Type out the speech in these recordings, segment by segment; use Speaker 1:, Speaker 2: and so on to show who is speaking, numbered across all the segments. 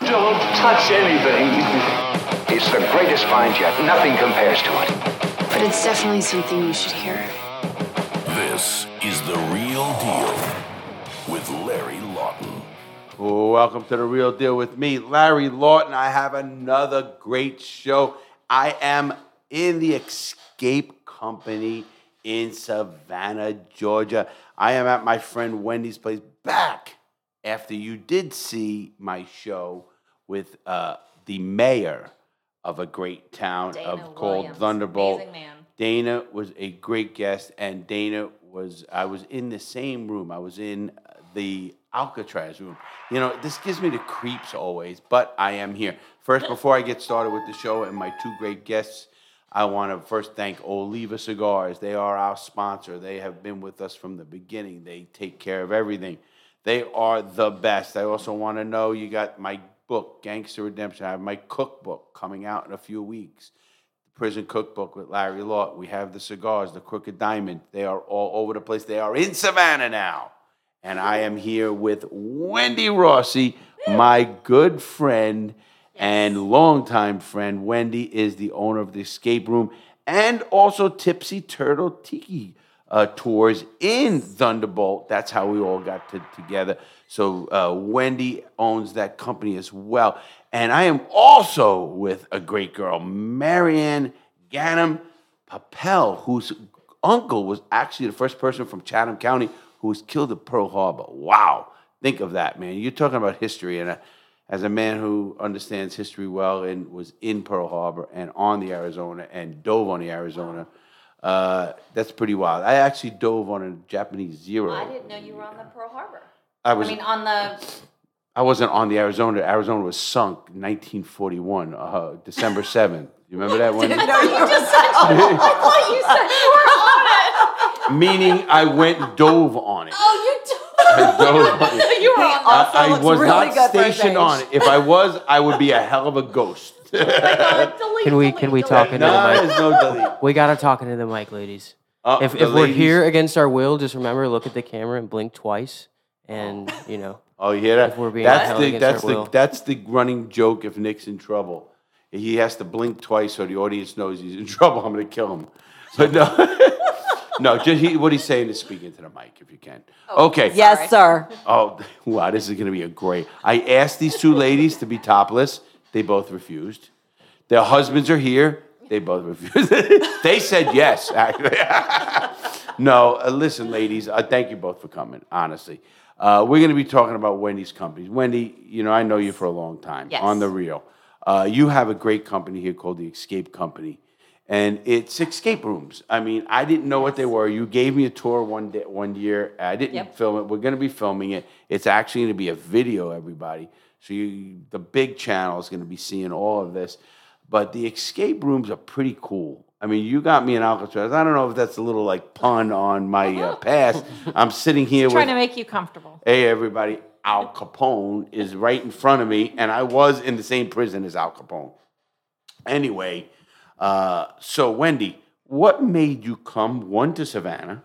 Speaker 1: Don't touch anything.
Speaker 2: It's the greatest find yet. Nothing compares to it.
Speaker 3: But it's definitely something you should hear.
Speaker 4: This is The Real Deal with Larry Lawton.
Speaker 5: Welcome to the Real Deal with me, Larry Lawton. I have another great show. I am in the Escape Company in Savannah, Georgia. I am at my friend Wendy's place back after you did see my show with uh, the mayor of a great town
Speaker 6: Dana
Speaker 5: of called
Speaker 6: Williams,
Speaker 5: Thunderbolt.
Speaker 6: amazing man.
Speaker 5: Dana was a great guest, and Dana was. I was in the same room. I was in the Alcatraz room. You know, this gives me the creeps always, but I am here. First, before I get started with the show and my two great guests, I want to first thank Oliva Cigars. They are our sponsor. They have been with us from the beginning. They take care of everything. They are the best. I also want to know you got my book, Gangster Redemption. I have my cookbook coming out in a few weeks. Prison Cookbook with Larry Lott. We have the cigars, the Crooked Diamond. They are all over the place. They are in Savannah now. And I am here with Wendy Rossi, my good friend and longtime friend. Wendy is the owner of the Escape Room and also Tipsy Turtle Tiki uh, tours in Thunderbolt. That's how we all got to, together. So uh, Wendy owns that company as well. And I am also with a great girl, Marianne Ganem Papel, whose uncle was actually the first person from Chatham County who was killed at Pearl Harbor. Wow. Think of that, man. You're talking about history. And uh, as a man who understands history well and was in Pearl Harbor and on the Arizona and dove on the Arizona, uh, that's pretty wild. I actually dove on a Japanese Zero.
Speaker 6: I didn't know you were on the Pearl Harbor.
Speaker 5: I
Speaker 6: I
Speaker 5: was
Speaker 6: mean, on the
Speaker 5: I wasn't on the Arizona. Arizona was sunk 1941, uh, December 7th. You remember that one?
Speaker 6: what oh, you said you were on it.
Speaker 5: Meaning I went and dove on it.
Speaker 6: Oh, you
Speaker 5: I dove on it.
Speaker 6: You were on
Speaker 5: I, I
Speaker 7: looks
Speaker 5: was
Speaker 7: really
Speaker 5: not
Speaker 7: good for his
Speaker 5: stationed
Speaker 7: age.
Speaker 5: on it. If I was, I would be a hell of a ghost.
Speaker 6: the.
Speaker 8: Can we can we talk into
Speaker 5: Nah,
Speaker 8: the mic?
Speaker 5: there's no delete.
Speaker 8: We gotta talk into the mic, ladies.
Speaker 5: Uh,
Speaker 8: If
Speaker 5: the
Speaker 8: if we're
Speaker 5: ladies-
Speaker 8: here against our will, just remember look at the camera and blink twice, and you know.
Speaker 5: Oh, you hear that?
Speaker 8: If we're being
Speaker 5: that's
Speaker 8: held
Speaker 5: the
Speaker 8: against
Speaker 5: that's
Speaker 8: our
Speaker 5: the
Speaker 8: will.
Speaker 5: that's the running joke if Nick's in trouble. He has to blink twice so the audience knows he's in trouble. I'm going to kill him. But no, no. Just he, what he's saying is speak into the mic if you can.
Speaker 7: Oh,
Speaker 5: Okay.
Speaker 7: Yes, sir.
Speaker 5: Oh wow, this is going to be a great. I asked these two ladies to be topless. They both refused. Their husbands are here. They both refused. they said yes. Actually. No, uh, listen, ladies, uh, thank you both for coming, honestly. Uh, we're going to be talking about Wendy's companies. Wendy, you know, I know you for a long time
Speaker 6: Yes.
Speaker 5: on the real. Uh, you have a great company here called the Escape Company, and it's escape rooms. I mean, I didn't know what they were. You gave me a tour one day, one year. I didn't
Speaker 6: Yep.
Speaker 5: film it. We're going to be filming it. It's actually going to be a video, everybody. So you, the big channel is going to be seeing all of this. But the escape rooms are pretty cool. I mean, you got me in Alcatraz. I don't know if that's a little like pun on my uh, past. I'm sitting here with
Speaker 6: Uh-huh. Trying to make you comfortable.
Speaker 5: hey everybody, Al Capone is right in front of me, and I was in the same prison as Al Capone. Anyway, uh, so Wendy, what made you come one to Savannah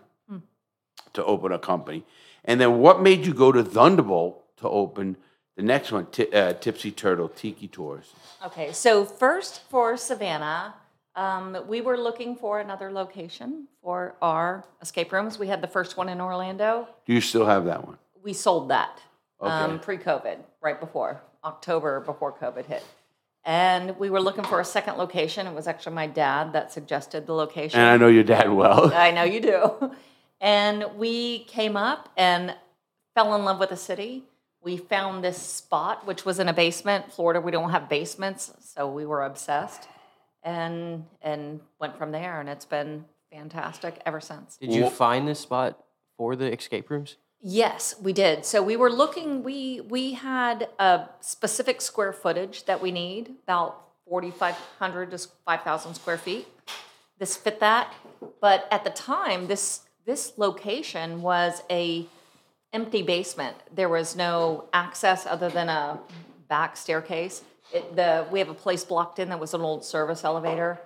Speaker 5: to open a company, and then what made you go to Thunderbolt to open the next one, Ti uh, Tipsy Turtle Tiki Tours?
Speaker 6: Okay, so first for Savannah, um, we were looking for another location for our escape rooms. We had the first one in Orlando.
Speaker 5: Do you still have that one?
Speaker 6: we sold that um,
Speaker 5: Okay.
Speaker 6: pre-COVID, right before October, before COVID hit. And we were looking for a second location. It was actually my dad that suggested the location.
Speaker 5: And I know your dad well.
Speaker 6: I know you do. And we came up and fell in love with the city. We found this spot, which was in a basement. Florida, we don't have basements, so we were obsessed, and and went from there. And it's been fantastic ever since.
Speaker 8: Did you find this spot for the escape rooms?
Speaker 6: Yes, we did. So we were looking. We we had a specific square footage that we need, about forty five hundred to five thousand square feet. This fit that, but at the time, this this location was a empty basement. There was no access other than a back staircase. It, the we have a place blocked in that was an old service elevator.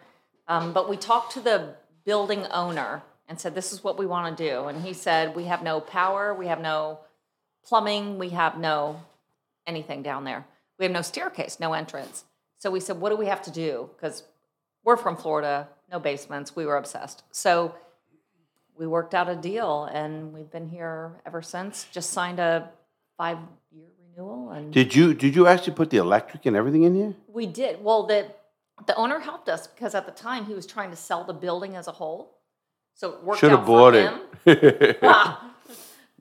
Speaker 6: Um, but we talked to the building owner and said, "This is what we want to do." And he said, "We have no power. We have no plumbing. We have no anything down there." We have no staircase, no entrance. So we said, what do we have to do? Because we're from Florida, no basements. We were obsessed. So we worked out a deal, and we've been here ever since. Just signed a five-year renewal, and
Speaker 5: Did you did you actually put the electric and everything in here?
Speaker 6: we did. Well, the the owner helped us because at the time he was trying to sell the building as a whole, so it worked
Speaker 5: Should
Speaker 6: out
Speaker 5: have bought
Speaker 6: for
Speaker 5: it.
Speaker 6: him.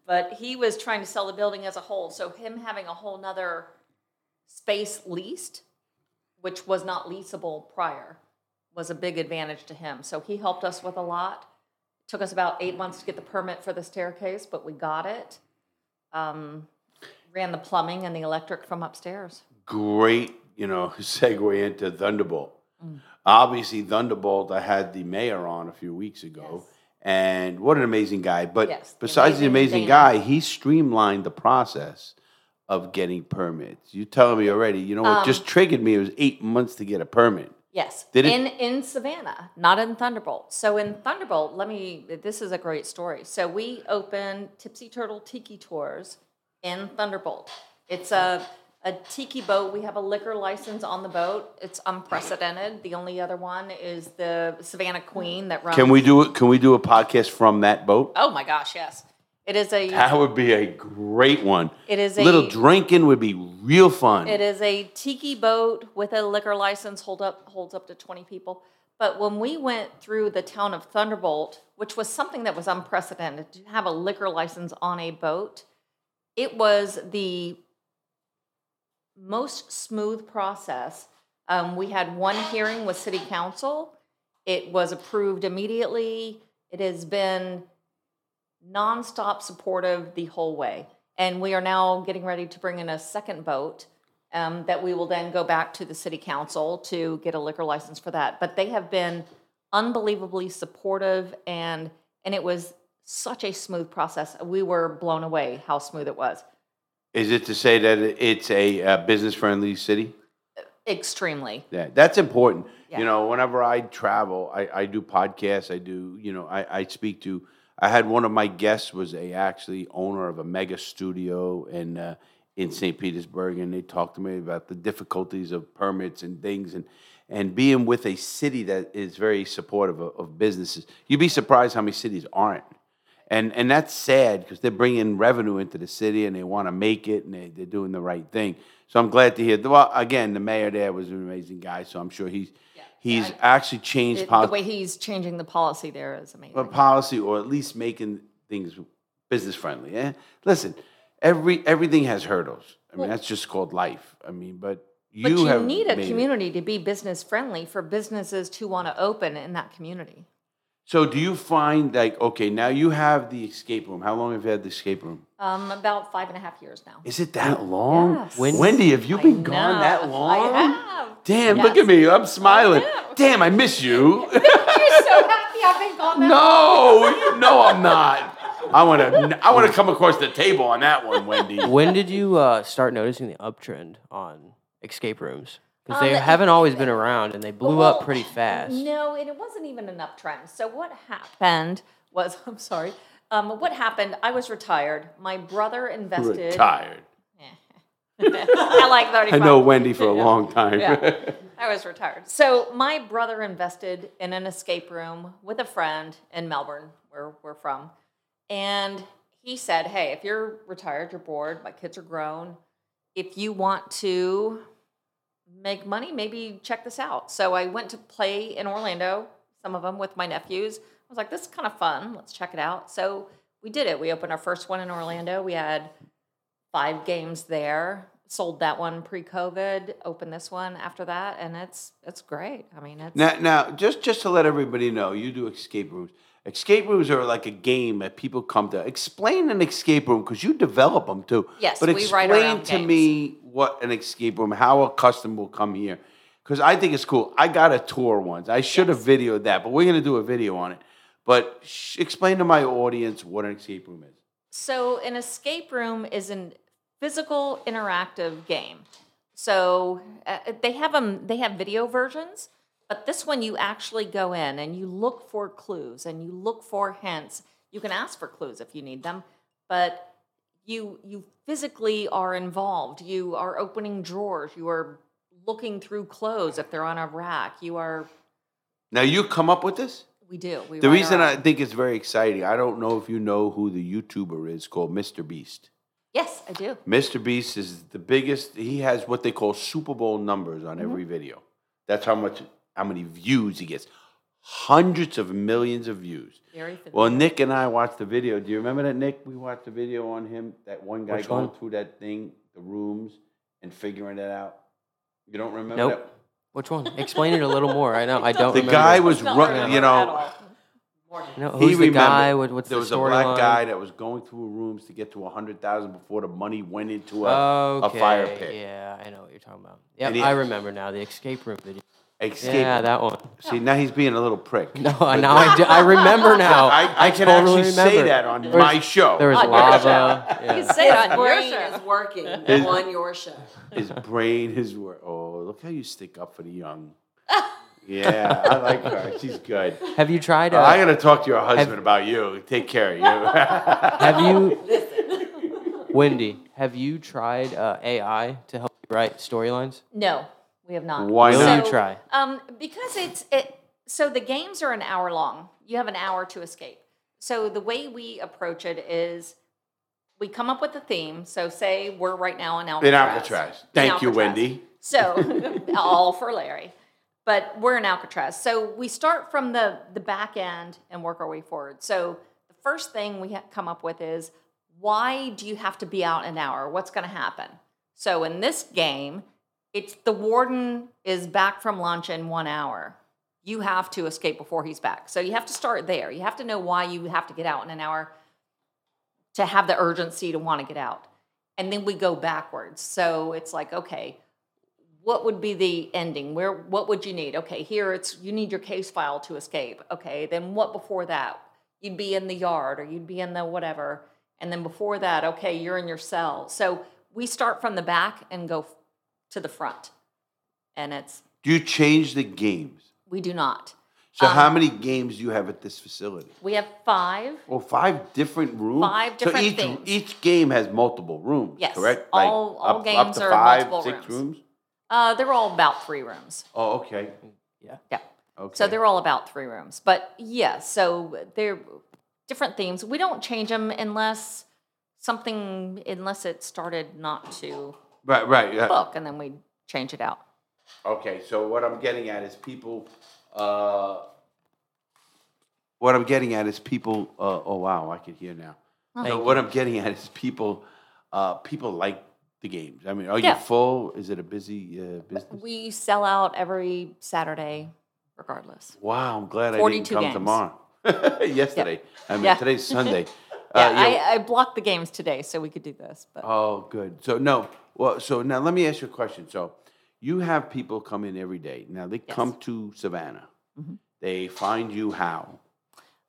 Speaker 6: but he was trying to sell the building as a whole. So him having a whole nother space leased, which was not leasable prior, was a big advantage to him. So he helped us with a lot. Took us about eight months to get the permit for the staircase, but we got it. Um, ran the plumbing and the electric from upstairs.
Speaker 5: Great, you know, segue into Thunderbolt.
Speaker 6: Mm.
Speaker 5: Obviously, Thunderbolt. I had the mayor on a few weeks ago,
Speaker 6: Yes.
Speaker 5: and what an amazing guy! But
Speaker 6: Yes, the
Speaker 5: besides the amazing
Speaker 6: amazing
Speaker 5: guy, he streamlined the process of getting permits. You telling me already? You know what
Speaker 6: Um,
Speaker 5: just triggered me? It was eight months to get a permit.
Speaker 6: Yes.
Speaker 5: Did it-
Speaker 6: in in Savannah, not in Thunderbolt. So in Thunderbolt, let me this is a great story. So we open Tipsy Turtle Tiki Tours in Thunderbolt. It's a a tiki boat. We have a liquor license on the boat. It's unprecedented. The only other one is the Savannah Queen that runs
Speaker 5: Can we do it? Can we do a podcast from that boat?
Speaker 6: Oh my gosh, yes. It is a
Speaker 5: That would be a great one.
Speaker 6: It is a-
Speaker 5: little drinking would be real fun.
Speaker 6: It is a tiki boat with a liquor license. Hold up, holds up to twenty people. But when we went through the town of Thunderbolt, which was something that was unprecedented to have a liquor license on a boat, it was the most smooth process. Um, we had one hearing with City Council. It was approved immediately. It has been nonstop supportive the whole way. And we are now getting ready to bring in a second boat um, that we will then go back to the city council to get a liquor license for that. But they have been unbelievably supportive and and it was such a smooth process. We were blown away how smooth it was.
Speaker 5: Is it to say that it's a uh, business friendly city?
Speaker 6: Extremely.
Speaker 5: Yeah, that's important.
Speaker 6: Yeah.
Speaker 5: You know, whenever I travel, I, I do podcasts. I do, you know, I, I speak to. I had one of my guests was a actually owner of a mega studio in uh, in St. Petersburg, and they talked to me about the difficulties of permits and things, and and being with a city that is very supportive of, of businesses. You'd be surprised how many cities aren't. And and that's sad because they're bringing revenue into the city and they want to make it and they, they're doing the right thing. So I'm glad to hear. Well, again, the mayor there was an amazing guy, so I'm sure he's he's actually changed
Speaker 6: It-
Speaker 5: poli-
Speaker 6: the way he's changing the policy there is amazing.
Speaker 5: uh, policy or at least making things business friendly. Eh? Listen, every everything has hurdles. I mean, that's just called life. I mean, but you,
Speaker 6: but you
Speaker 5: have
Speaker 6: need a
Speaker 5: made it.
Speaker 6: community to be business friendly for businesses to want to open in that community.
Speaker 5: So do you find like okay, now you have the escape room. How long have you had the escape room?
Speaker 6: Um, about five and a half years now.
Speaker 5: Is it that long?
Speaker 6: Yes.
Speaker 8: When-
Speaker 5: Wendy, have you
Speaker 6: I
Speaker 5: been gone that
Speaker 6: know,
Speaker 5: long?
Speaker 6: I have.
Speaker 5: Damn, look
Speaker 6: Yes.
Speaker 5: at me. I'm smiling.
Speaker 6: know.
Speaker 5: Damn, I miss you.
Speaker 6: You're so happy I've been gone that
Speaker 5: no, you know I'm not. I want to I want to come across the table on that one, Wendy.
Speaker 8: When did you uh, start noticing the uptrend on escape rooms? Because they
Speaker 6: Um,
Speaker 8: haven't always been around, and they blew
Speaker 6: Well,
Speaker 8: up pretty fast.
Speaker 6: No, and it wasn't even an uptrend. So what happened was, I'm sorry. Um, what happened? I was retired. My brother invested.
Speaker 5: Retired.
Speaker 6: I like 35.
Speaker 5: I know Wendy for a long time.
Speaker 6: Yeah. I was retired. So my brother invested in an escape room with a friend in Melbourne, where we're from. And he said, Hey, if you're retired, you're bored, my kids are grown. If you want to make money, maybe check this out. So I went to play in Orlando, some of them with my nephews. I was like, This is kind of fun. Let's check it out. So we did it. We opened our first one in Orlando. We had five games there. Sold that one pre-COVID. Opened this one after that, and it's it's great. I mean, it's
Speaker 5: Now, now, just just to let everybody know, you do escape rooms. Escape rooms are like a game that people come to. Explain an escape room because you develop them too.
Speaker 6: Yes,
Speaker 5: but
Speaker 6: we
Speaker 5: explain
Speaker 6: write our own
Speaker 5: to
Speaker 6: games.
Speaker 5: me what an escape room, how a customer will come here, because I think it's cool. I got a tour once. I should have videoed that, but we're gonna do a video on it. But sh- explain to my audience what an escape room is.
Speaker 6: So, an escape room is a physical interactive game. So, uh, they have them. They have video versions, but this one you actually go in and you look for clues and you look for hints. You can ask for clues if you need them, but you you physically are involved. You are opening drawers. You are looking through clothes if they're on a rack. You are.
Speaker 5: Now you come up with this.
Speaker 6: We do. We
Speaker 5: The
Speaker 6: write
Speaker 5: reason
Speaker 6: our
Speaker 5: I
Speaker 6: own.
Speaker 5: think it's very exciting, I don't know if you know who the YouTuber is called Mr. Beast.
Speaker 6: Yes, I do.
Speaker 5: Mr. Beast is the biggest. He has what they call Super Bowl numbers on every
Speaker 6: Mm-hmm.
Speaker 5: video. That's how much, how many views he gets. Hundreds of millions of views.
Speaker 6: Very familiar.
Speaker 5: Well, Nick and I watched the video. Do you remember that, Nick? We watched the video on him, that one guy
Speaker 8: Which
Speaker 5: going
Speaker 8: one?
Speaker 5: through that thing, the rooms, and figuring it out. You don't remember
Speaker 8: Nope.
Speaker 5: that?
Speaker 8: Which one? Explain it a little more. I know. I don't.
Speaker 5: The
Speaker 8: remember.
Speaker 5: guy was
Speaker 6: Not
Speaker 5: running,
Speaker 6: remember
Speaker 5: you
Speaker 6: at
Speaker 5: know.
Speaker 6: all.
Speaker 8: You know, who's the guy? What, what's
Speaker 5: there
Speaker 8: the
Speaker 5: was a black
Speaker 8: storyline?
Speaker 5: guy that was going through rooms to get to a hundred thousand before the money went into a,
Speaker 8: Okay,
Speaker 5: a fire pit.
Speaker 8: Yeah, I know what you're talking about. Yeah,
Speaker 5: And he-
Speaker 8: I remember now the escape room video.
Speaker 5: Escape.
Speaker 8: Yeah, that one.
Speaker 5: See, now he's being a little prick.
Speaker 8: No, now I, do, I remember now.
Speaker 5: I, I, can
Speaker 8: totally
Speaker 5: actually say
Speaker 8: remember.
Speaker 5: that on
Speaker 8: There was-
Speaker 5: my show.
Speaker 8: There was
Speaker 6: On your
Speaker 8: lava. Yeah.
Speaker 6: You can say it on your
Speaker 7: Brain
Speaker 6: show.
Speaker 7: is working on your show.
Speaker 5: his brain, his work. Oh, look how you stick up for the young. Yeah, I like her. She's good.
Speaker 8: Have you tried? Uh,
Speaker 5: I gotta talk to your husband about you. Take care of you.
Speaker 8: have you, Wendy? Have you tried uh, AI to help you write storylines?
Speaker 6: No, we have not.
Speaker 5: Why
Speaker 8: Will
Speaker 5: not?
Speaker 8: you try?
Speaker 6: Um, because it's it. So the games are an hour long. You have an hour to escape. So the way we approach it is, we come up with a theme. So say we're right now in Alcatraz.
Speaker 5: In Alcatraz.
Speaker 6: In
Speaker 5: Thank you,
Speaker 6: Alcatraz.
Speaker 5: Wendy.
Speaker 6: So all for Larry. But we're in Alcatraz. So we start from the the back end and work our way forward. So the first thing we ha- come up with is why do you have to be out an hour? What's going to happen? So in this game, it's the warden is back from lunch in 1 hour. You have to escape before he's back. So you have to start there. You have to know why you have to get out in an hour to have the urgency to want to get out. And then we go backwards. So it's like, okay, what would be the ending? Where what would you need? Okay, here it's you need your case file to escape. Okay, then what before that? You'd be in the yard or you'd be in the whatever. And then before that, okay, you're in your cell. So we start from the back and go f- to the front. And it's
Speaker 5: Do you change the games?
Speaker 6: we do not.
Speaker 5: So
Speaker 6: Um,
Speaker 5: how many games do you have at this facility?
Speaker 6: We have five.
Speaker 5: Well, five different rooms.
Speaker 6: Five
Speaker 5: so
Speaker 6: different
Speaker 5: each,
Speaker 6: things.
Speaker 5: Each game has multiple rooms.
Speaker 6: Yes.
Speaker 5: Correct.
Speaker 6: All- all games are multiple
Speaker 5: six
Speaker 6: rooms.
Speaker 5: rooms.
Speaker 6: Uh, they're all about three rooms.
Speaker 5: Oh, okay.
Speaker 6: Yeah.
Speaker 5: Okay.
Speaker 6: So they're all about three rooms. But yeah, so they're different themes. We don't change them unless something, unless it started not to
Speaker 5: right, right. Yeah.
Speaker 6: book, and then we change it out.
Speaker 5: Okay, so what I'm getting at is people. Uh, what I'm getting at is people. Uh, oh wow, I can hear now. So what I'm getting at is people. Uh, people like the games. I mean, are
Speaker 6: Yeah.
Speaker 5: you full? Is it a busy uh, business?
Speaker 6: We sell out every Saturday, regardless.
Speaker 5: Wow, I'm glad I didn't
Speaker 6: 42
Speaker 5: come
Speaker 6: games.
Speaker 5: tomorrow. Yesterday. I mean,
Speaker 6: Yeah.
Speaker 5: today's Sunday.
Speaker 6: Yeah,
Speaker 5: Uh, you know-
Speaker 6: I, uh, I blocked the games today, so we could do this. But
Speaker 5: Oh, good. So no, well, so now let me ask you a question. So you have people come in every day. Now they come to Savannah.
Speaker 6: Mm-hmm.
Speaker 5: They find you how?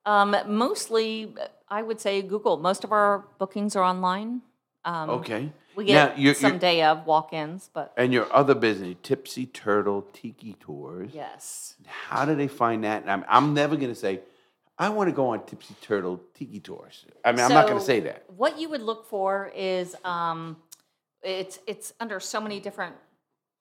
Speaker 5: Uh-huh.
Speaker 6: um, mostly, I would say Google. Most of our bookings are online. Um,
Speaker 5: Okay.
Speaker 6: We get
Speaker 5: now, your,
Speaker 6: some
Speaker 5: your,
Speaker 6: day of walk-ins, but
Speaker 5: and your other business, Tipsy Turtle Tiki Tours.
Speaker 6: yes.
Speaker 5: How do they find that? And I'm, I'm never going to say, I want to go on Tipsy Turtle Tiki Tours. I mean, I'm not going to
Speaker 6: So,
Speaker 5: say that.
Speaker 6: What you would look for is um, it's it's under so many different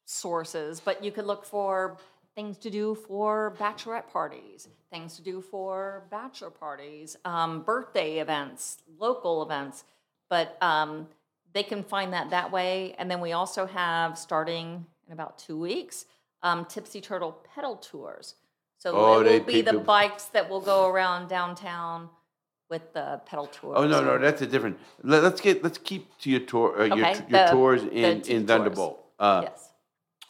Speaker 6: sources, but you could look for things to do for bachelorette parties, things to do for bachelor parties, um, birthday events, local events, but um, they can find that that way. And then we also have starting in about two weeks um, Tipsy Turtle pedal tours. So
Speaker 5: Oh,
Speaker 6: it
Speaker 5: they
Speaker 6: will be the
Speaker 5: people-
Speaker 6: bikes that will go around downtown with the pedal tours.
Speaker 5: Oh no, no,
Speaker 6: or-
Speaker 5: that's a different. Let, us get let's keep to your tour, uh, your,
Speaker 6: Okay,
Speaker 5: t- your
Speaker 6: the-
Speaker 5: tours
Speaker 6: the
Speaker 5: in
Speaker 6: tiki
Speaker 5: in
Speaker 6: tours.
Speaker 5: Thunderbolt. Uh,
Speaker 6: yes.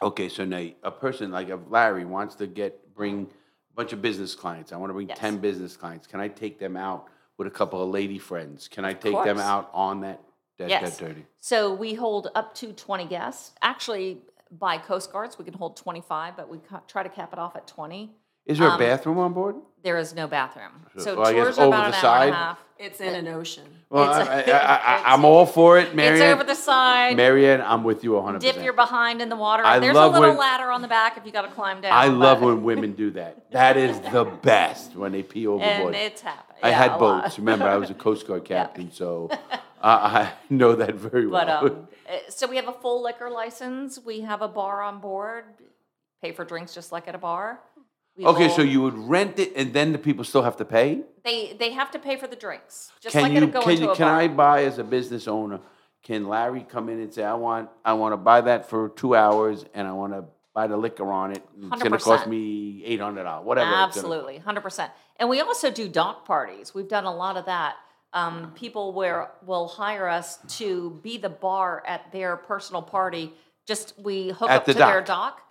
Speaker 5: Okay, so now a person like if Larry wants to get bring a bunch of business clients. I want to bring
Speaker 6: Yes.
Speaker 5: ten business clients. Can I take them out with a couple of lady friends? Can I take them
Speaker 6: course.
Speaker 5: out on that that,
Speaker 6: Yes.
Speaker 5: that dirty?
Speaker 6: So we hold up to 20 guests. Actually, by Coast Guards, we can hold 25, but we ca- try to cap it off at 20.
Speaker 5: Is there a bathroom on board?
Speaker 6: There is no bathroom. So
Speaker 5: well, I guess
Speaker 6: tours are
Speaker 5: over
Speaker 6: about an
Speaker 5: the
Speaker 6: hour
Speaker 5: side?
Speaker 6: and a half.
Speaker 7: It's in an ocean.
Speaker 5: Well, I,
Speaker 6: it's-
Speaker 5: I, I, am all for it, Marianne.
Speaker 6: It's over the side.
Speaker 5: Marianne, I'm with you 100.
Speaker 6: Dip your behind in the water.
Speaker 5: I
Speaker 6: There's
Speaker 5: love
Speaker 6: a little
Speaker 5: when-
Speaker 6: ladder on the back if you got to climb down.
Speaker 5: I love
Speaker 6: but-
Speaker 5: when women do that. That is the best when they pee overboard.
Speaker 6: And it's happened.
Speaker 5: I
Speaker 6: Yeah,
Speaker 5: had
Speaker 6: a
Speaker 5: boats.
Speaker 6: lot.
Speaker 5: Remember, I was a Coast Guard captain, so I, I know that very well.
Speaker 6: But um, eh, so we have a full liquor license. We have a bar on board. Pay for drinks just like at a bar. We
Speaker 5: okay, so
Speaker 6: will-
Speaker 5: you would rent it, and then the people still have to pay.
Speaker 6: they they have to pay for the drinks just
Speaker 5: Can
Speaker 6: like
Speaker 5: you?
Speaker 6: it'll go
Speaker 5: Can
Speaker 6: into
Speaker 5: you?
Speaker 6: a
Speaker 5: Can
Speaker 6: bar.
Speaker 5: I buy as a business owner? Can Larry come in and say, "I want, I want to buy that for two hours, and I want to buy the liquor on it. and It's going to cost
Speaker 6: 100%.
Speaker 5: me eight hundred dollars, whatever." it's gonna
Speaker 6: Absolutely, hundred percent. And we also do dock parties. We've done a lot of that. Um, people where will hire us to be the bar at their personal party. Just we hook
Speaker 5: At
Speaker 6: up
Speaker 5: the
Speaker 6: to their
Speaker 5: dock.
Speaker 6: dock,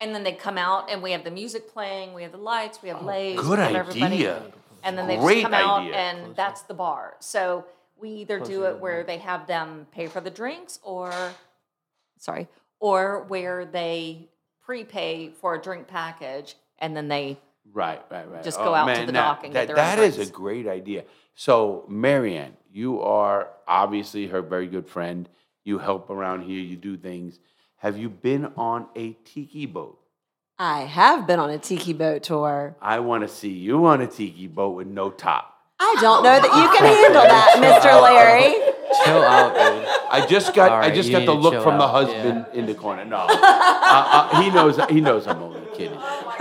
Speaker 6: and then they come out, and we have the music playing, we have the lights, we have
Speaker 5: cost.
Speaker 6: lays,
Speaker 5: Oh, Good
Speaker 6: we have everybody.
Speaker 5: idea.
Speaker 6: And then they
Speaker 5: Great
Speaker 6: just come out,
Speaker 5: idea.
Speaker 6: and that's the bar. So we either do it where they have them pay for the drinks, or sorry, or where they prepay for a drink package, and then they
Speaker 5: Right, right, right. Oh,
Speaker 6: Just go out to the dock and
Speaker 5: that,
Speaker 6: get their own
Speaker 5: That is
Speaker 6: drinks.
Speaker 5: a great idea. So, Marianne, you are obviously her very good friend. You help around here. You do things. Have you been on a tiki boat?
Speaker 7: I have been on a tiki boat tour.
Speaker 5: I want to see you on a tiki boat with no top.
Speaker 7: I don't know that you can handle that, Mr. Larry.
Speaker 8: Chill out, dude.
Speaker 5: I just got. I
Speaker 8: Alright,
Speaker 5: just
Speaker 8: you
Speaker 5: got
Speaker 8: need
Speaker 5: the
Speaker 8: to
Speaker 5: look
Speaker 8: chill
Speaker 5: from the
Speaker 8: out,
Speaker 5: husband in the corner. No, uh, uh, he knows. He knows I'm only kidding.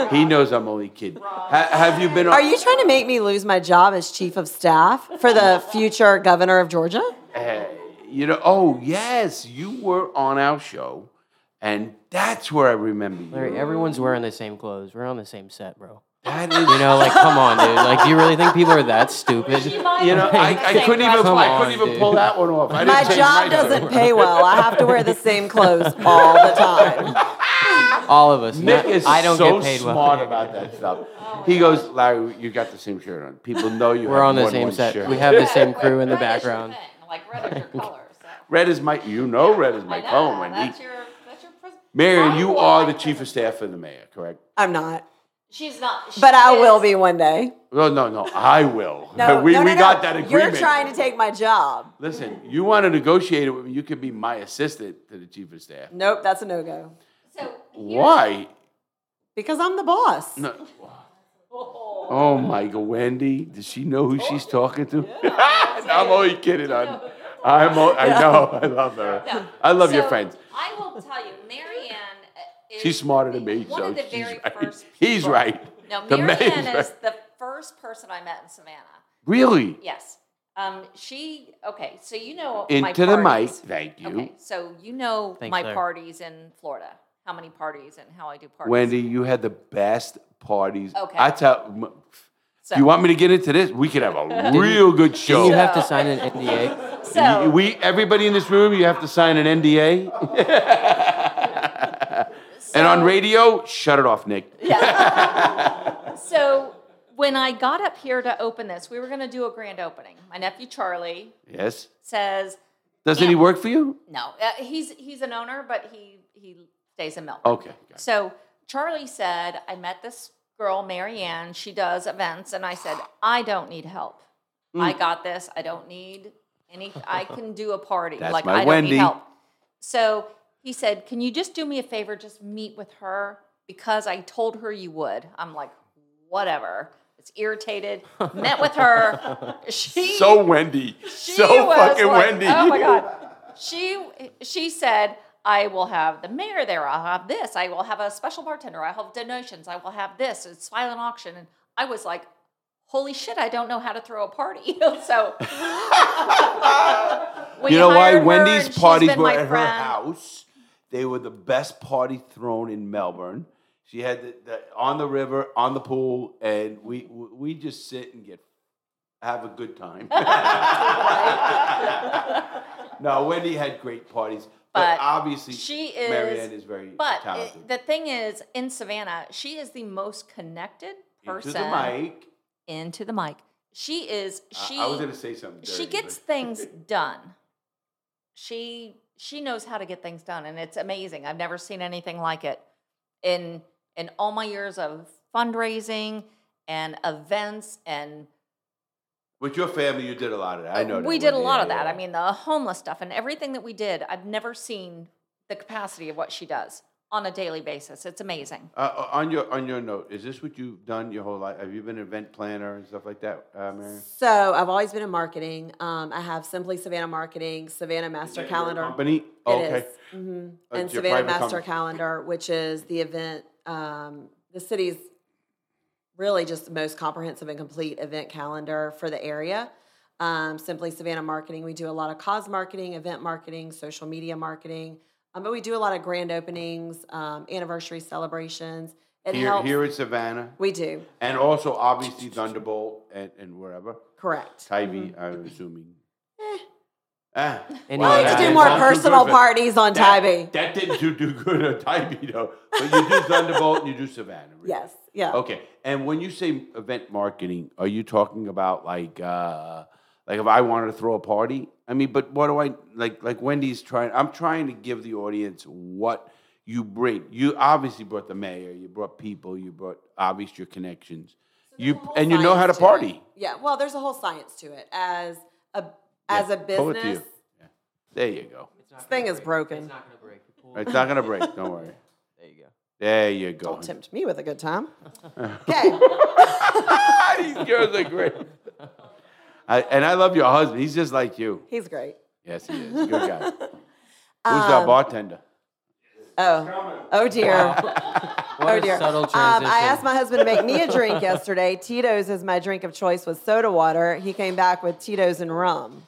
Speaker 5: he knows I'm only kidding. Ha, have you been? On,
Speaker 7: Oh Are you trying to make me lose my job as chief of staff for the future governor of Georgia?
Speaker 5: you know, oh yes, you were on our show, and that's where I remember you.
Speaker 8: Larry, everyone's wearing the same clothes. We're on the same set, bro.
Speaker 5: That is,
Speaker 8: You know, like, come on, dude. Like, do you really think people are that stupid?
Speaker 5: you know, I, I couldn't even,
Speaker 8: Come
Speaker 5: I couldn't
Speaker 8: on,
Speaker 5: even
Speaker 8: dude.
Speaker 5: pull that one off. I didn't
Speaker 7: My
Speaker 5: change
Speaker 7: job
Speaker 5: shirt.
Speaker 7: doesn't pay well. I have to wear the same clothes all the time.
Speaker 8: All of us.
Speaker 5: Nick
Speaker 8: Not-
Speaker 5: is
Speaker 8: I don't
Speaker 5: so
Speaker 8: get paid well.
Speaker 5: smart about that stuff.
Speaker 7: Oh,
Speaker 5: he goes, Larry, you got the same shirt on. People know you.
Speaker 8: We're
Speaker 5: have
Speaker 8: on the
Speaker 5: more than
Speaker 8: same
Speaker 5: one
Speaker 8: set.
Speaker 5: shirt.
Speaker 8: We have the same crew in the background.
Speaker 6: Like red is your color. So.
Speaker 5: red is my. You know, red is my phone. When he,
Speaker 6: that's your that's your pres-
Speaker 5: Mary,
Speaker 6: I
Speaker 5: you
Speaker 6: will
Speaker 5: are the
Speaker 6: like
Speaker 5: chief
Speaker 6: pres-
Speaker 5: of staff for the mayor, correct?
Speaker 7: I'm not,
Speaker 6: She's not, she
Speaker 7: but I will
Speaker 6: is.
Speaker 7: be one day.
Speaker 5: No, no, no. I will.
Speaker 7: No,
Speaker 5: we
Speaker 7: no, no,
Speaker 5: we
Speaker 7: no.
Speaker 5: got that agreement.
Speaker 7: You're trying to take my job.
Speaker 5: Listen, you want to negotiate it with me? You could be my assistant to the chief of staff.
Speaker 7: Nope, that's a no go
Speaker 6: So
Speaker 5: Why?
Speaker 7: because I'm the boss.
Speaker 5: No. Oh my God, Wendy! Does she know who she's talking to? I'm only kidding. I'm, I'm. o- I know. I love her. I love your
Speaker 6: so
Speaker 5: friends.
Speaker 6: I will tell you, Marianne uh, is
Speaker 5: She's smarter than me,
Speaker 6: One
Speaker 5: so
Speaker 6: of the
Speaker 5: she's
Speaker 6: very
Speaker 5: right.
Speaker 6: first.
Speaker 5: He's
Speaker 6: people-
Speaker 5: right.
Speaker 6: No,
Speaker 5: The man's
Speaker 6: Marianne is
Speaker 5: right.
Speaker 6: the first person I met in Savannah.
Speaker 5: Really?
Speaker 6: Yes. Um, she okay. So you know my
Speaker 5: Into the mic.
Speaker 6: parties.
Speaker 5: Thank you,
Speaker 6: Okay, so you know
Speaker 8: Thanks,
Speaker 6: my
Speaker 8: Larry.
Speaker 6: parties in Florida. How many parties and how I do parties?
Speaker 5: Wendy. You had the best parties.
Speaker 6: Okay.
Speaker 5: I tell. m-
Speaker 6: So-
Speaker 5: You want me to get into this? We could have a real good show.
Speaker 8: Didn't you have to sign an
Speaker 7: Oh,
Speaker 8: NDA?
Speaker 6: So
Speaker 5: You- we everybody in this room, you have to sign an NDA. and on radio, shut it off, Nick.
Speaker 6: So when I got up here to open this, we were going to do a grand opening. My nephew Charlie
Speaker 5: Yes.
Speaker 6: says,
Speaker 5: Doesn't he work for you?
Speaker 6: "No, uh, he's he's an owner, but he he stays in Melbourne."
Speaker 5: Okay. got it.
Speaker 6: So Charlie said, "I met this girl, Marianne. She does events," and I said, "I don't need help.
Speaker 5: Mm.
Speaker 6: I got this. I don't need any. I can do a party.
Speaker 5: That's
Speaker 6: like
Speaker 5: my
Speaker 6: I don't
Speaker 5: Wendy.
Speaker 6: need help." So he said, "Can you just do me a favor? Just meet with her because I told her you would." I'm like, "Whatever." It's irritated. Met with her. She
Speaker 5: So Wendy.
Speaker 6: she
Speaker 5: so
Speaker 6: was
Speaker 5: fucking
Speaker 6: like-
Speaker 5: Wendy.
Speaker 6: Oh my god. She she said, I will have the mayor there. I'll have this. I will have a special bartender. I'll have donations. I will have this. It's silent auction. And I was like, holy shit, I don't know how to throw a party. so we
Speaker 5: you know why
Speaker 6: hired her
Speaker 5: Wendy's
Speaker 6: and she's
Speaker 5: parties
Speaker 6: been
Speaker 5: were
Speaker 6: my
Speaker 5: at her
Speaker 6: friend.
Speaker 5: house? They were the best party thrown in Melbourne. She had the, the on the river, on the pool, and we we we just sit and get have a good time. no, Wendy had great parties, but,
Speaker 6: But
Speaker 5: obviously
Speaker 6: she is-
Speaker 5: Marianne is very
Speaker 6: But
Speaker 5: talented.
Speaker 6: it- the thing is, in Savannah, she is the most connected
Speaker 5: Into the
Speaker 6: person
Speaker 5: mic.
Speaker 6: Into the mic. She is
Speaker 5: I-
Speaker 6: she
Speaker 5: I was gonna say something.
Speaker 6: she
Speaker 5: dirty,
Speaker 6: gets
Speaker 5: but-
Speaker 6: things done. She she knows how to get things done, and it's amazing. I've never seen anything like it in in all my years of fundraising and events and
Speaker 5: with your family. You did a lot of that. I know. that,
Speaker 6: we did a
Speaker 5: Wendy,
Speaker 6: lot
Speaker 5: yeah,
Speaker 6: of that.
Speaker 5: yeah.
Speaker 6: I mean, the homeless stuff and everything that we did. I've never seen the capacity of what she does. on a daily basis. It's amazing.
Speaker 5: Uh, on your on your note, is this what you've done your whole life? Have you been an event planner and stuff like that, uh, Mary?
Speaker 7: So I've always been in marketing. Um, I have Simply Savannah Marketing, Savannah Master Calendar.
Speaker 5: Company.
Speaker 7: It
Speaker 5: Oh, okay.
Speaker 7: is. Mhm.
Speaker 5: Uh,
Speaker 7: And
Speaker 5: it's your
Speaker 7: Savannah
Speaker 5: private
Speaker 7: Master
Speaker 5: company.
Speaker 7: Calendar, which is the event, um, the city's really just the most comprehensive and complete event calendar for the area. Um, Simply Savannah Marketing, we do a lot of cause marketing, event marketing, social media marketing, um, but we do a lot of grand openings, um, anniversary celebrations. It
Speaker 5: Here,
Speaker 7: helps.
Speaker 5: here in Savannah,
Speaker 7: we do,
Speaker 5: and also obviously Thunderbolt and, and wherever.
Speaker 7: correct.
Speaker 5: Tybee, I'm assuming. Ah,
Speaker 8: Any
Speaker 5: well,
Speaker 8: of
Speaker 7: Mm-hmm. Eh. I like to
Speaker 5: that
Speaker 7: do
Speaker 8: that-
Speaker 5: is
Speaker 7: more
Speaker 5: not too good,
Speaker 7: personal
Speaker 5: but
Speaker 7: parties on
Speaker 5: that-
Speaker 7: Tybee.
Speaker 5: That didn't do, do good on Tybee though. But you do Thunderbolt and you do Savannah. Really.
Speaker 7: Yes, yeah.
Speaker 5: Okay. And when you say event marketing, are you talking about like uh like if I wanted to throw a party? I mean, but what do I like like Wendy's trying I'm trying to give the audience what you bring. You obviously brought the mayor, you brought people, you brought obvious your connections. you
Speaker 7: whole
Speaker 5: and you know how to
Speaker 7: science it.
Speaker 5: party.
Speaker 7: Yeah, well, there's a whole science to it. As a as a
Speaker 5: Pull it to you.
Speaker 7: business,
Speaker 5: Yeah. There you go.
Speaker 7: this thing is broken.
Speaker 8: It's not gonna break. Pull-
Speaker 5: It's not gonna break, don't worry.
Speaker 8: There you go.
Speaker 5: There you go.
Speaker 7: Don't tempt me with a good time. Okay,
Speaker 5: These girls are great. I, and I love your husband. He's just like you.
Speaker 7: he's great.
Speaker 5: Yes, he is. Good guy. Who's
Speaker 7: Um,
Speaker 5: that bartender?
Speaker 7: Oh, oh dear,
Speaker 8: What
Speaker 7: oh
Speaker 8: a
Speaker 7: dear.
Speaker 8: subtle
Speaker 7: Um,
Speaker 8: transition.
Speaker 7: I asked my husband to make me a drink yesterday. Tito's is my drink of choice with soda water. He came back with Tito's and rum.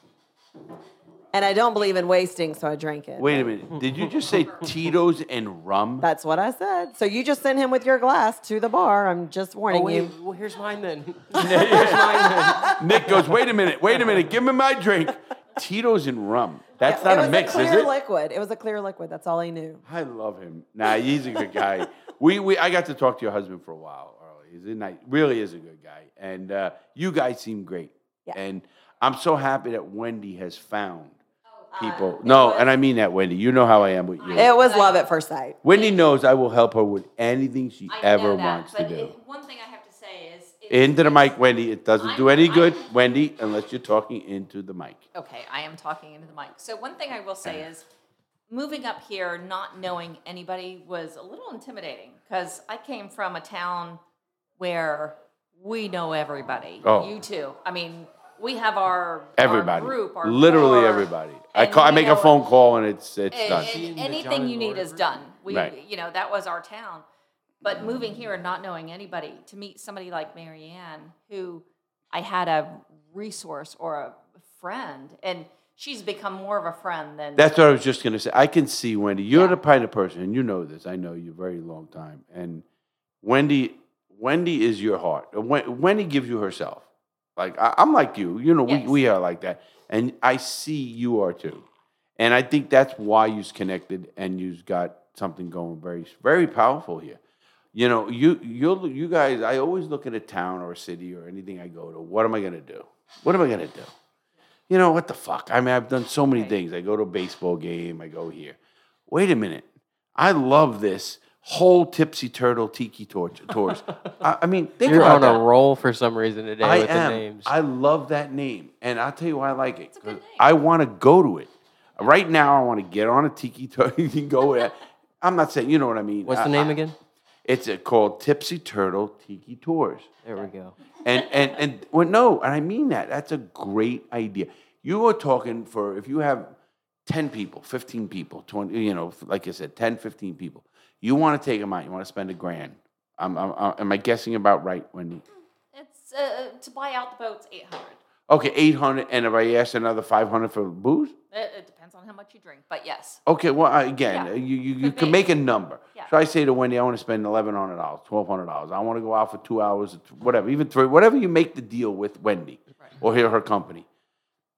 Speaker 7: And I don't believe in wasting, so I drank it.
Speaker 5: Wait a minute. Did you just say Tito's and rum?
Speaker 7: That's what I said. So you just sent him with your glass to the bar. I'm just
Speaker 8: Oh,
Speaker 7: warning
Speaker 8: wait,
Speaker 7: you.
Speaker 8: well, here's mine then. here's mine then.
Speaker 5: Nick goes, wait a minute, wait a minute, give me my drink. Tito's and rum. That's
Speaker 7: it
Speaker 5: not
Speaker 7: was
Speaker 5: a mix,
Speaker 7: a clear
Speaker 5: is it?
Speaker 7: liquid. It was a clear liquid. That's all he knew.
Speaker 5: I love him. Nah, he's a good guy. we, we I got to talk to your husband for a while. Early. He's a nice, really is a good guy, and uh, you guys seem great.
Speaker 7: Yeah.
Speaker 5: And I'm so happy that Wendy has found
Speaker 7: Oh, uh,
Speaker 5: people. no, and I mean that, Wendy. You know how I am with you.
Speaker 7: It was love at first sight.
Speaker 5: Wendy knows I will help her with anything she
Speaker 6: I
Speaker 5: ever
Speaker 6: know that,
Speaker 5: wants to
Speaker 6: but
Speaker 5: do.
Speaker 6: It, one thing I have to say is it-
Speaker 5: into the mic, Wendy. It doesn't do
Speaker 6: I'm-
Speaker 5: any good,
Speaker 6: I'm-
Speaker 5: Wendy, unless you're talking into the mic.
Speaker 6: Okay, I am talking into the mic. So one thing I will say is moving up here, not knowing anybody was a little intimidating because I came from a town where we know everybody.
Speaker 5: Oh.
Speaker 6: You too. I mean, we have our our
Speaker 5: Everybody,
Speaker 6: group, our
Speaker 5: literally
Speaker 6: core,
Speaker 5: everybody. I
Speaker 6: and
Speaker 5: call, I
Speaker 6: we
Speaker 5: make a
Speaker 6: know-
Speaker 5: phone call, and it's it's
Speaker 6: and-
Speaker 5: done.
Speaker 6: and
Speaker 8: Seeing the John
Speaker 6: anything
Speaker 8: and
Speaker 6: you need
Speaker 8: Laura
Speaker 6: is done. We,
Speaker 5: Right.
Speaker 6: you know, that was our town. But moving here and not knowing anybody, to meet somebody like Marianne, who I had a resource or a friend, and she's become more of a friend than
Speaker 5: That's what I was just gonna say. I can see Wendy. You're
Speaker 6: Yeah.
Speaker 5: the kind of person, and you know this. I know you a very long time, and Wendy, Wendy is your heart. Uh, Wen- Wendy gives you herself. Like I, I'm like you. You know,
Speaker 6: Yes.
Speaker 5: we we are like that, and I see you are too. And I think that's why you's connected, and you've got something going very very powerful here. You know, you you you guys. I always look at a town or a city or anything I go to. What am I gonna do? What am I gonna do? you know what the fuck? I mean, I've done so many things. I go to a baseball game. I go here. Wait a minute. I love this whole tipsy turtle tiki torch tours. I, I mean, think
Speaker 8: You're
Speaker 5: about
Speaker 8: on
Speaker 5: that.
Speaker 8: a roll for some reason today
Speaker 5: I
Speaker 8: with
Speaker 5: am.
Speaker 8: the names.
Speaker 5: I love that name, and I'll tell you why I like it. 'cause I want to go to it. Right now, I want to get on a tiki turtle and go with it. I'm not saying you know what I mean.
Speaker 8: What's the
Speaker 5: I-
Speaker 8: name
Speaker 5: I-
Speaker 8: again?
Speaker 5: It's uh, called Tipsy Turtle Tiki Tours.
Speaker 8: There we go.
Speaker 5: And and and well, no, and I mean that. That's a great idea. You are talking for if you have 10 people, 15 people, 20, you know, like I said, 10, 15 people. You want to take them out, you want to spend a grand. I'm, I'm, i am I guessing about right, Wendy?
Speaker 6: it's uh, to buy out the boats eight hundred.
Speaker 5: Okay, 800, and if I ask another 500 for booze?
Speaker 6: It, it depends on how much you drink, but yes,
Speaker 5: Okay, well, I- again,
Speaker 6: Yeah.
Speaker 5: you, you, you
Speaker 6: Could
Speaker 5: can
Speaker 6: be.
Speaker 5: make a number.
Speaker 6: Yeah.
Speaker 5: So I say to Wendy, I want to spend $1,100, $1,200. I want to go out for two hours, whatever, even three, whatever you make the deal with Wendy or her, her company.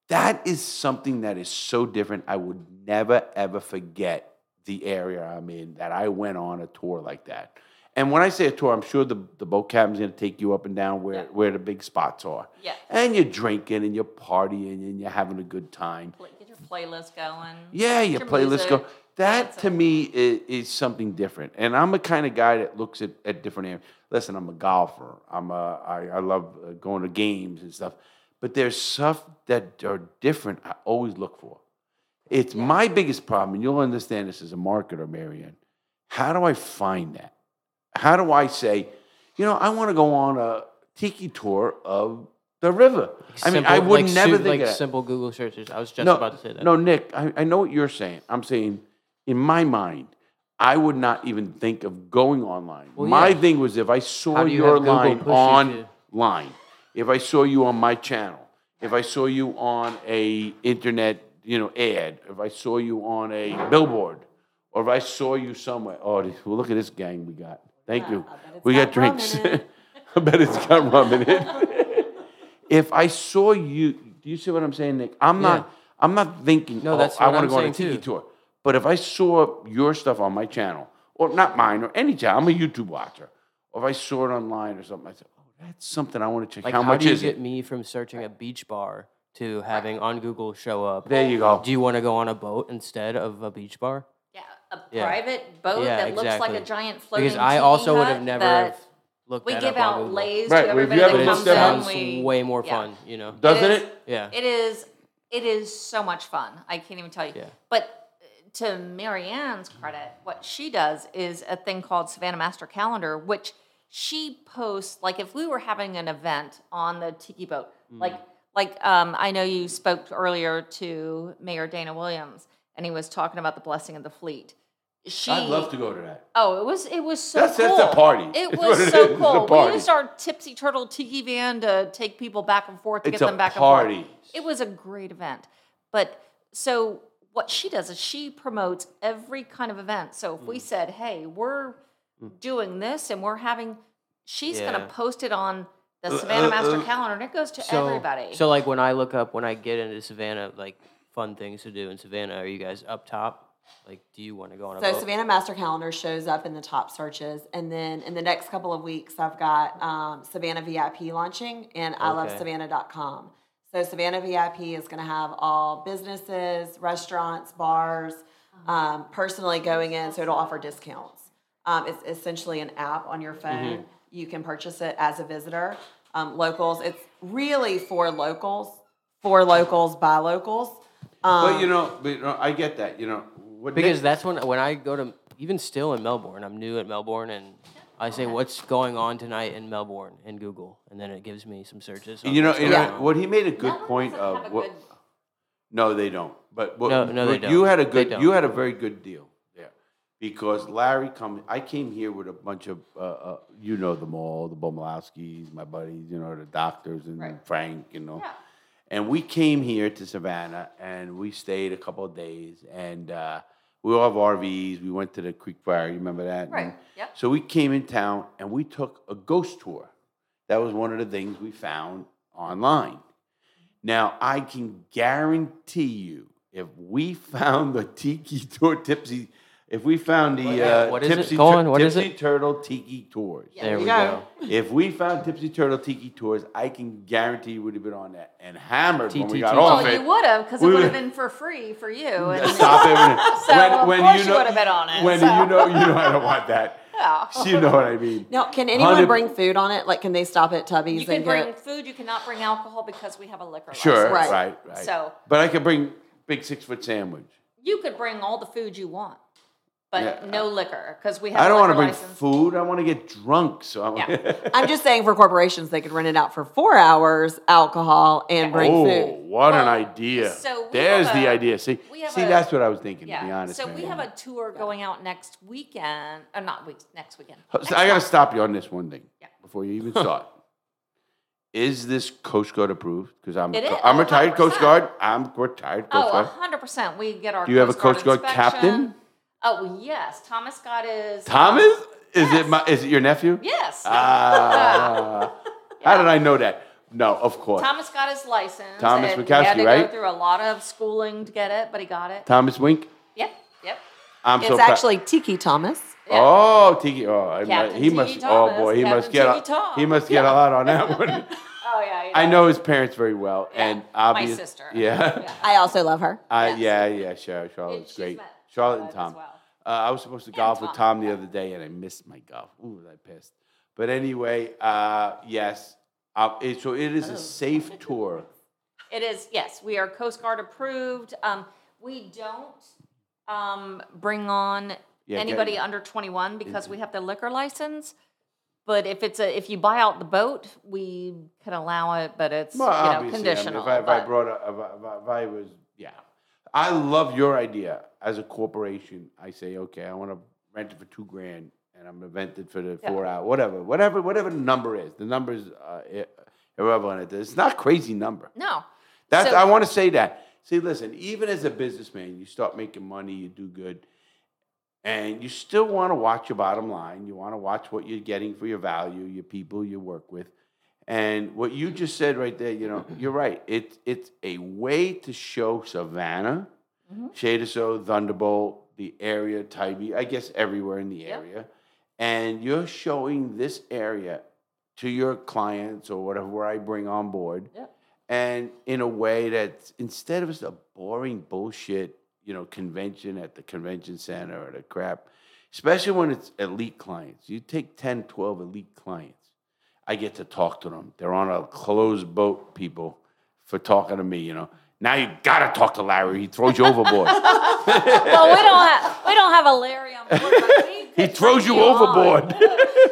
Speaker 5: That is something that is so different. I would never, ever forget the area I'm in that I went on a tour like that. And when I say a tour, I'm sure the, the boat captain's going to take you up and down where, where the big spots are.
Speaker 6: Yeah.
Speaker 5: And you're drinking and you're partying and you're having a good time.
Speaker 6: Pl- get your playlist going.
Speaker 5: Yeah, your
Speaker 6: your
Speaker 5: playlist go.
Speaker 6: music,
Speaker 5: That
Speaker 6: dance
Speaker 5: to me is, is something different, and I'm a kind of guy that looks at, at different areas. Listen, I'm a golfer. I'm a I, I love uh, going to games and stuff, but there's stuff that are different. I always look for. It's my biggest problem, and you'll understand this as a marketer, Marianne. How do I find that? How do I say, you know, I want to go on a tiki tour of the river? I mean, I
Speaker 8: Simple-
Speaker 5: would
Speaker 8: like
Speaker 5: never
Speaker 8: su-
Speaker 5: think
Speaker 8: like
Speaker 5: of that.
Speaker 8: simple Google searches. I was just
Speaker 5: no,
Speaker 8: about to say that.
Speaker 5: No, Nick, I, I know what you're saying. I'm saying, in my mind, I would not even think of going online.
Speaker 8: Well,
Speaker 5: my
Speaker 8: yeah.
Speaker 5: thing was if I saw
Speaker 8: How do you
Speaker 5: your
Speaker 8: have Google
Speaker 5: line
Speaker 8: push you to-
Speaker 5: online, if I saw you on my channel, if I saw you on a internet, you know, ad, if I saw you on a billboard, or if I saw you somewhere. Oh, this- well, look at this gang we got. Thank you. We got,
Speaker 7: got rum in
Speaker 5: drinks.
Speaker 7: it.
Speaker 5: I bet it's got rum in it if I saw you, do you see what I'm saying, Nick? I'm not. I'm not thinking.
Speaker 8: No,
Speaker 5: oh,
Speaker 8: that's
Speaker 5: I
Speaker 8: what
Speaker 5: want to
Speaker 8: I'm
Speaker 5: go on a
Speaker 8: saying,
Speaker 5: tiki
Speaker 8: too.
Speaker 5: tour. But if I saw your stuff on my channel, or not mine, or any channel, I'm a YouTube watcher. Or if I saw it online or something, I said, "Oh, that's something I want to check.
Speaker 8: Like,
Speaker 5: how,
Speaker 8: how,
Speaker 5: much
Speaker 8: do you
Speaker 5: is
Speaker 8: get
Speaker 5: it?"
Speaker 8: me from searching a beach bar to having on Google show up?
Speaker 5: There you go.
Speaker 8: Do you want to go on a boat instead of a beach bar?
Speaker 6: Yeah, a
Speaker 8: Yeah.
Speaker 6: private boat
Speaker 8: Yeah,
Speaker 6: that looks like
Speaker 8: exactly.
Speaker 6: a giant floating.
Speaker 8: Because I
Speaker 6: tiki
Speaker 8: also would
Speaker 6: hut
Speaker 8: have never
Speaker 6: that
Speaker 8: have looked
Speaker 6: We
Speaker 8: that
Speaker 6: give
Speaker 8: up on
Speaker 6: out
Speaker 8: Google.
Speaker 6: lays
Speaker 5: Right,
Speaker 6: to
Speaker 5: well, if
Speaker 6: everybody
Speaker 5: you
Speaker 6: that
Speaker 5: haven't
Speaker 6: comes
Speaker 5: looked that
Speaker 6: in.
Speaker 5: up-
Speaker 6: We,
Speaker 8: Sounds way more
Speaker 6: yeah.
Speaker 8: fun, you know.
Speaker 5: Doesn't
Speaker 6: is-
Speaker 5: it?
Speaker 8: Yeah.
Speaker 6: It is. It is so much fun. I can't even tell you.
Speaker 8: Yeah.
Speaker 6: But uh, to Marianne's credit, what she does is a thing called Savannah Master Calendar, which she posts. Like if we were having an event on the Tiki Boat,
Speaker 5: Mm.
Speaker 6: like like um, I know you spoke earlier to Mayor Dana Williams, and he was talking about the blessing of the fleet. She,
Speaker 5: I'd love to go to that.
Speaker 6: Oh, it was it was so
Speaker 5: That's-
Speaker 6: cool.
Speaker 5: that's a party.
Speaker 6: It
Speaker 5: It's what
Speaker 6: was
Speaker 5: it is.
Speaker 6: so
Speaker 5: It's a
Speaker 6: cool.
Speaker 5: party.
Speaker 6: We used our tipsy turtle tiki van to take people back and forth to
Speaker 5: It's
Speaker 6: get
Speaker 5: a
Speaker 6: them back and
Speaker 5: party.
Speaker 6: forth. It was a great event. But so what she does is she promotes every kind of event. So if
Speaker 5: Mm.
Speaker 6: we said, "Hey, we're doing this and we're having," she's
Speaker 8: Yeah.
Speaker 6: going to post it on
Speaker 5: Uh,
Speaker 6: the Savannah Master Calendar, and it goes to
Speaker 8: so,
Speaker 6: everybody.
Speaker 8: So like when I look up when I get into Savannah, like fun things to do in Savannah, are you guys up top? Like, do you want to go on a
Speaker 7: So
Speaker 8: boat?
Speaker 7: Savannah Master Calendar shows up in the top searches, and then in the next couple of weeks, I've got um, Savannah VIP launching and I love
Speaker 8: Okay.
Speaker 7: Savannah.com. So Savannah VIP is going to have all businesses, restaurants, bars, um, personally going in, so it'll offer discounts. Um, it's essentially an app on your phone. You can purchase it as a visitor. Um, locals, it's really for locals, for locals by locals. Um,
Speaker 5: but you know, but you know, I get that. You know, what
Speaker 8: Because
Speaker 5: Nick-
Speaker 8: that's when when I go to even still in Melbourne, I'm new at Melbourne, and I say what's going on tonight in Melbourne in Google, and then it gives me some searches. on
Speaker 5: you know,
Speaker 8: what's
Speaker 5: you
Speaker 8: going
Speaker 5: know
Speaker 8: on.
Speaker 5: what he made a good
Speaker 6: Melbourne
Speaker 5: point
Speaker 6: doesn't
Speaker 5: of.
Speaker 6: have a
Speaker 5: what,
Speaker 6: good-
Speaker 5: No, they don't. But what,
Speaker 8: No, no, they
Speaker 5: what you
Speaker 8: don't.
Speaker 5: had a
Speaker 8: They
Speaker 5: good,
Speaker 8: don't.
Speaker 5: you had a very good deal there because Larry come. I came here with a bunch of, uh, uh, you know them all, the Bomalowskis, my buddies, you know the doctors and Frank, you know. And we came here to Savannah and we stayed a couple of days and uh, we all have RVs. We went to the Creek Fire. You remember that?
Speaker 6: Right,
Speaker 5: And
Speaker 6: yep.
Speaker 5: So we came in town and we took a ghost tour. That was one of the things we found online. Now, I can guarantee you, if we found the Tiki Tour Tipsy, if we found the uh,
Speaker 8: What is it?
Speaker 5: Tipsy,
Speaker 8: Go on, what is
Speaker 5: Tipsy
Speaker 8: it?
Speaker 5: Turtle Tiki Tours,
Speaker 8: there
Speaker 7: you
Speaker 8: we
Speaker 7: go.
Speaker 8: go.
Speaker 5: if we found Tipsy Turtle Tiki Tours, I can guarantee you would have been on that and hammered when we
Speaker 8: TTT.
Speaker 5: got
Speaker 8: Well,
Speaker 5: off
Speaker 6: well, Oh, you
Speaker 5: it.
Speaker 6: would have because it
Speaker 5: We
Speaker 6: would have
Speaker 5: would-
Speaker 6: been for free for you. And
Speaker 5: Stop it!
Speaker 6: So, of course you would have been on it,
Speaker 5: When
Speaker 6: so. Oh.
Speaker 5: you know, you know, I don't want that. You know what I mean?
Speaker 7: Now, can anyone
Speaker 5: 100
Speaker 7: bring food on it? Like, can they stop at Tubby's
Speaker 6: you can
Speaker 7: and
Speaker 6: bring
Speaker 7: get?
Speaker 6: food. You cannot bring alcohol because we have a liquor
Speaker 5: Sure,
Speaker 6: license.
Speaker 5: right,
Speaker 7: Right.
Speaker 5: right.
Speaker 6: So-
Speaker 5: but I could bring big six foot sandwich.
Speaker 6: you could bring all the food you want, but
Speaker 5: Yeah.
Speaker 6: no liquor because we have.
Speaker 5: I don't
Speaker 6: want to
Speaker 5: bring
Speaker 6: license.
Speaker 5: food. I want to get drunk. So I want
Speaker 6: Yeah.
Speaker 7: I'm just saying for corporations, they could rent it out for four hours, alcohol, and bring
Speaker 5: oh,
Speaker 7: food.
Speaker 5: what an
Speaker 6: Well,
Speaker 5: idea!
Speaker 6: so we
Speaker 5: There's
Speaker 6: have
Speaker 5: the
Speaker 6: a-
Speaker 5: idea. See,
Speaker 6: we have
Speaker 5: see,
Speaker 6: a-
Speaker 5: that's what I was thinking.
Speaker 6: Yeah.
Speaker 5: To be honest,
Speaker 6: so we
Speaker 5: man.
Speaker 6: have a tour going out next weekend, or not week next weekend.
Speaker 5: So I got to stop you on this one thing
Speaker 6: Yeah.
Speaker 5: before you even start. Is this Coast Guard approved? Because I'm
Speaker 6: It is, Oh,
Speaker 5: I'm retired Coast
Speaker 6: 100%.
Speaker 5: Guard. I'm retired Coast
Speaker 6: Oh,
Speaker 5: Guard.
Speaker 6: 100 percent. We get our.
Speaker 5: Do you have a Coast Guard
Speaker 6: inspection.
Speaker 5: captain?
Speaker 6: Oh yes, Thomas Scott is.
Speaker 5: Thomas, is
Speaker 6: Yes.
Speaker 5: it my is it your nephew?
Speaker 6: Yes.
Speaker 5: Ah, how did I know that? No, of course.
Speaker 6: Thomas got his license.
Speaker 5: Thomas
Speaker 6: and he
Speaker 5: Mikowski,
Speaker 6: had to
Speaker 5: right?
Speaker 6: Go through a lot of schooling to get it, but he got it.
Speaker 5: Thomas Wink.
Speaker 6: Yep. Yep.
Speaker 5: I'm
Speaker 7: It's
Speaker 5: so proud-
Speaker 7: actually Tiki Thomas.
Speaker 6: Yeah.
Speaker 5: Oh, Tiki! Oh, I mu-
Speaker 6: Captain
Speaker 5: he must.
Speaker 6: Tiki
Speaker 5: oh
Speaker 6: Thomas,
Speaker 5: boy, he must
Speaker 6: Captain E
Speaker 5: get.
Speaker 6: Tiki
Speaker 5: a,
Speaker 6: Tom.
Speaker 5: he must get a lot on that one.
Speaker 6: Oh yeah. he
Speaker 5: I
Speaker 6: does.
Speaker 5: know his parents very well, and
Speaker 6: my
Speaker 5: obviously,
Speaker 6: sister.
Speaker 5: Yeah,
Speaker 6: Yeah.
Speaker 7: I also love her.
Speaker 5: I, yeah, yeah. Charlotte, Charlotte's
Speaker 6: she's
Speaker 5: great.
Speaker 6: met
Speaker 5: Charlotte and
Speaker 6: Charlotte as
Speaker 5: Tom.
Speaker 6: well.
Speaker 5: Uh, I was supposed to golf with Tom the other day, and I missed my golf. Ooh, was I pissed. But anyway, uh, yes. Uh, it, so it
Speaker 6: Oh.
Speaker 5: is a safe tour.
Speaker 6: It is, yes, we are Coast Guard approved. Um, we don't um, bring on
Speaker 5: Yeah, Mm-hmm. get-
Speaker 6: anybody under 21 because we have the liquor license. But if it's a if you buy out the boat, we can allow it, but it's
Speaker 5: Well,
Speaker 6: you know
Speaker 5: obviously,
Speaker 6: conditional.
Speaker 5: I mean, if, I, if I
Speaker 6: but-
Speaker 5: brought a, if I- if I, if I was, yeah, I love your idea as a corporation. I say, okay, I want to rent it for two grand, and I'm rented for the
Speaker 6: Yeah.
Speaker 5: four hour, whatever, whatever, whatever the number is. The number is uh, i- irrelevant. at this. It's not a crazy number.
Speaker 6: no.
Speaker 5: That's
Speaker 6: So-
Speaker 5: I want to say that. See, listen, even as a businessman, you start making money, you do good, and you still want to watch your bottom line. You want to watch what you're getting for your value, your people you work with. And what you just said right there, you know, you're right. It's it's a way to show Savannah,
Speaker 6: Mm-hmm.
Speaker 5: Shade of So, Thunderbolt, the area, Tybee, I guess everywhere in the
Speaker 6: Yep.
Speaker 5: area. And you're showing this area to your clients or whatever I bring on board
Speaker 6: Yep.
Speaker 5: and in a way that instead of just a boring bullshit, you know, convention at the convention center or the crap, especially when it's elite clients, you take 10, 12 elite clients. I get to talk to them. They're on a closed boat, people, for talking to me, you know. Now you gotta talk to Larry. He throws you overboard.
Speaker 6: Well, we don't have we don't have a Larry on board. but we
Speaker 5: he
Speaker 6: could
Speaker 5: throws
Speaker 6: bring
Speaker 5: you
Speaker 6: on.
Speaker 5: overboard.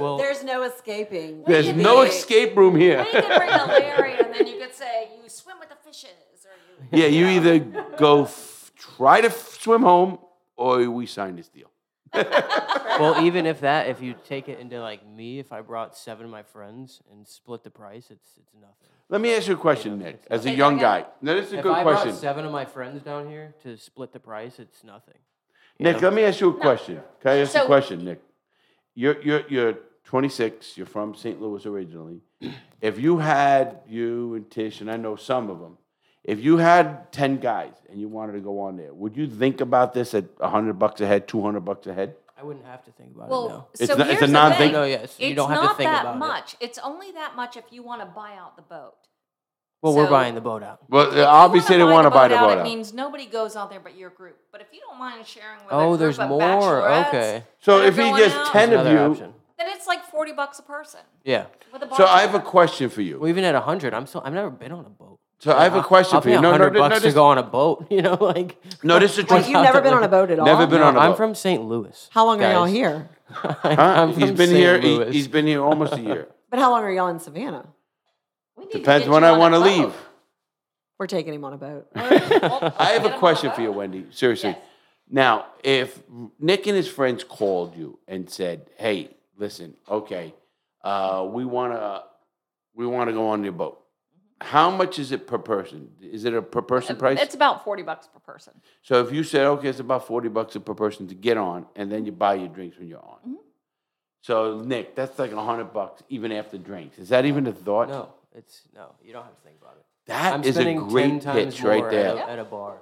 Speaker 8: Well,
Speaker 7: There's no escaping.
Speaker 5: There's
Speaker 6: could
Speaker 5: no
Speaker 6: be-
Speaker 5: escape room here.
Speaker 6: We could bring a Larry, and then you could say you swim with the fishes, or you.
Speaker 5: Yeah, you either go f- try to f- swim home or we sign this deal.
Speaker 8: well, even if that, if you take it into like me, if I brought seven of my friends and split the price, it's it's nothing.
Speaker 5: Let me ask you a question, Nick. As a
Speaker 6: Okay,
Speaker 5: young
Speaker 6: go ahead.
Speaker 5: guy, no, this is a
Speaker 8: If
Speaker 5: good
Speaker 8: I
Speaker 5: question.
Speaker 8: brought seven of my friends down here to split the price, it's nothing.
Speaker 5: Nick, let me ask you a question. Can I ask you a
Speaker 6: So-
Speaker 5: question, Nick? You're you're you're 26. You're from St. Louis originally. if you had you and Tish, and I know some of them, if you had 10 guys and you wanted to go on there, would you think about this at 100 bucks a head, 200 bucks a head?
Speaker 8: I wouldn't have to think about it. No.
Speaker 6: Well,
Speaker 5: It's
Speaker 6: so
Speaker 5: not- it's a
Speaker 6: here's the
Speaker 5: non-thing.
Speaker 6: thing.
Speaker 8: No, yes, Oh, you
Speaker 6: it's
Speaker 8: don't have to
Speaker 6: not
Speaker 8: think
Speaker 6: that
Speaker 8: about it.
Speaker 6: much. It's only that much if you want to buy out the boat.
Speaker 8: Well, we're
Speaker 6: so-
Speaker 8: buying the boat out.
Speaker 5: Well, uh, obviously they want to buy the boat
Speaker 6: It
Speaker 5: out.
Speaker 6: means nobody goes out there but your group. But if you don't mind sharing with a
Speaker 8: Oh,
Speaker 6: group
Speaker 8: there's
Speaker 6: of
Speaker 8: more.
Speaker 6: bachelorettes
Speaker 8: Okay.
Speaker 5: So
Speaker 6: that are
Speaker 5: if he
Speaker 6: going
Speaker 5: gets
Speaker 6: out,
Speaker 5: 10 of
Speaker 8: Another
Speaker 5: you,
Speaker 8: option.
Speaker 6: then it's like forty bucks a person.
Speaker 8: Yeah.
Speaker 6: With a
Speaker 5: so I
Speaker 6: bartender.
Speaker 5: have a question for you.
Speaker 8: Well, even at hundred, I'm still. I've never been on a boat.
Speaker 5: So I have a question
Speaker 8: I'll
Speaker 5: for
Speaker 8: pay
Speaker 5: you. No, no,
Speaker 8: hundred
Speaker 5: no,
Speaker 8: bucks
Speaker 5: no,
Speaker 8: to
Speaker 5: this,
Speaker 8: go on a boat. You know, like
Speaker 5: no, this is a
Speaker 7: Wait, you've never been on a boat at all?
Speaker 5: Never been
Speaker 8: No,
Speaker 5: on a
Speaker 8: I'm
Speaker 5: boat.
Speaker 8: from St. Louis.
Speaker 7: How long are y'all
Speaker 8: guys.
Speaker 7: here?
Speaker 5: Huh?
Speaker 8: I'm
Speaker 5: He's
Speaker 8: from
Speaker 5: been
Speaker 8: St.
Speaker 5: here.
Speaker 8: Louis.
Speaker 5: He, has been here almost a year.
Speaker 7: But how long are y'all in Savannah?
Speaker 6: We need to
Speaker 5: Depends
Speaker 6: get
Speaker 5: when
Speaker 6: you
Speaker 5: I
Speaker 6: on a
Speaker 5: want to
Speaker 6: boat.
Speaker 5: leave.
Speaker 7: We're taking him on a boat.
Speaker 5: I have a question for you, Wendy. Seriously.
Speaker 6: Yes.
Speaker 5: Now, if Nick and his friends called you and said, "Hey, listen, okay, uh, we wanna we wanna go on your boat," how much is it per person? Is it a per person price?
Speaker 6: Um, It's about forty bucks per person.
Speaker 5: So if you said, okay, it's about 40 bucks per person to get on, and then you buy your drinks when you're on.
Speaker 6: Mm-hmm.
Speaker 5: So, Nick, that's like 100 bucks even after drinks. Is that even a thought?
Speaker 8: No, it's no. You don't have to think about it. I'm
Speaker 5: That is a
Speaker 8: spending 10
Speaker 5: great
Speaker 8: times
Speaker 5: pitch
Speaker 8: more
Speaker 5: right there.
Speaker 8: At a, at a bar.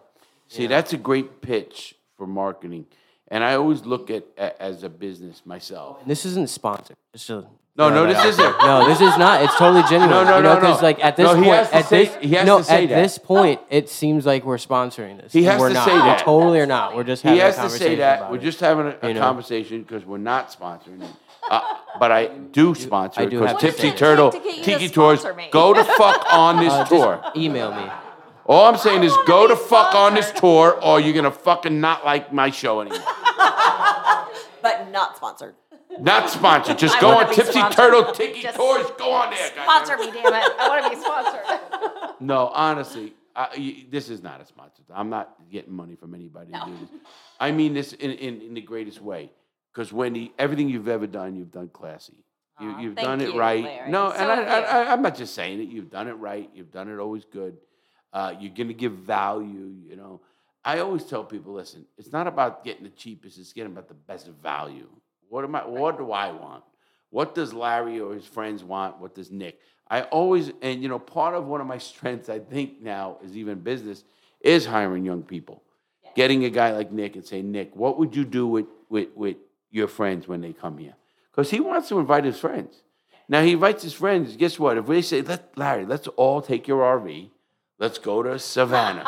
Speaker 5: See, that's a great pitch for marketing. And I always look at a- as a business myself.
Speaker 8: And this isn't sponsored. Just a,
Speaker 5: No, no, this
Speaker 8: that-
Speaker 5: isn't.
Speaker 8: No, this is not. It's totally genuine.
Speaker 5: No, no,
Speaker 8: you know,
Speaker 5: no, no.
Speaker 8: 'cause, Like at this
Speaker 5: No, he
Speaker 8: point,
Speaker 5: has to
Speaker 8: at
Speaker 5: say-
Speaker 8: this,
Speaker 5: he has
Speaker 8: no,
Speaker 5: to say
Speaker 8: at
Speaker 5: that.
Speaker 8: this point, it seems like we're sponsoring this.
Speaker 5: He
Speaker 8: and
Speaker 5: has
Speaker 8: we're
Speaker 5: to
Speaker 8: not.
Speaker 5: say
Speaker 8: We
Speaker 5: that.
Speaker 8: totally are not. We're just
Speaker 5: He
Speaker 8: having
Speaker 5: has
Speaker 8: a
Speaker 5: to
Speaker 8: conversation
Speaker 5: say that.
Speaker 8: about
Speaker 5: We're
Speaker 8: it.
Speaker 5: just having a, a
Speaker 8: you know?
Speaker 5: conversation because we're not sponsoring it. Uh, but I do sponsor
Speaker 8: I
Speaker 5: it
Speaker 8: do
Speaker 5: because
Speaker 8: have to
Speaker 5: Tipsy
Speaker 8: say that.
Speaker 5: Turtle,
Speaker 6: To get you to
Speaker 5: Tiki Tours,
Speaker 6: sponsor me.
Speaker 5: go to fuck on
Speaker 8: Uh,
Speaker 5: this tour.
Speaker 8: Email me.
Speaker 5: All I'm saying is
Speaker 6: wanna
Speaker 5: go
Speaker 6: be
Speaker 5: to fuck on this
Speaker 6: sponsored.
Speaker 5: tour or you're going to fucking not like my show anymore.
Speaker 7: but not sponsored.
Speaker 5: Not sponsored. Just
Speaker 6: I
Speaker 5: go
Speaker 6: wanna
Speaker 5: on
Speaker 6: be
Speaker 5: Tipsy
Speaker 6: sponsored.
Speaker 5: Turtle Tiki
Speaker 6: Just
Speaker 5: Tours. Go on there, guys.
Speaker 6: Sponsor me, damn it! I want to be sponsored.
Speaker 5: No, honestly, I, y- this is not a sponsor. I'm not getting money from anybody to do this. I mean this in, in, in the greatest way. Because, Wendy, everything you've ever done, you've done classy. You, you've
Speaker 6: thank
Speaker 5: done it
Speaker 6: you,
Speaker 5: right.
Speaker 6: Larry.
Speaker 5: No,
Speaker 6: So
Speaker 5: and I,
Speaker 6: have you.
Speaker 5: I, I, I'm not just saying it. You've done it right. You've done it always good. Uh, you're going to give value, you know. I always tell people, listen, it's not about getting the cheapest. It's getting about the best value. What am I? What do I want? What does Larry or his friends want? What does Nick? I always and you know part of one of my strengths I think now is even business is hiring young people, getting a guy like Nick and say, Nick, what would you do with with with your friends when they come here? Because he wants to invite his friends. Now he invites his friends. Guess what? If we say, Let Larry, let's all take your RV, let's go to Savannah.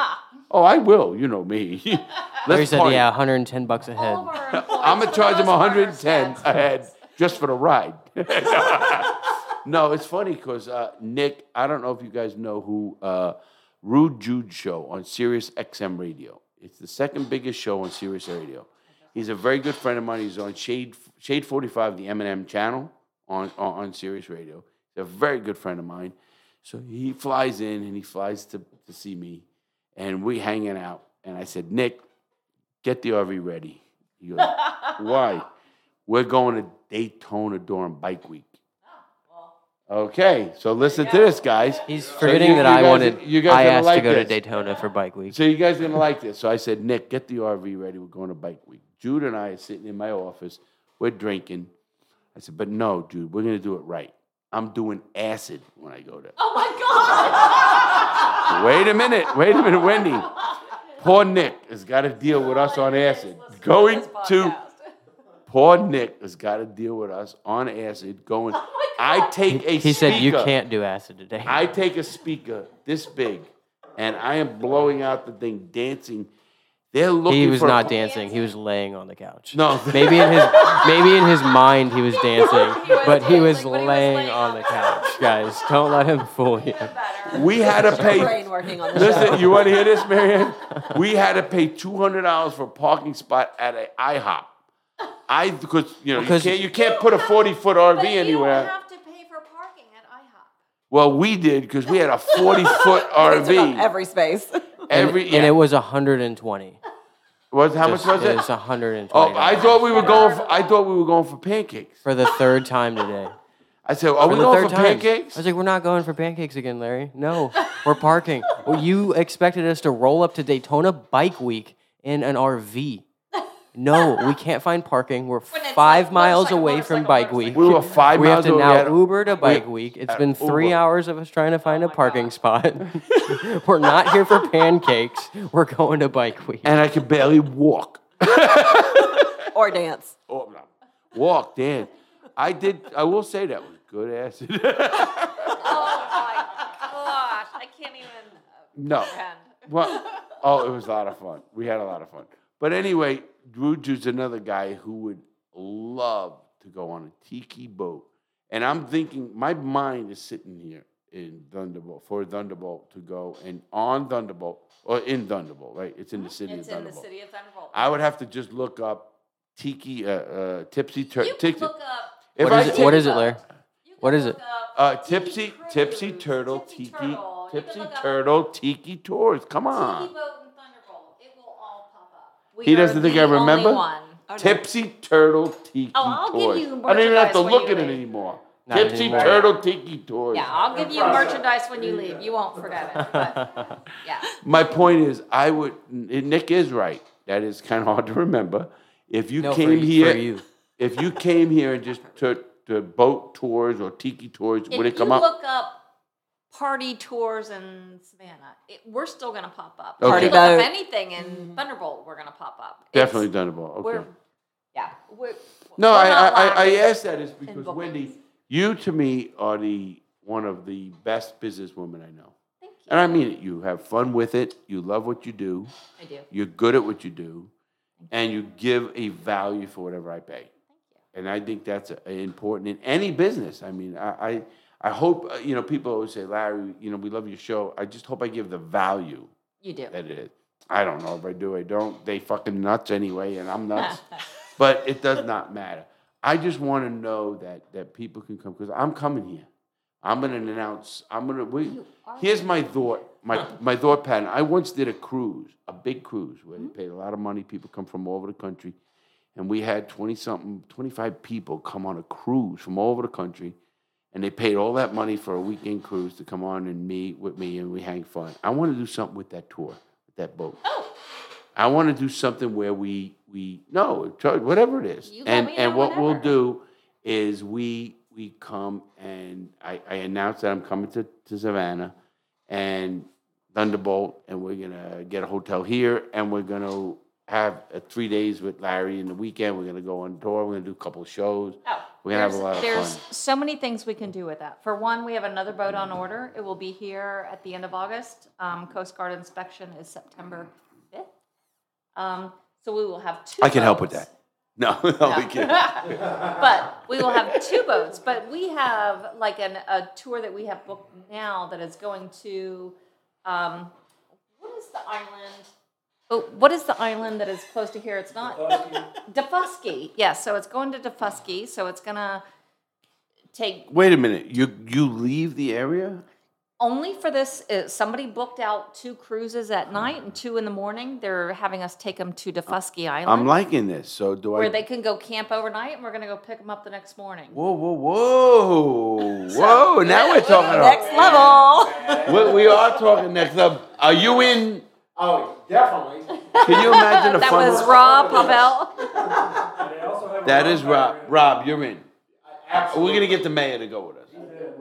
Speaker 5: oh, I will. You know me.
Speaker 8: Larry
Speaker 5: let's
Speaker 8: said,
Speaker 5: party.
Speaker 8: yeah, 110 bucks a
Speaker 5: Oh
Speaker 8: head.
Speaker 6: All of our
Speaker 5: I'm
Speaker 6: employees,
Speaker 5: gonna
Speaker 6: for
Speaker 5: charge
Speaker 6: the
Speaker 5: him
Speaker 6: most part, are
Speaker 5: 110
Speaker 6: sponsors.
Speaker 5: a head just for the ride. no, it's funny because uh, Nick, I don't know if you guys know who uh, Rude Jude show on Sirius XM radio. It's the second biggest show on Sirius Radio. He's a very good friend of mine. He's on Shade Shade Forty Five, the Eminem channel on, on on Sirius Radio. He's a very good friend of mine. So he flies in and he flies to to see me, and we hanging out. And I said, Nick, get the RV ready. He goes, Why? We're going to Daytona during Bike Week. Oh, Okay, so listen to this, guys.
Speaker 8: He's
Speaker 5: So
Speaker 8: forgetting
Speaker 5: you-
Speaker 8: that
Speaker 5: you
Speaker 8: I
Speaker 5: guys-
Speaker 8: wanted.
Speaker 5: you guys
Speaker 8: I
Speaker 5: gonna
Speaker 8: asked to
Speaker 5: like
Speaker 8: go to
Speaker 5: this.
Speaker 8: Daytona for Bike Week.
Speaker 5: So you guys are gonna like this. So I said, Nick, get the RV ready. We're going to bike week. Jude and I are sitting in my office. We're drinking. I said, but no, Jude, we're gonna do it right. I'm doing acid when I go there. Oh my god! wait a minute. Wait a minute, Wendy. Poor Nick has got to deal with us on acid. Going to poor Nick has got to deal with us on acid.
Speaker 7: Oh
Speaker 5: Going. I take a.
Speaker 8: He said you
Speaker 5: speaker."
Speaker 8: can't do acid today.
Speaker 5: I take a speaker this big, and I am blowing out the thing, dancing. They're looking.
Speaker 8: he was
Speaker 5: for
Speaker 8: not dancing. He was laying on the couch.
Speaker 5: No.
Speaker 8: maybe in his maybe in his mind he was dancing, but he was laying on the couch. Guys, don't let him fool you.
Speaker 5: We had to pay.
Speaker 7: Brain working on the show.
Speaker 5: Listen, you want to hear this, Marianne? We had to pay two hundred dollars for a parking spot at a IHOP. I because you know you
Speaker 8: Because-
Speaker 5: can't you can't put a forty foot RV anywhere.
Speaker 9: You don't have to pay for parking at IHOP.
Speaker 5: well, we did because we had a forty foot
Speaker 7: It's about
Speaker 5: RV.
Speaker 7: every space.
Speaker 5: every yeah.
Speaker 8: And it was 120.
Speaker 5: was how
Speaker 8: Just-
Speaker 5: much was it?
Speaker 8: was 120.
Speaker 5: oh, I thought we were going. For, I thought we were going for pancakes.
Speaker 8: for the third time today.
Speaker 5: I said, "Are
Speaker 8: For
Speaker 5: we
Speaker 8: the
Speaker 5: going
Speaker 8: third
Speaker 5: for
Speaker 8: time.
Speaker 5: pancakes?"
Speaker 8: I was like, we're not going for pancakes again, Larry. No, we're parking. well, you expected us to roll up to Daytona Bike Week in an RV. No, we can't find parking. We're
Speaker 6: it's
Speaker 8: five
Speaker 6: like
Speaker 8: miles
Speaker 6: motorcycle,
Speaker 8: away from
Speaker 6: motorcycle,
Speaker 8: Bike Week.
Speaker 6: motorcycle.
Speaker 5: We were five
Speaker 8: We have
Speaker 5: miles
Speaker 8: to
Speaker 5: away. We had
Speaker 8: now
Speaker 5: a-
Speaker 8: Uber to Bike
Speaker 5: we-
Speaker 8: Week. It's
Speaker 5: had
Speaker 8: been three
Speaker 5: Uber.
Speaker 8: hours of us trying
Speaker 6: Oh
Speaker 8: to find a parking spot. we're not here for pancakes. We're going to Bike Week.
Speaker 5: and I could barely walk.
Speaker 7: or dance.
Speaker 5: Oh, no. Walk, Dan. I did. I will say that was good acid.
Speaker 6: Oh Gosh, I can't even.
Speaker 5: no. Well, oh, it was a lot of fun. We had a lot of fun. But anyway, Ruju's another guy who would love to go on a tiki boat. And I'm thinking, my mind is sitting here in Thunderbolt for Thunderbolt to go and on Thunderbolt or in Thunderbolt, right? It's in the city
Speaker 6: It's
Speaker 5: of
Speaker 6: in the
Speaker 5: Thunderbolt.
Speaker 6: city of Thunderbolt.
Speaker 5: I would have to just look up tiki, uh, uh, tipsy, tur-
Speaker 6: You can
Speaker 5: Tixi-
Speaker 6: look up.
Speaker 5: If
Speaker 8: What
Speaker 5: I
Speaker 8: is it?
Speaker 5: did-
Speaker 8: What is it, Larry?
Speaker 6: you
Speaker 8: What
Speaker 6: can
Speaker 8: is
Speaker 6: look
Speaker 8: it?
Speaker 6: up
Speaker 5: Uh,
Speaker 6: Tiki
Speaker 5: tipsy,
Speaker 6: Cruise,
Speaker 5: tipsy turtle, tiki,
Speaker 6: Turtle. You can
Speaker 5: tipsy
Speaker 6: look up
Speaker 5: turtle, tiki tours. Come
Speaker 6: Tiki
Speaker 5: on,
Speaker 6: boat and Thunderbolt. It will all pop up. We
Speaker 5: He
Speaker 6: are
Speaker 5: doesn't think
Speaker 6: the
Speaker 5: I remember?
Speaker 6: only one.
Speaker 5: tipsy turtle, tiki
Speaker 6: Oh, I'll give
Speaker 5: tours.
Speaker 6: you
Speaker 5: I don't even have
Speaker 6: merchandise
Speaker 5: to
Speaker 6: when
Speaker 5: look
Speaker 6: you
Speaker 5: at it
Speaker 6: leave.
Speaker 5: anymore.
Speaker 8: Not
Speaker 5: tipsy
Speaker 8: anymore.
Speaker 5: turtle, tiki tours.
Speaker 6: Yeah, I'll give you merchandise when you leave. You won't forget it. But yeah.
Speaker 5: My point is, I would. N- Nick is right. That is kind of hard to remember. If you
Speaker 8: No, for
Speaker 5: came
Speaker 8: y- for
Speaker 5: here,
Speaker 8: you.
Speaker 5: if you came here and just took the boat tours or tiki tours, would
Speaker 6: if
Speaker 5: it come
Speaker 6: you
Speaker 5: up?
Speaker 6: look up party tours in Savannah, it, we're still going to pop up.
Speaker 5: Okay.
Speaker 6: If
Speaker 5: Party
Speaker 6: you look up
Speaker 7: boat.
Speaker 6: anything in Thunderbolt, we're going to pop up. It's-
Speaker 5: Definitely Thunderbolt. Okay.
Speaker 6: We're, yeah. We're,
Speaker 5: No,
Speaker 6: we're
Speaker 5: I, I,
Speaker 6: not
Speaker 5: I, I
Speaker 6: lacking.
Speaker 5: ask that is because
Speaker 6: bookings.
Speaker 5: Wendy, you to me are the one of the best businesswomen I know. And I mean it. You have fun with it. You love what you do.
Speaker 6: I do.
Speaker 5: You're good at what you do, and you give a value for whatever I pay. And I think that's uh, important in any business. I mean, I, I, I hope uh, you know people always say, Larry, you know, we love your show. I just hope I give the value
Speaker 6: You do.
Speaker 5: that it is. I don't know if I do, I don't. They fucking nuts anyway, and I'm nuts. but it does not matter. I just want to know that that people can come because I'm coming here. I'm gonna announce. I'm gonna. We, here's my thought. My my thought pattern. I once did a cruise, a big cruise where they paid a lot of money. People come from all over the country, and we had twenty something, twenty five people come on a cruise from all over the country and they paid all that money for a weekend cruise to come on and meet with me and we hang fun. I want to do something with that tour, with that boat. Oh. I want to do something where we we no try- whatever it is,
Speaker 6: You let
Speaker 5: and
Speaker 6: me
Speaker 5: and
Speaker 6: know
Speaker 5: what we'll
Speaker 6: whenever.
Speaker 5: do is we we come and I, I announce that I'm coming to, to Savannah and Thunderbolt, and we're gonna get a hotel here, and we're gonna have uh, three days with Larry in the weekend. We're gonna go on tour. We're gonna do a couple shows.
Speaker 6: Oh,
Speaker 5: we're gonna have a
Speaker 6: there's-
Speaker 5: lot of
Speaker 6: There's
Speaker 5: fun.
Speaker 6: so many things we can do with that. For one, we have another boat on order. It will be here at the end of August. Um, Coast Guard inspection is September 5th. Um, so we will have two.
Speaker 5: I can help with
Speaker 6: boats.
Speaker 5: that. No, no, we can't.
Speaker 6: But we will have two boats. But we have like an, a tour that we have booked now that is going to um, what is the island? But what is the island that is close to here? It's not Defusky. Yes, so it's going to Defusky. So it's gonna take
Speaker 5: Wait a minute. You you leave the area?
Speaker 6: only for this. Uh, somebody booked out two cruises at night and two in the morning. They're having us take them to Defusky Island,
Speaker 5: I'm liking this. So do I?
Speaker 6: where they can go camp overnight, and we're gonna go pick them up the next morning.
Speaker 5: whoa, whoa, whoa, whoa! now we're talking.
Speaker 7: Next level.
Speaker 5: we, we are talking next up. Are you in?
Speaker 10: Oh, definitely.
Speaker 5: Can you imagine a
Speaker 6: That
Speaker 5: fun?
Speaker 6: was Rob Pavel.
Speaker 10: And they also have
Speaker 5: That
Speaker 10: a
Speaker 5: is Rob. Rob, you're in. We're
Speaker 10: Absolutely.
Speaker 5: gonna get the mayor to go with us.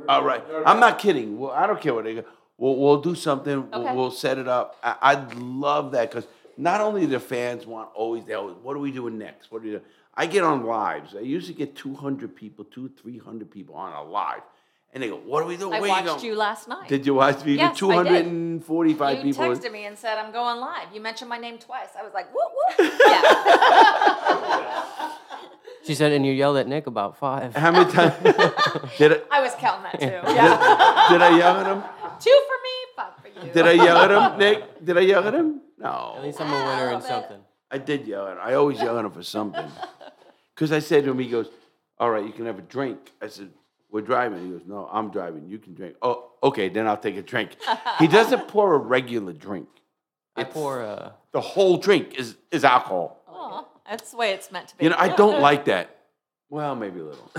Speaker 5: All right. I'm not kidding. Well, I don't care what they go. We'll, we'll do something.
Speaker 6: Okay.
Speaker 5: We'll, we'll set it up. I, I'd love that because not only the fans want always they always, what are we doing next? What are you? I get on lives. I usually get 200 people, two, 300 people on a live, and they go, "What are we doing?
Speaker 6: I
Speaker 5: Where you
Speaker 6: watched
Speaker 5: going?"
Speaker 6: you last night.
Speaker 5: Did you watch me?
Speaker 6: Yes, I did.
Speaker 5: 245
Speaker 6: you
Speaker 5: people.
Speaker 6: texted me and said I'm going live. You mentioned my name twice. I was like, whoop whoop. Yeah.
Speaker 8: She said, and you yelled at Nick about five.
Speaker 5: How many times did I,
Speaker 6: I was counting that too. Yeah.
Speaker 5: did I yell at him?
Speaker 6: Two for me, five for you.
Speaker 5: Did I yell at him, Nick? Did I yell at him?
Speaker 8: At
Speaker 5: No.
Speaker 8: least I'm a winner in something.
Speaker 5: I did yell at him. I always yell at him for something. Because I said to him, he goes, All right, you can have a drink. I said, We're driving. He goes, No, I'm driving. You can drink. Oh, okay, then I'll take a drink. He doesn't pour a regular drink.
Speaker 8: I pour uh,
Speaker 5: The whole drink is, is alcohol.
Speaker 6: Aw, that's the way it's meant to be.
Speaker 5: You know, I don't like that. Well, maybe a little.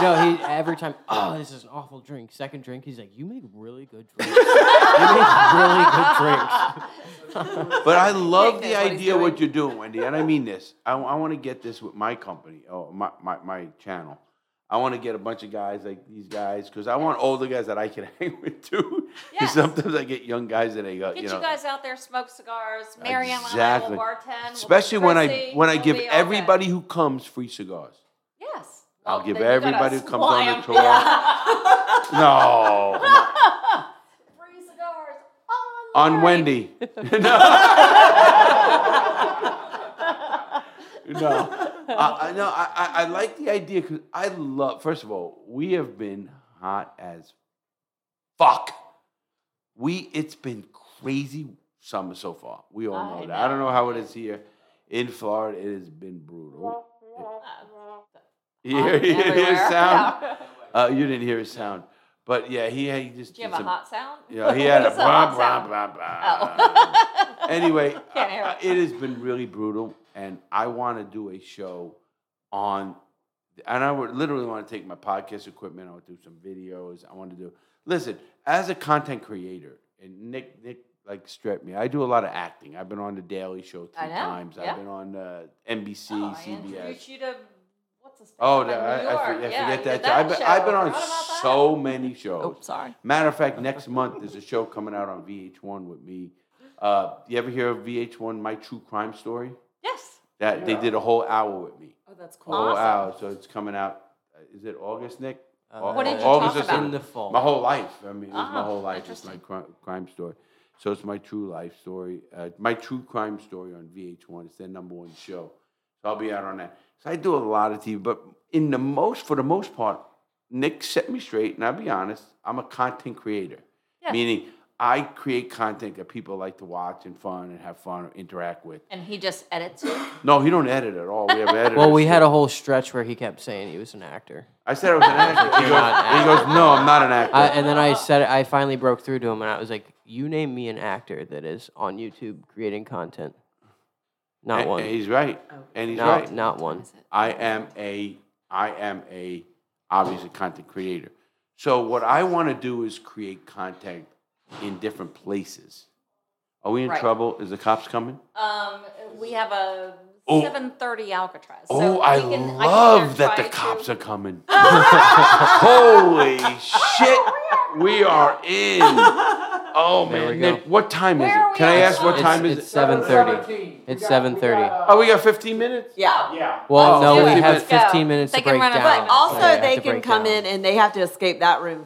Speaker 8: No, he every time. Oh, this is an awful drink. Second drink, he's like, "You make really good drinks. you make really good drinks."
Speaker 5: But I love
Speaker 6: knows
Speaker 5: the
Speaker 6: what he's
Speaker 5: idea
Speaker 6: doing.
Speaker 5: what you're doing, Wendy, and I mean this. I, want to get this with my company, oh, my, my, my channel. I want to get a bunch of guys like these guys because I want older guys that I can hang with too. 'Cause
Speaker 6: Yes.
Speaker 5: Sometimes I get young guys that I go,
Speaker 6: Get
Speaker 5: you
Speaker 6: you,
Speaker 5: know,
Speaker 6: guys out there, smoke cigars. Marianne
Speaker 5: exactly.
Speaker 6: and I will bartend. We'll
Speaker 5: Especially when I
Speaker 6: Chrissy,
Speaker 5: when I
Speaker 6: we'll
Speaker 5: give
Speaker 6: be all good.
Speaker 5: everybody who comes free cigars.
Speaker 6: Yes.
Speaker 5: I'll
Speaker 6: Well,
Speaker 5: give
Speaker 6: Oh, then you gotta
Speaker 5: everybody who comes
Speaker 6: supply
Speaker 5: on the
Speaker 6: 'em.
Speaker 5: tour. No, come on.
Speaker 6: Free cigars.
Speaker 5: on
Speaker 6: online.
Speaker 5: Wendy. no. no. I, I, no, I, I- I like the idea because I love, first of all, we have been hot as fuck. We, it's been crazy summer so far. We all know
Speaker 6: I
Speaker 5: that. I don't know how it is here. In Florida, it has been brutal. You hear, you hear his
Speaker 6: Everywhere.
Speaker 5: sound?
Speaker 6: Yeah.
Speaker 5: Uh, you didn't hear his sound. But yeah, he, he just
Speaker 6: Do you
Speaker 5: did
Speaker 6: have a
Speaker 5: some-
Speaker 6: hot sound?
Speaker 5: yeah, he had a
Speaker 6: What's the hot
Speaker 5: blah blah
Speaker 6: sound?
Speaker 5: blah blah. anyway,
Speaker 6: Oh. Can't hear
Speaker 5: uh, it has been really brutal, and I want to do a show on, and I would literally want to take my podcast equipment. I would do some videos. I want to do. Listen, as a content creator, and Nick Nick like strep me. I do a lot of acting. I've been on the Daily Show three
Speaker 6: I know,
Speaker 5: times.
Speaker 6: yeah.
Speaker 5: I've been on uh, NBC,
Speaker 6: Oh, I
Speaker 5: CBS.
Speaker 6: introduced you to what's his name?
Speaker 5: Oh,
Speaker 6: in
Speaker 5: no, I, I, for-
Speaker 6: New York.
Speaker 5: I
Speaker 6: yeah, you
Speaker 5: forget that.
Speaker 6: did
Speaker 5: too. I've been,
Speaker 6: show.
Speaker 5: I've been on
Speaker 6: Forgot about that.
Speaker 5: so many shows.
Speaker 6: Oh, sorry.
Speaker 5: Matter of fact, next month there's a show coming out on VH1 with me. Uh, you ever hear of VH1 My True Crime Story?
Speaker 6: Yes.
Speaker 5: That they did a whole hour with me.
Speaker 7: Oh, that's
Speaker 5: A
Speaker 7: cool.
Speaker 5: whole
Speaker 6: Awesome.
Speaker 5: hour. So it's coming out. uh, Is it August, Nick? Au-
Speaker 6: What did you
Speaker 5: August or
Speaker 6: talk about?
Speaker 8: Uh, in the
Speaker 5: something.
Speaker 8: fall?
Speaker 5: My whole life. I mean, it's my
Speaker 6: Ah,
Speaker 5: whole life. It's my cri- crime story. So it's my true life story. Uh, my true crime story on VH1. It's their number one show. So I'll be out on that. So I do a lot of TV, but in the most, for the most part, Nick set me straight. And I'll be honest, I'm a content creator,
Speaker 6: Yeah.
Speaker 5: meaning I create content that people like to watch and fun and have fun or interact with.
Speaker 6: And he just edits it.
Speaker 5: No, he don't edit at all. We have editors.
Speaker 8: Well, we had a whole stretch where he kept saying he was an actor,
Speaker 5: I said I was an actor. He goes, he goes, no, I'm not an actor.
Speaker 8: I, and then I said, I finally broke through to him, and I was like, "You name me an actor that is on YouTube creating content. Not
Speaker 5: And-
Speaker 8: one.
Speaker 5: and he's right.
Speaker 6: Oh.
Speaker 5: And he's
Speaker 8: not,
Speaker 5: right.
Speaker 8: not one.
Speaker 5: I am a I am a obviously content creator. So what I want to do is create content in different places. Are we in
Speaker 6: Right.
Speaker 5: trouble? Is the cops coming?
Speaker 6: Um, we have a
Speaker 5: Oh.
Speaker 6: 7:30 Alcatraz. so
Speaker 5: oh,
Speaker 6: we
Speaker 5: I
Speaker 6: can- can
Speaker 5: love
Speaker 6: either
Speaker 5: that the
Speaker 6: try to-
Speaker 5: cops are coming. Holy shit. We are in. Oh
Speaker 8: we
Speaker 5: man,
Speaker 8: go.
Speaker 5: Nick, what time is
Speaker 6: Where are
Speaker 5: it?
Speaker 6: we
Speaker 5: Can I
Speaker 6: on
Speaker 5: ask what
Speaker 6: time?
Speaker 5: time
Speaker 8: it's,
Speaker 5: is
Speaker 8: it's
Speaker 5: it?
Speaker 8: 7:30. It's 7:30.
Speaker 5: Oh, we got 15 minutes?
Speaker 7: Yeah.
Speaker 10: Yeah.
Speaker 8: Well,
Speaker 5: Oh,
Speaker 8: no,
Speaker 5: yeah.
Speaker 8: we
Speaker 5: Let's
Speaker 8: have
Speaker 5: do
Speaker 6: it. Let's
Speaker 8: 15
Speaker 6: go.
Speaker 8: minutes
Speaker 6: They
Speaker 8: to
Speaker 6: can
Speaker 8: break
Speaker 6: run a
Speaker 8: down.
Speaker 6: break.
Speaker 8: Yeah,
Speaker 7: Also,
Speaker 8: Oh, have
Speaker 7: they
Speaker 8: to
Speaker 7: can
Speaker 8: break
Speaker 7: come
Speaker 8: down.
Speaker 7: in and they have to escape that room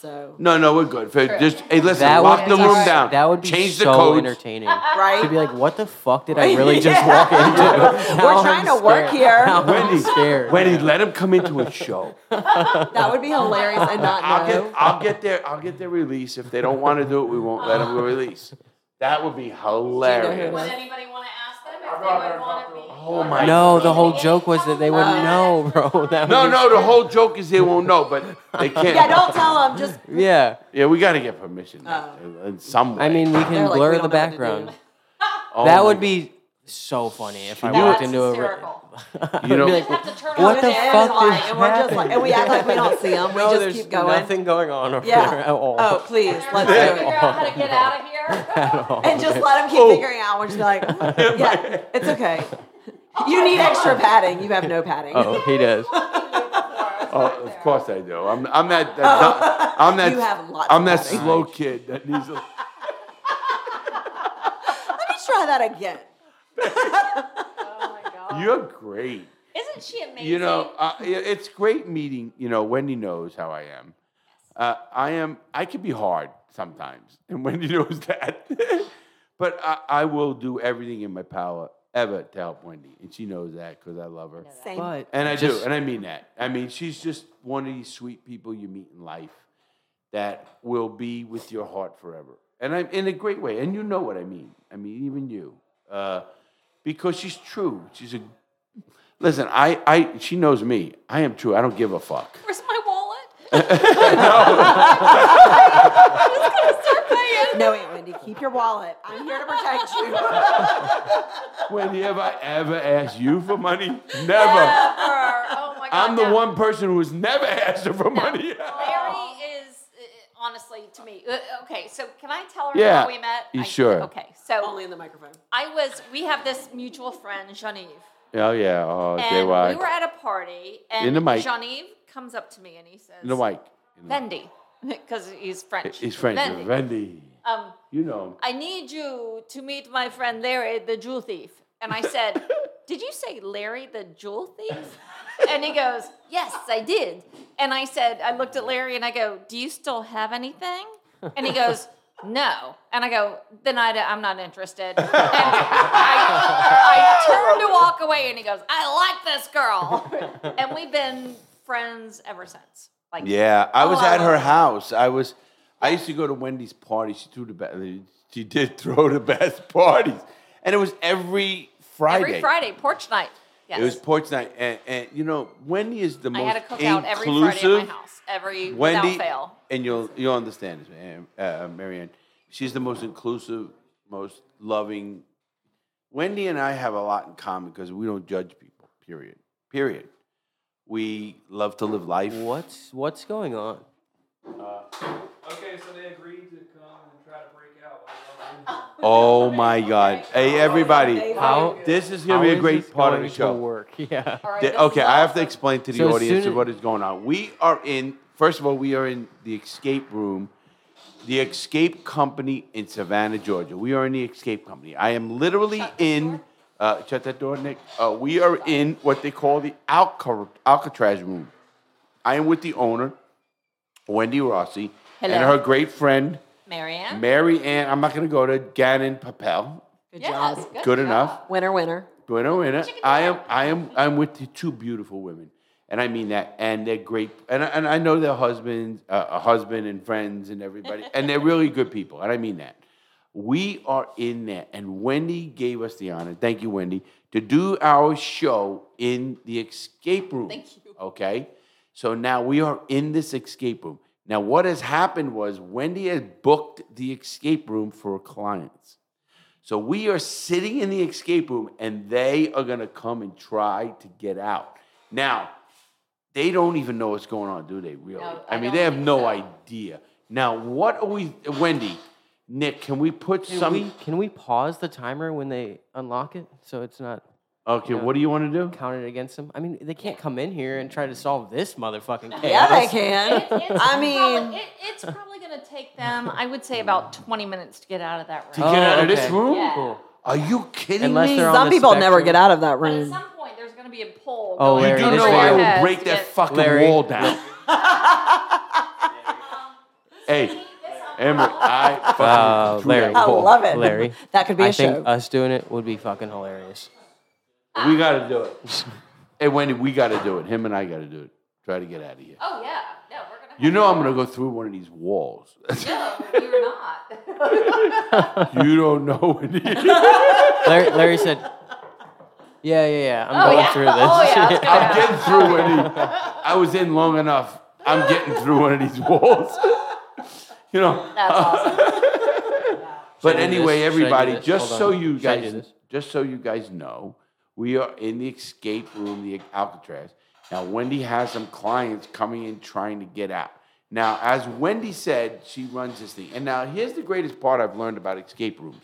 Speaker 7: So
Speaker 5: No, no, we're good. Fa- Just hey, listen,
Speaker 8: That
Speaker 5: lock
Speaker 8: would
Speaker 5: the
Speaker 8: be,
Speaker 5: room
Speaker 8: s-
Speaker 5: down.
Speaker 8: That would be
Speaker 5: Change
Speaker 8: so
Speaker 5: the codes.
Speaker 8: entertaining.
Speaker 7: right.
Speaker 8: To be like, what the fuck did I really just walk into? Now
Speaker 7: We're trying
Speaker 8: I'm
Speaker 7: to work
Speaker 8: scared.
Speaker 7: here.
Speaker 8: Now I'm
Speaker 5: Wendy,
Speaker 8: scared.
Speaker 5: Wendy, let him come into a show.
Speaker 7: That would be hilarious and not
Speaker 5: I'll
Speaker 7: know.
Speaker 5: get, I'll get their, I'll get their release. If they don't want to do it, we won't let them release. That would be
Speaker 6: Would
Speaker 5: hilarious.
Speaker 6: anybody want to ask them if they would want to be?
Speaker 5: Oh my.
Speaker 8: No, the whole joke was that they
Speaker 7: Uh.
Speaker 8: wouldn't know, bro. That
Speaker 5: No,
Speaker 8: was-
Speaker 5: no. The whole joke is they won't know, but they can't.
Speaker 7: Yeah, don't tell them. Just
Speaker 8: Yeah.
Speaker 5: Yeah, we got to get permission in some way.
Speaker 8: Oh. I mean, we can
Speaker 7: They're like,
Speaker 8: blur
Speaker 7: "We
Speaker 8: the
Speaker 7: don't know what to do."
Speaker 8: background.
Speaker 5: Oh
Speaker 8: that
Speaker 5: my
Speaker 8: would
Speaker 5: God.
Speaker 8: be so funny if I
Speaker 5: That
Speaker 8: walked
Speaker 5: is
Speaker 8: into a. re-
Speaker 6: hysterical.
Speaker 8: I'd
Speaker 5: You
Speaker 8: be
Speaker 5: know-
Speaker 8: like,
Speaker 6: Have to turn
Speaker 8: What
Speaker 6: on
Speaker 8: the
Speaker 6: the air.
Speaker 8: fuck
Speaker 7: and, like,
Speaker 8: just
Speaker 7: and we're just like, and we act like we don't see them. We
Speaker 8: no,
Speaker 7: just
Speaker 8: there's
Speaker 7: keep going.
Speaker 8: nothing going on over
Speaker 7: Yeah.
Speaker 8: there at all.
Speaker 7: Oh, please,
Speaker 6: They're
Speaker 7: let's
Speaker 6: trying to figure
Speaker 7: do it.
Speaker 6: out how to get out of here.
Speaker 8: At all.
Speaker 7: And just let them keep
Speaker 8: Oh.
Speaker 7: figuring out. We're just like, yeah, it's okay. You need extra padding. You have no padding.
Speaker 8: Oh, he does.
Speaker 5: Oh, of course I do. I'm, I'm that. that I'm that.
Speaker 7: You have lots
Speaker 5: I'm
Speaker 7: of
Speaker 5: that
Speaker 7: padding.
Speaker 5: slow kid that needs a.
Speaker 7: Let's try that again.
Speaker 5: You're great.
Speaker 6: Isn't she amazing?
Speaker 5: You know, uh, i- it's great meeting. You know, Wendy knows how I am. Uh, I am. I can be hard sometimes, and Wendy knows that. but I, I will do everything in my power ever to help Wendy, and she knows that because I love her.
Speaker 7: Same.
Speaker 8: But
Speaker 5: And I
Speaker 8: just-
Speaker 5: do, and I mean that. I mean, she's just one of these sweet people you meet in life that will be with your heart forever. And I'm in a great way, and you know what I mean. I mean, even you, uh, because she's true. She's a listen. I, I, she knows me. I am true. I don't give a fuck.
Speaker 6: Where's my wallet?
Speaker 7: No, Aunt Wendy, keep your wallet. I'm here to protect you.
Speaker 5: Wendy, have I ever asked you for money? Never.
Speaker 6: Or- oh my God,
Speaker 5: I'm the
Speaker 6: no.
Speaker 5: one person who's never asked her for money.
Speaker 6: Larry is uh, honestly to me. uh, Okay, so can I tell her
Speaker 5: Yeah,
Speaker 6: how we met?
Speaker 5: you
Speaker 6: I-
Speaker 5: sure.
Speaker 6: Okay, so
Speaker 7: Only in the microphone.
Speaker 6: I was. We have this mutual friend, Genevieve,
Speaker 5: oh yeah. Oh,
Speaker 6: and
Speaker 5: JY.
Speaker 6: we were at a party, and
Speaker 5: In the mic.
Speaker 6: Genevieve comes up to me and he says,
Speaker 5: you know, Mike. You know,
Speaker 6: "Vendy," because he's French.
Speaker 5: he's French.
Speaker 6: Vendy.
Speaker 5: Wendy.
Speaker 6: Um,
Speaker 5: You know him.
Speaker 6: I need you to meet my friend Larry, the jewel thief. And I said, Did you say Larry, the jewel thief? And he goes, Yes, I did. And I said, I looked at Larry and I go, Do you still have anything? And he goes, No. And I go, Then I, am not interested. And I, I turned to walk away and he goes, I like this girl. And we've been friends ever since. Like,
Speaker 5: Yeah, I was
Speaker 6: Oh, I
Speaker 5: at her
Speaker 6: love it.
Speaker 5: house. I was. I used to go to Wendy's party. She threw the best. She did throw the best parties, and it was every Friday.
Speaker 6: every Friday, porch night. Yes.
Speaker 5: It was porch night, and, and you know Wendy is the
Speaker 6: I
Speaker 5: most
Speaker 6: had a cookout every
Speaker 5: inclusive.
Speaker 6: Friday at my house, every
Speaker 5: Wendy,
Speaker 6: without fail.
Speaker 5: and you'll you'll understand this, man, uh, Marianne. She's the most inclusive, most loving. Wendy and I have a lot in common because we don't judge people. Period. Period. We love to live life.
Speaker 8: what's what's going on?
Speaker 11: Okay, so they agreed to come and try to break out. while
Speaker 5: Oh my God! Hey, everybody!
Speaker 8: How
Speaker 5: This is going to be a great part of the show.
Speaker 8: Work, yeah.
Speaker 6: All right,
Speaker 5: Th-
Speaker 6: this is
Speaker 5: okay, I have to
Speaker 6: awesome.
Speaker 5: explain to the
Speaker 8: So as
Speaker 5: audience
Speaker 8: soon as-
Speaker 5: what is going on. We are in. First of all, we are in the escape room, the escape company in Savannah, Georgia. We are in the escape company. I am literally in. Uh, shut that door, Nick. Uh, we are in what they call the Alca- Alcatraz room. I am with the owner, Wendy Rossi, and
Speaker 6: Hello.
Speaker 5: her great friend
Speaker 6: Marianne.
Speaker 5: Mary Ann. I'm not going to go to Gannon Papel.
Speaker 7: Good
Speaker 6: yes,
Speaker 7: job.
Speaker 5: Good enough.
Speaker 7: Winner, winner.
Speaker 5: Bueno, bueno. I am, I am, I'm with the two beautiful women, and I mean that. And they're great, and I, and I know their husbands, uh, a husband and friends and everybody, and they're really good people, and I mean that. We are in there, and Wendy gave us the honor. Thank you, Wendy, to do our show in the escape room. Thank you. Okay, so now we are in this escape room. Now, what has happened was Wendy has booked the escape room for clients. So we are sitting in the escape room and they are going to come and try to get out. Now, they don't even know what's going on, do they really?
Speaker 6: No,
Speaker 5: I,
Speaker 6: I
Speaker 5: mean,
Speaker 6: don't
Speaker 5: they have
Speaker 6: think
Speaker 5: no
Speaker 6: so.
Speaker 5: idea. Now, what are we, Wendy, Nick, can we put
Speaker 8: Can,
Speaker 5: some?
Speaker 8: we, can we pause the timer when they unlock it so it's not
Speaker 5: okay, what do you want to do?
Speaker 8: counted against them? I mean, they can't come in here and try to solve this motherfucking case.
Speaker 7: Yeah, they can.
Speaker 6: It- it's
Speaker 7: I
Speaker 6: probably,
Speaker 7: mean,
Speaker 6: it, it's probably going to take them, I would say, about 20 minutes to get out of that
Speaker 5: To
Speaker 6: room.
Speaker 8: Oh,
Speaker 5: get out of this
Speaker 8: okay.
Speaker 5: room?
Speaker 6: Yeah.
Speaker 8: Cool.
Speaker 5: Are you kidding
Speaker 8: Unless
Speaker 5: me?
Speaker 8: they're on
Speaker 7: some
Speaker 8: the
Speaker 7: people never
Speaker 8: spectrum.
Speaker 7: get out of that
Speaker 6: But at
Speaker 7: room.
Speaker 6: some point, there's going to be a poll.
Speaker 8: Oh,
Speaker 5: you
Speaker 6: going
Speaker 8: Larry,
Speaker 5: do
Speaker 6: through
Speaker 8: this
Speaker 5: know
Speaker 6: their
Speaker 5: I will
Speaker 6: heads
Speaker 5: break
Speaker 6: to
Speaker 5: that
Speaker 6: get-
Speaker 5: fucking
Speaker 8: Larry.
Speaker 5: wall down. hey, Emma, I fucking
Speaker 8: Uh,
Speaker 5: threw that
Speaker 8: Larry.
Speaker 7: I
Speaker 5: ball.
Speaker 7: love it.
Speaker 8: Larry.
Speaker 7: That could be a
Speaker 8: I
Speaker 7: show.
Speaker 8: think uh, us doing it would be fucking hilarious.
Speaker 5: We gotta do it. hey Wendy, we gotta do it. Him and I gotta do it. Try to get out of here.
Speaker 6: Oh, yeah. No, we're going to
Speaker 5: You know I'm gonna go through one of these walls.
Speaker 6: No, you're not.
Speaker 5: you don't know what it is.
Speaker 8: Larry, Larry said, "Yeah, yeah, yeah. I'm going
Speaker 9: yeah.
Speaker 8: through this.
Speaker 9: Oh, yeah, that's
Speaker 5: I'm getting through one of these. I was in long enough. I'm getting through one of these walls. you know.
Speaker 9: That's awesome.
Speaker 5: But
Speaker 8: Should I do
Speaker 5: anyway,
Speaker 8: this? Should I do
Speaker 5: everybody,
Speaker 8: this?
Speaker 5: just
Speaker 8: Hold
Speaker 5: so
Speaker 8: on.
Speaker 5: you
Speaker 8: Should I do
Speaker 5: guys,
Speaker 8: this?
Speaker 5: just so you guys know, we are in the escape room, the Alcatraz. Now, Wendy has some clients coming in trying to get out. Now, as Wendy said, she runs this thing. And now, here's the greatest part I've learned about escape rooms.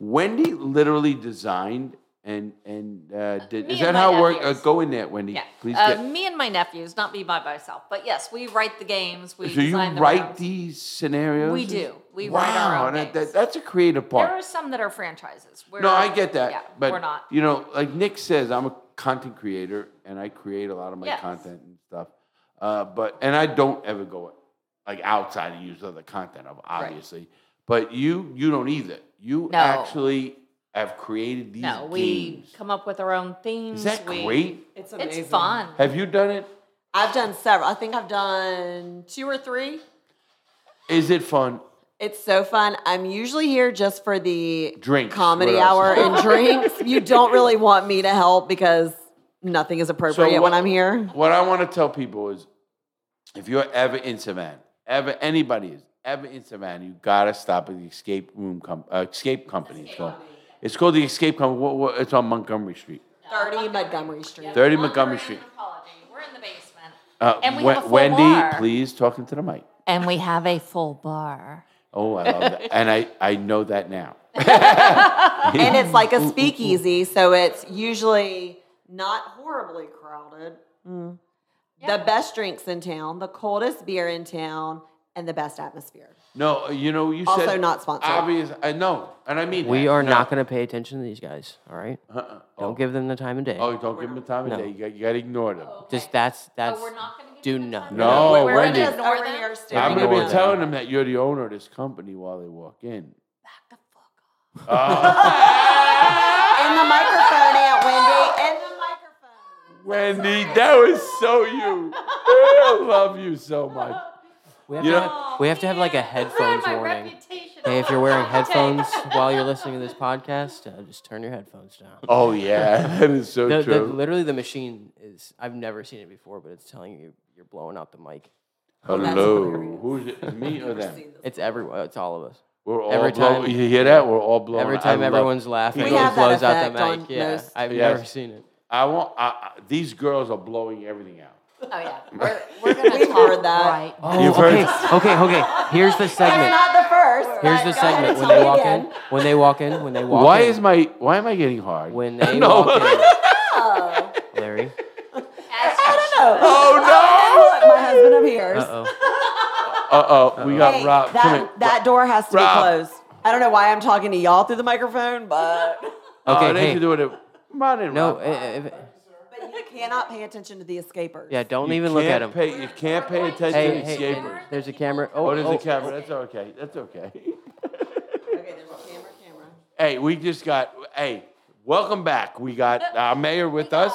Speaker 5: Wendy literally designed and and uh, did.
Speaker 6: Me
Speaker 5: Is
Speaker 6: and
Speaker 5: that
Speaker 6: my
Speaker 5: how it works? Uh,
Speaker 6: nephews.
Speaker 5: go in there, Wendy.
Speaker 6: Yeah.
Speaker 5: Please
Speaker 6: uh,
Speaker 5: get.
Speaker 6: Me and my nephews, not me by myself. But yes, we write the games. We
Speaker 5: So you
Speaker 6: design the
Speaker 5: write
Speaker 6: rounds.
Speaker 5: these scenarios?
Speaker 6: We do. We write our own
Speaker 5: that-
Speaker 6: games.
Speaker 5: that- that's a creative part.
Speaker 6: There are some that are franchises. We're,
Speaker 5: no, I get that.
Speaker 6: Yeah,
Speaker 5: but
Speaker 6: we're not.
Speaker 5: You know, like Nick says, I'm a content creator and I create a lot of my
Speaker 6: Yes.
Speaker 5: content and stuff. Uh, but and I don't ever go like outside and use other content of obviously. But you you don't either. You
Speaker 6: No.
Speaker 5: actually have created these
Speaker 6: No, we
Speaker 5: games.
Speaker 6: come up with our own themes.
Speaker 5: Is that
Speaker 6: we,
Speaker 5: great?
Speaker 7: It's amazing.
Speaker 6: It's fun.
Speaker 5: Have you done it?
Speaker 7: I've done several. I think I've done two or three.
Speaker 5: Is it fun?
Speaker 7: It's so fun. I'm usually here just for the
Speaker 5: Drinks.
Speaker 7: comedy
Speaker 5: What else?
Speaker 7: hour and drinks. You don't really want me to help because nothing is appropriate
Speaker 5: what-
Speaker 7: when I'm here.
Speaker 5: What I want to tell people is if you're ever in Savannah, ever anybody is ever in Savannah, you gotta stop at the escape room com- uh, escape company. It's called it's called the escape company. What, what, it's on Montgomery Street,
Speaker 7: 30 Montgomery Street.
Speaker 5: thirty Montgomery Street.
Speaker 6: Anthropology. We're in the basement.
Speaker 5: Uh,
Speaker 6: And we
Speaker 5: Wen-
Speaker 6: have a full
Speaker 5: Wendy,
Speaker 6: bar.
Speaker 5: please talking to the mic.
Speaker 6: And we have a full bar.
Speaker 5: Oh, I love that, and I I know that now.
Speaker 7: And it's like a speakeasy, so it's usually not horribly crowded. The best drinks in town, the coldest beer in town, and the best atmosphere.
Speaker 5: No, you know you
Speaker 7: Also
Speaker 5: said
Speaker 7: not sponsored.
Speaker 5: Obvious, I know, and I mean
Speaker 8: We
Speaker 5: that.
Speaker 8: are
Speaker 5: No.
Speaker 8: not going to pay attention to these guys. All right,
Speaker 5: Oh.
Speaker 8: don't give them the time of day.
Speaker 5: Oh, don't give them the time of
Speaker 8: No.
Speaker 5: day. You got, you got to ignore them.
Speaker 8: Just that's that's.
Speaker 6: we're not gonna give
Speaker 8: do
Speaker 6: them the time
Speaker 8: not.
Speaker 6: of
Speaker 5: No,
Speaker 7: We're- we're
Speaker 5: Wendy.
Speaker 7: just over
Speaker 6: Northern-
Speaker 7: here
Speaker 5: I'm
Speaker 7: staring
Speaker 5: going to
Speaker 7: at
Speaker 5: be
Speaker 7: them.
Speaker 5: telling them that you're the owner of this company while they walk in.
Speaker 7: In the microphone, Aunt Wendy. In the microphone.
Speaker 5: Wendy, that was so you. I love you so much.
Speaker 8: we have,
Speaker 5: you
Speaker 8: to
Speaker 5: know-
Speaker 8: have, we have to have like a headphones warning.
Speaker 6: reputation.
Speaker 8: Hey, if you're wearing headphones while you're listening to this podcast, uh, just turn your headphones down.
Speaker 5: Oh yeah, that is so
Speaker 8: The, the,
Speaker 5: true.
Speaker 8: literally, the machine is—I've never seen it before, but it's telling you you're blowing out the mic.
Speaker 5: Hello, who's it? Me or them?
Speaker 8: It's everywhere. It's all of us.
Speaker 5: We're all
Speaker 8: Every
Speaker 5: blown-
Speaker 8: time-
Speaker 5: You hear that? We're all blown.
Speaker 8: Every
Speaker 5: Oh, I
Speaker 8: time
Speaker 5: love-
Speaker 8: everyone's laughing,
Speaker 7: We
Speaker 8: it
Speaker 7: have that
Speaker 8: blows out the mic.
Speaker 7: effect on
Speaker 8: Yeah,
Speaker 7: most-
Speaker 8: I've
Speaker 5: Yes.
Speaker 8: never seen it.
Speaker 5: I want. I, I, these girls are blowing everything out.
Speaker 6: Oh yeah, we're, we're gonna
Speaker 7: We've
Speaker 6: talk
Speaker 7: heard that.
Speaker 6: right.
Speaker 8: Oh,
Speaker 5: You've
Speaker 8: okay,
Speaker 5: heard-
Speaker 8: okay, okay. Here's the
Speaker 7: It's
Speaker 8: segment.
Speaker 7: not the first.
Speaker 8: Here's the segment. When they walk in, when they walk in, when they walk
Speaker 5: Why
Speaker 8: in,
Speaker 5: is my? Why am I getting hard?
Speaker 8: when they
Speaker 5: No.
Speaker 8: walk in, Larry.
Speaker 5: oh
Speaker 7: my husband appears.
Speaker 8: Uh
Speaker 5: no! Uh oh, we got
Speaker 7: Hey,
Speaker 5: robbed. Come here.
Speaker 7: that, that door has to
Speaker 5: Rob.
Speaker 7: be closed. I don't know why I'm talking to y'all through the microphone, but,
Speaker 8: oh.
Speaker 5: Oh,
Speaker 8: Okay,
Speaker 5: they
Speaker 8: hey,
Speaker 5: can do it. Come on in,
Speaker 8: no,
Speaker 5: Rob.
Speaker 8: eh, eh,
Speaker 7: but you cannot pay attention to the escapers.
Speaker 8: yeah, don't
Speaker 5: You
Speaker 8: even look at
Speaker 5: can't
Speaker 8: him.
Speaker 5: Pay, you can't pay attention
Speaker 8: Hey,
Speaker 5: to
Speaker 8: hey,
Speaker 5: escapers.
Speaker 8: there's a camera. Oh,
Speaker 5: Oh, there's
Speaker 8: oh,
Speaker 5: a camera. That's okay. That's okay.
Speaker 7: Okay, there's a camera, camera.
Speaker 5: hey, we just got. Hey, welcome back. We got our mayor with us.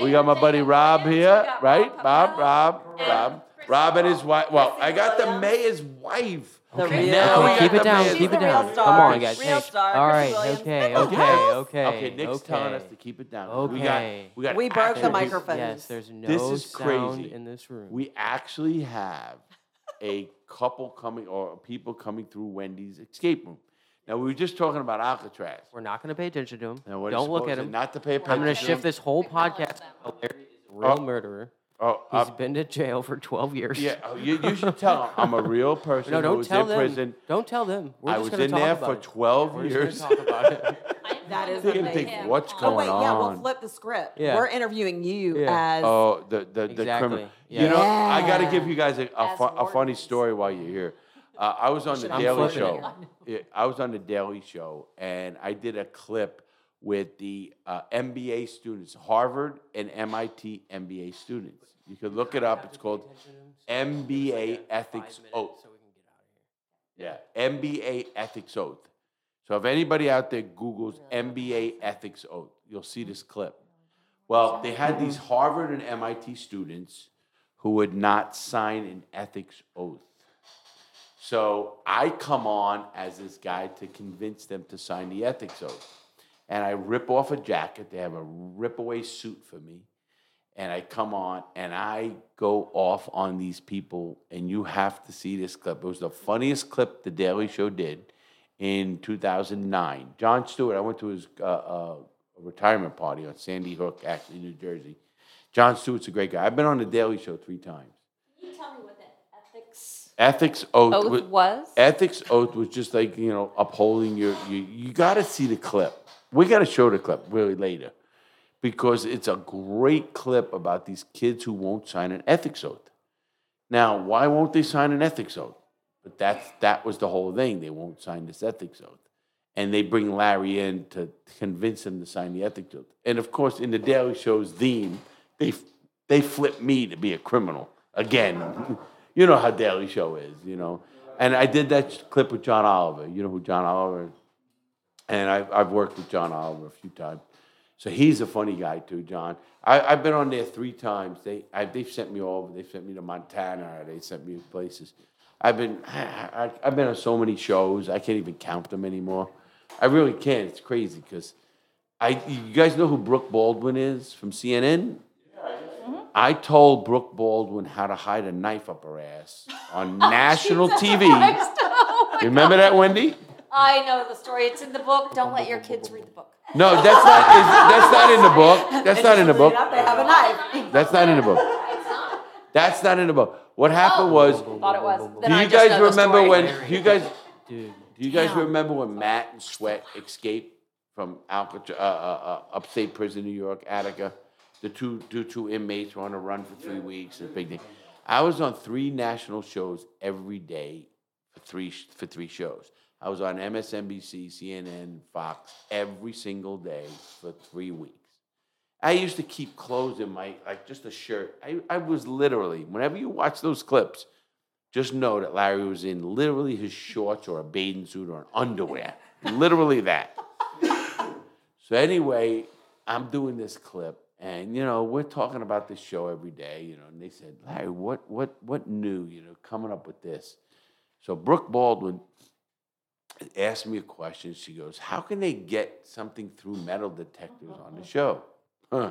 Speaker 5: We got my buddy Rob here, right? Bob, Rob, Rob, Rob and his wife. Well, I got the mayor's wife.
Speaker 7: The
Speaker 5: Okay,
Speaker 7: real-
Speaker 5: now we
Speaker 8: Okay,
Speaker 5: got Oh,
Speaker 8: keep
Speaker 5: the
Speaker 8: it down.
Speaker 5: mayor's-
Speaker 8: Keep it
Speaker 7: She's a real
Speaker 8: down.
Speaker 7: star.
Speaker 8: Come on, guys.
Speaker 7: Real
Speaker 8: hey.
Speaker 7: star,
Speaker 8: All
Speaker 7: Chrissy
Speaker 8: right.
Speaker 7: Williams.
Speaker 8: Okay.
Speaker 7: Oh,
Speaker 8: Okay.
Speaker 7: yes.
Speaker 8: Okay.
Speaker 5: Okay, Nick's telling us
Speaker 8: okay.
Speaker 5: to keep it down. We got,
Speaker 8: Okay.
Speaker 5: we got.
Speaker 7: We broke the
Speaker 5: actual-
Speaker 7: microphone.
Speaker 8: Yes,
Speaker 7: microphones.
Speaker 8: there's no
Speaker 5: This is
Speaker 8: sound
Speaker 5: crazy.
Speaker 8: in this room.
Speaker 5: We actually have a couple coming or people coming through Wendy's escape room. Now we were just talking about Alcatraz.
Speaker 8: We're not going to pay attention to him.
Speaker 5: Now, what is
Speaker 8: Don't look
Speaker 5: supposed to-
Speaker 8: at him.
Speaker 5: Not to pay attention.
Speaker 8: I'm going to
Speaker 5: to
Speaker 8: shift
Speaker 5: him.
Speaker 8: this whole podcast. to Larry is a real
Speaker 5: Oh.
Speaker 8: murderer.
Speaker 5: Oh,
Speaker 8: He's
Speaker 5: uh,
Speaker 8: been to jail for 12 years.
Speaker 5: yeah, oh, you, you should tell him I'm a real person
Speaker 8: No,
Speaker 5: who
Speaker 8: don't
Speaker 5: was
Speaker 8: tell
Speaker 5: in
Speaker 8: them.
Speaker 5: prison.
Speaker 8: Don't tell them. We're
Speaker 5: I
Speaker 8: just
Speaker 5: was
Speaker 8: gonna
Speaker 5: in
Speaker 8: talk
Speaker 5: there
Speaker 8: about
Speaker 5: for
Speaker 8: it.
Speaker 5: 12
Speaker 8: We're
Speaker 5: years.
Speaker 8: just gonna talk about it.
Speaker 7: That is
Speaker 5: You're gonna
Speaker 7: amazing.
Speaker 5: think what's
Speaker 7: oh,
Speaker 5: going
Speaker 7: wait, yeah, we'll
Speaker 5: on.
Speaker 7: flip the script.
Speaker 8: Yeah.
Speaker 7: We're interviewing you
Speaker 8: Yeah.
Speaker 7: as.
Speaker 5: Oh, the the, the
Speaker 8: Exactly,
Speaker 5: criminal.
Speaker 8: yeah.
Speaker 5: You know, I got to give
Speaker 7: Yeah.
Speaker 5: you guys a, a,
Speaker 6: As
Speaker 5: fu- a funny
Speaker 6: wardens.
Speaker 5: story while you're here. Uh, I was on the
Speaker 8: I'm
Speaker 5: Daily
Speaker 8: flipping
Speaker 5: Show. Yeah, I was on the Daily Show, and I did a clip with the uh, MBA students, Harvard and MIT MBA students. You could look it up. It's called MBA Ethics Oath. Yeah, MBA ethics oath. So if anybody out there Googles MBA ethics oath, you'll see this clip. Well, they had these Harvard and MIT students who would not sign an ethics oath. So I come on as this guy to convince them to sign the ethics oath. And I rip off a jacket. They have a rip away suit for me. And I come on and I go off on these people. And you have to see this clip. It was the funniest clip the Daily Show did in 2009. John Stewart, I went to his uh, uh, retirement party on Sandy Hook, actually, New Jersey. John Stewart's a great guy. I've been on the Daily Show three times.
Speaker 9: Can you tell me what the ethics?
Speaker 5: Ethics oath,
Speaker 6: Oath
Speaker 5: wa-
Speaker 6: was?
Speaker 5: ethics oath was just like you know upholding your you. You got to see the clip. We got to show the clip really later because it's a great clip about these kids who won't sign an ethics oath. Now, why won't they sign an ethics oath? But that's that was the whole thing. They won't sign this ethics oath, and they bring Larry in to convince him to sign the ethics oath. And of course, in the Daily Show's theme, they they flip me to be a criminal again. you know how Daily Show is, you know. And I did that clip with John Oliver. You know who John Oliver is? and I've, I've worked with John Oliver a few times. So he's a funny guy too, John. I, I've been on there three times. They I, they've sent me all over. They've sent me to Montana. They sent me places. I've been I, I, I've been on so many shows. I can't even count them anymore. I really can't. It's crazy because I you guys know who Brooke Baldwin is from CNN. I told Brooke Baldwin how to hide a knife up her ass on national TV. Remember that, Wendy?
Speaker 9: I know the story. It's in the book. Don't let your kids read the book.
Speaker 5: No, that's not. Is, that's not in the book. That's not in the book.
Speaker 7: They have a knife.
Speaker 5: That's not in the book. That's not in the book. What happened was.
Speaker 9: Thought it was. Then
Speaker 5: Do
Speaker 9: I
Speaker 5: you
Speaker 9: just
Speaker 5: guys
Speaker 9: know the
Speaker 5: remember
Speaker 9: story.
Speaker 5: when? Do you guys? Do
Speaker 8: Dude.
Speaker 5: you guys remember when Matt and Sweat escaped from Alcatraz, uh, uh, uh, upstate prison, New York, Attica? The two, two, two inmates were on a run for three weeks. And big thing. I was on three national shows every day for three sh- for three shows. I was on MSNBC, CNN, Fox every single day for three weeks. I used to keep clothes in my like just a shirt. I, I was literally whenever you watch those clips, just know that Larry was in literally his shorts or a bathing suit or an underwear. literally that. So anyway, I'm doing this clip, and you know we're talking about this show every day. You know, and they said, Larry, what what what new? You know, coming up with this. So Brooke Baldwin asked me a question. She goes, "How can they get something through metal detectors on the show?" Huh.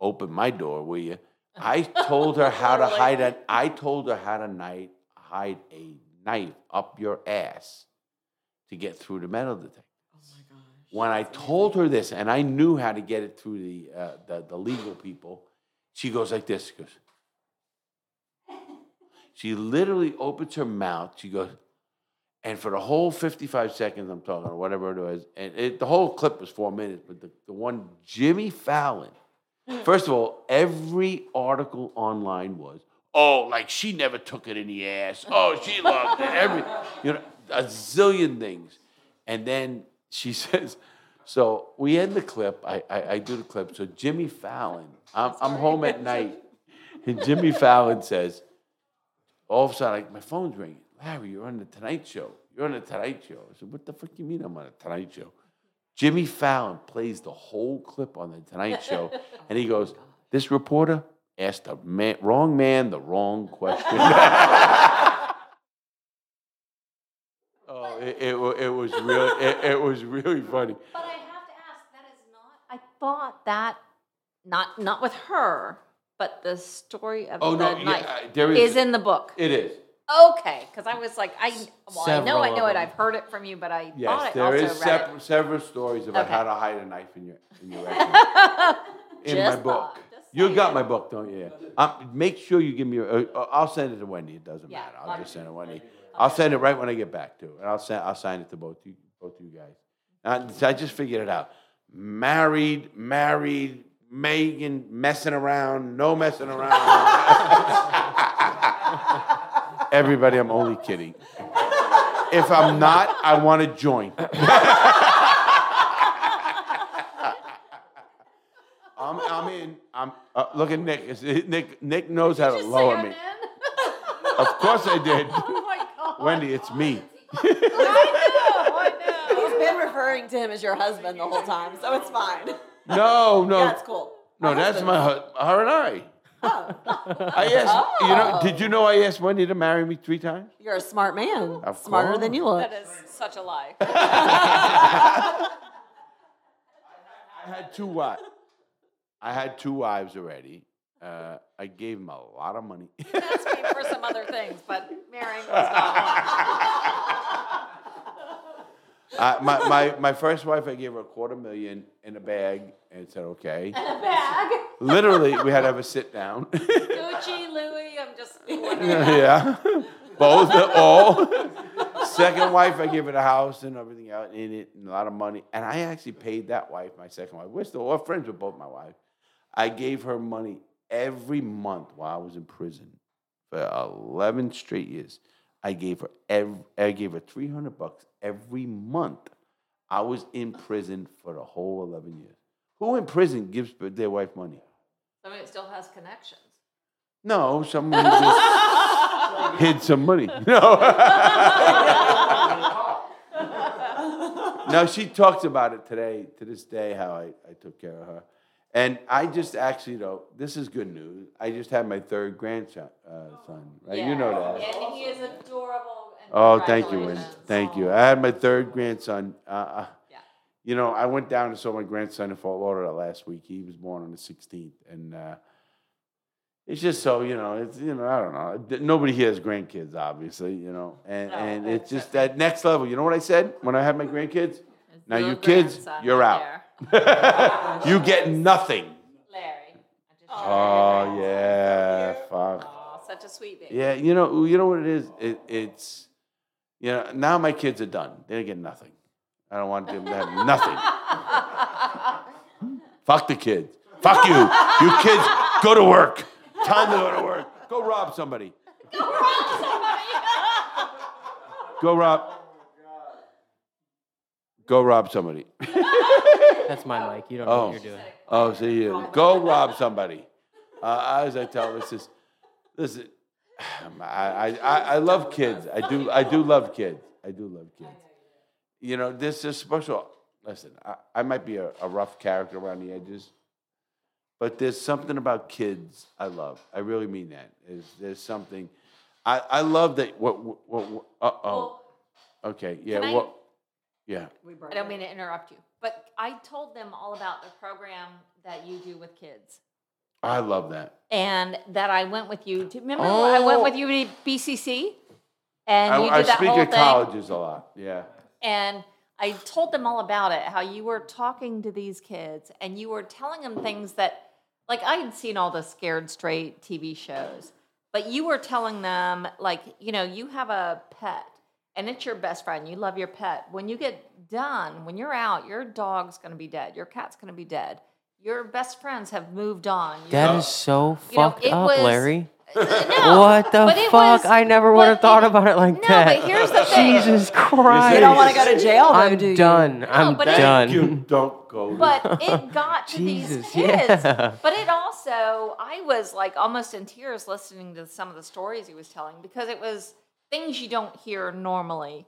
Speaker 5: Open my door, will you? I told her how to hide an. I told her how to night, hide a knife up your ass to get through the metal detector when I told her this, and I knew how to get it through the uh, the, the legal people, she goes like this. She goes. She literally opens her mouth. She goes, and for the whole 55 seconds I'm talking, or whatever it was, and it, the whole clip was four minutes, but the, the one Jimmy Fallon. First of all, every article online was, oh, like she never took it in the ass. Oh, she loved it. Every, you know, a zillion things. And then she says, so we end the clip. I, I, I do the clip. So Jimmy Fallon, I'm, I'm home at night, and Jimmy Fallon says, all of a sudden, like my phone's ringing. Larry, you're on the Tonight Show. You're on the Tonight Show. I said, what the fuck you mean I'm on the Tonight Show? Jimmy Fallon plays the whole clip on the Tonight Show, and he goes, this reporter asked the man, wrong man the wrong question. oh, it, it, wa- it was really, it, it was really funny.
Speaker 9: But I have to ask. That is not. I thought that
Speaker 6: Not not with her, but the story of
Speaker 5: Oh,
Speaker 6: the
Speaker 5: no, yeah,
Speaker 6: knife
Speaker 5: uh, there is-
Speaker 6: is, in the book.
Speaker 5: It is.
Speaker 6: Okay, because I was like, I well, I know,
Speaker 8: Several
Speaker 6: I know
Speaker 8: of
Speaker 6: it.
Speaker 8: them.
Speaker 6: I've heard it from you, but I
Speaker 5: Yes,
Speaker 6: thought I
Speaker 5: there
Speaker 6: also
Speaker 5: is
Speaker 6: read
Speaker 5: sep-
Speaker 6: it.
Speaker 5: several stories about
Speaker 6: Okay.
Speaker 5: how to hide a knife in your in your record. in my
Speaker 6: Just
Speaker 5: book.
Speaker 6: thought, just
Speaker 5: You got
Speaker 6: saying.
Speaker 5: my book, don't you? Um, make sure you give me. Your, uh, uh, I'll send it to Wendy. It doesn't
Speaker 6: Yeah,
Speaker 5: matter. I'll
Speaker 6: like-
Speaker 5: just send it to Wendy. I'll send it right when I get back to it, and I'll send. I'll sign it to both you, both you guys. And I, so I just figured it out. Married, married, Megan messing around, no messing around. Everybody, I'm only kidding. If I'm not, I want to join. I'm, I'm in. I'm uh, look at Nick. Is- Nick Nick knows how to lower me. Of course I did.
Speaker 7: Oh
Speaker 5: Wendy, it's me.
Speaker 7: He's been referring to him as your husband the whole time, so it's fine.
Speaker 5: Oh. No, no,
Speaker 7: That's cool.
Speaker 5: no. That's my hu- her and I.
Speaker 7: Oh.
Speaker 5: I asked, you know, did you know I asked Wendy to marry me three times?
Speaker 7: You're a smart man.
Speaker 5: Of
Speaker 7: Smarter
Speaker 5: course.
Speaker 7: than you look.
Speaker 6: That is such a lie.
Speaker 5: I had two wives. I had two wives already. Uh, I gave them a lot of money.
Speaker 6: That's me for some other things, but marrying was not one.
Speaker 5: I, my, my, my first wife, I gave her a quarter million in a bag and said, okay.
Speaker 6: Bag.
Speaker 5: Literally, we had to have a sit down.
Speaker 6: Gucci, Louis, I'm just.
Speaker 5: yeah. Both, all. Second wife, I gave her the house and everything out in it and a lot of money. And I actually paid that wife, my second wife. We're still all friends with both my wives. I gave her money every month while I was in prison for 11 straight years. I gave her every, I gave her 300 bucks every month. I was in prison for the whole 11 years. Who in prison gives their wife money?
Speaker 6: Somebody that still has connections.
Speaker 5: No, someone just hid some money. No. no, she talks about it today, to this day, how I, I took care of her. And I just actually, though, this is good news. I just had my third grandson, uh, son, right? You know that.
Speaker 6: And he is adorable. And
Speaker 5: Oh, thank you, Win.
Speaker 6: congratulations.
Speaker 5: Thank you. I had my third grandson. Uh, uh, You know, I went down and saw my grandson in Fort Lauderdale last week. He was born on the 16th, and uh, it's just so you know, it's you know, I don't know. D- Nobody here has grandkids, obviously, you know, and and it's just that next level. You know what I said when I had my grandkids? Now
Speaker 6: Little
Speaker 5: you kids,
Speaker 6: grandson
Speaker 5: you're out.
Speaker 6: there.
Speaker 5: you get nothing.
Speaker 6: Larry. I just-
Speaker 5: Oh yeah, fuck.
Speaker 6: Aw, Such a sweet baby.
Speaker 5: Yeah, you know, you know what it is. It, it's, you know, now my kids are done. They get nothing. I don't want them to have nothing. Fuck the kids. Fuck you. You kids, go to work. Time to go to work. Go rob somebody. Go rob. Go rob somebody.
Speaker 8: That's my mic. You don't know
Speaker 5: Oh,
Speaker 8: what you're doing.
Speaker 5: oh, see you. Go rob somebody. Uh, as I tell them, it's just, listen, I, I, I, I love kids. I do, I do love kids. I do love kids. You know, this is special. Listen, I, I might be a, a rough character around the edges, but there's something about kids I love. I really mean that. Is there's something, I, I love that. What, what, what uh oh, okay, yeah,
Speaker 6: can I-
Speaker 5: what, yeah.
Speaker 6: I don't mean to interrupt you, but I told them all about the program that you do with kids.
Speaker 5: I love that.
Speaker 6: And that I went with you to remember I went
Speaker 5: Oh.
Speaker 6: with you to BCC and
Speaker 5: I,
Speaker 6: you did
Speaker 5: I
Speaker 6: that
Speaker 5: speak
Speaker 6: whole
Speaker 5: at
Speaker 6: thing.
Speaker 5: colleges a lot. Yeah.
Speaker 6: and I told them all about it, how you were talking to these kids and you were telling them things that, like, I had seen all the scared straight TV shows, but you were telling them, like, you know, you have a pet and it's your best friend. You love your pet. When you get done, when you're out, your dog's gonna be dead, your cat's gonna be dead. Your best friends have moved on. You
Speaker 5: Uh,
Speaker 8: That is so
Speaker 6: You know,
Speaker 8: fucked
Speaker 6: it
Speaker 8: up,
Speaker 6: was-
Speaker 8: Larry.
Speaker 6: No,
Speaker 8: what the
Speaker 6: but it
Speaker 8: fuck?
Speaker 6: was-
Speaker 8: I never would have
Speaker 6: but
Speaker 8: thought
Speaker 6: it-
Speaker 8: about it like
Speaker 6: no,
Speaker 8: that.
Speaker 6: but here's the thing.
Speaker 8: Jesus Christ.
Speaker 5: You don't wanna go
Speaker 7: to jail, though,
Speaker 8: I'm
Speaker 7: do you?
Speaker 8: done. I'm
Speaker 6: but it-
Speaker 8: done.
Speaker 5: You don't go. to-
Speaker 6: but it got to
Speaker 8: Jesus,
Speaker 6: these kids.
Speaker 8: yeah.
Speaker 6: But it also, I was like almost in tears listening to some of the stories he was telling because it was things you don't hear normally.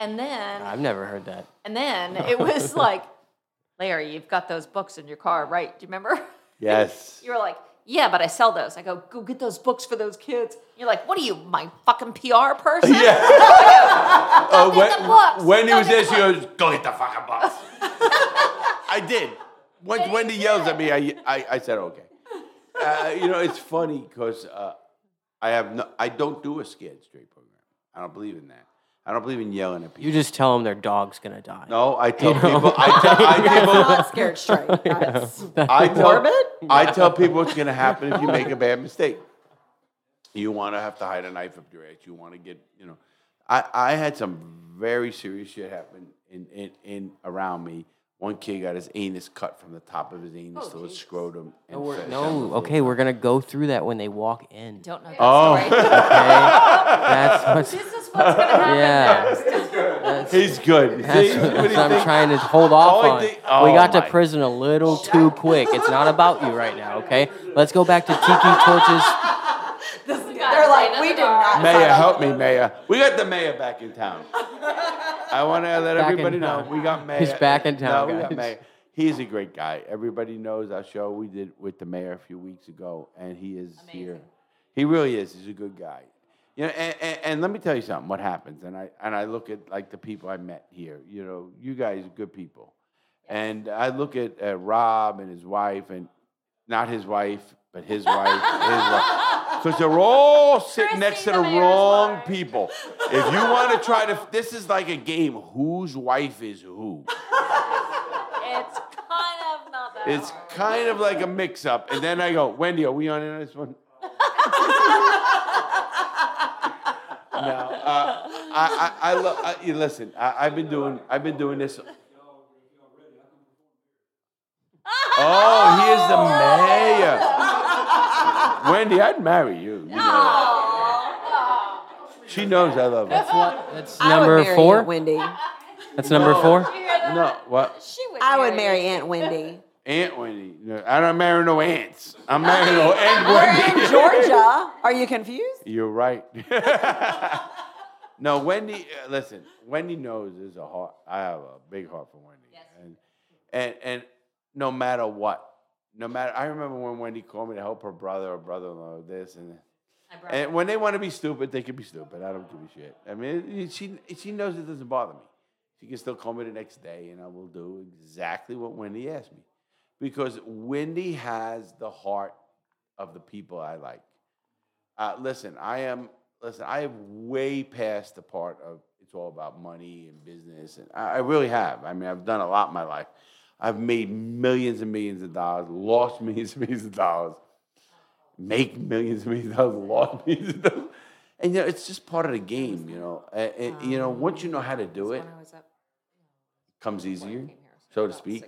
Speaker 6: And then,
Speaker 8: I've never heard that.
Speaker 6: and then it was like, Larry, you've got those books in your car, right? Do you remember?
Speaker 5: yes.
Speaker 6: You were like, yeah, but I sell those. I go, go get those books for those kids. You're like, what are you, my fucking PR person?
Speaker 5: Yeah. Oh,
Speaker 6: get the books.
Speaker 5: when he
Speaker 6: Go
Speaker 5: was
Speaker 6: get
Speaker 5: there,
Speaker 6: the
Speaker 5: she goes, "Go get the fucking box." I did. Once Wendy yells at me, I I, I said, "Okay." Uh, you know, it's funny because uh, I have no, I don't do a scared straight program. I don't believe in that. I don't believe in yelling at people.
Speaker 8: You just tell them their dog's gonna die.
Speaker 5: no, I tell people. I tell, I
Speaker 7: That's
Speaker 5: people
Speaker 7: not scared straight. That's
Speaker 5: I tell,
Speaker 7: Morbid?
Speaker 5: I tell people what's going to happen if you make a bad mistake. You want to have to hide a knife up your ass. You want to get, you know. I, I had some very serious shit happen in, in, in around me. One kid got his anus cut from the top of his anus to his scrotum. And fed-
Speaker 8: Oh, No, okay, we're gonna go through that when they walk in.
Speaker 6: Don't know that
Speaker 5: Oh.
Speaker 6: story.
Speaker 8: Okay? That's what's
Speaker 6: this is what's going to happen
Speaker 8: Yeah.
Speaker 6: next.
Speaker 5: He's good.
Speaker 8: that's
Speaker 5: See?
Speaker 8: what,
Speaker 5: What do you
Speaker 8: I'm
Speaker 5: think?
Speaker 8: trying to hold
Speaker 5: All
Speaker 8: off
Speaker 5: I
Speaker 8: on.
Speaker 5: think-
Speaker 8: we
Speaker 5: oh
Speaker 8: got to
Speaker 5: my-
Speaker 8: prison a little too quick. It's not about you right now, okay? Let's go back to Tiki Torches.
Speaker 7: They're like, we did not.
Speaker 5: Maya, help me, Maya. We got the Maya back in town. I want to let
Speaker 8: Back in
Speaker 5: everybody know
Speaker 8: town.
Speaker 5: we got Maya.
Speaker 8: He's back in town,
Speaker 5: No, we got
Speaker 8: guys.
Speaker 5: Maya. He's a great guy. Everybody knows our show we did with the mayor a few weeks ago, and he is here. He really is. He's a good guy. You know, and, and, and let me tell you something. What happens? And I and I look at like the people I met here. You know, you guys are good people, and I look at uh, Rob and his wife, and not his wife, but his wife, his wife. Because they're all sitting next to the,
Speaker 9: Christine, the mayor's
Speaker 5: wrong
Speaker 9: wife.
Speaker 5: people. If you want to try to, this is like a game. Whose wife is who?
Speaker 9: It's kind of not that
Speaker 5: It's
Speaker 9: hard.
Speaker 5: kind of like a mix up. And then I go, Wendy, are we on in this one? no. Uh, I, I, I, lo- I you listen, I, I've been doing I've been doing this. Oh, he is the mayor. Wendy, I'd marry you. you know that. She knows I love her.
Speaker 8: What? That's
Speaker 7: I would
Speaker 8: number
Speaker 7: marry
Speaker 8: four.
Speaker 7: Aunt Wendy.
Speaker 8: That's number four.
Speaker 5: No, what?
Speaker 9: She would.
Speaker 7: I would
Speaker 9: you.
Speaker 7: marry Aunt Wendy.
Speaker 5: Aunt Wendy. No, I don't marry no aunts. I'm marrying no Aunt
Speaker 7: We're
Speaker 5: Wendy.
Speaker 7: in Georgia. Are you confused?
Speaker 5: You're right. no, Wendy. uh, Listen, Wendy knows is a heart. I have a big heart for Wendy, and and and no matter what, no matter. I remember when Wendy called me to help her brother or brother-in-law with this and. And when they want to be stupid, they can be stupid. I don't give a shit. I mean, she she knows it doesn't bother me. She can still call me the next day, and I will do exactly what Wendy asked me, because Wendy has the heart of the people I like. Uh, listen, I am. Listen, I have way past the part of it's all about money and business, and I, I really have. I mean, I've done a lot in my life. I've made millions and millions of dollars, lost millions and millions of dollars, make millions and millions of dollars, lost millions of dollars, and you know, it's just part of the game. You know, Uh, and, you know, once you know how to do it,
Speaker 9: Oh,
Speaker 5: comes easier, so to speak.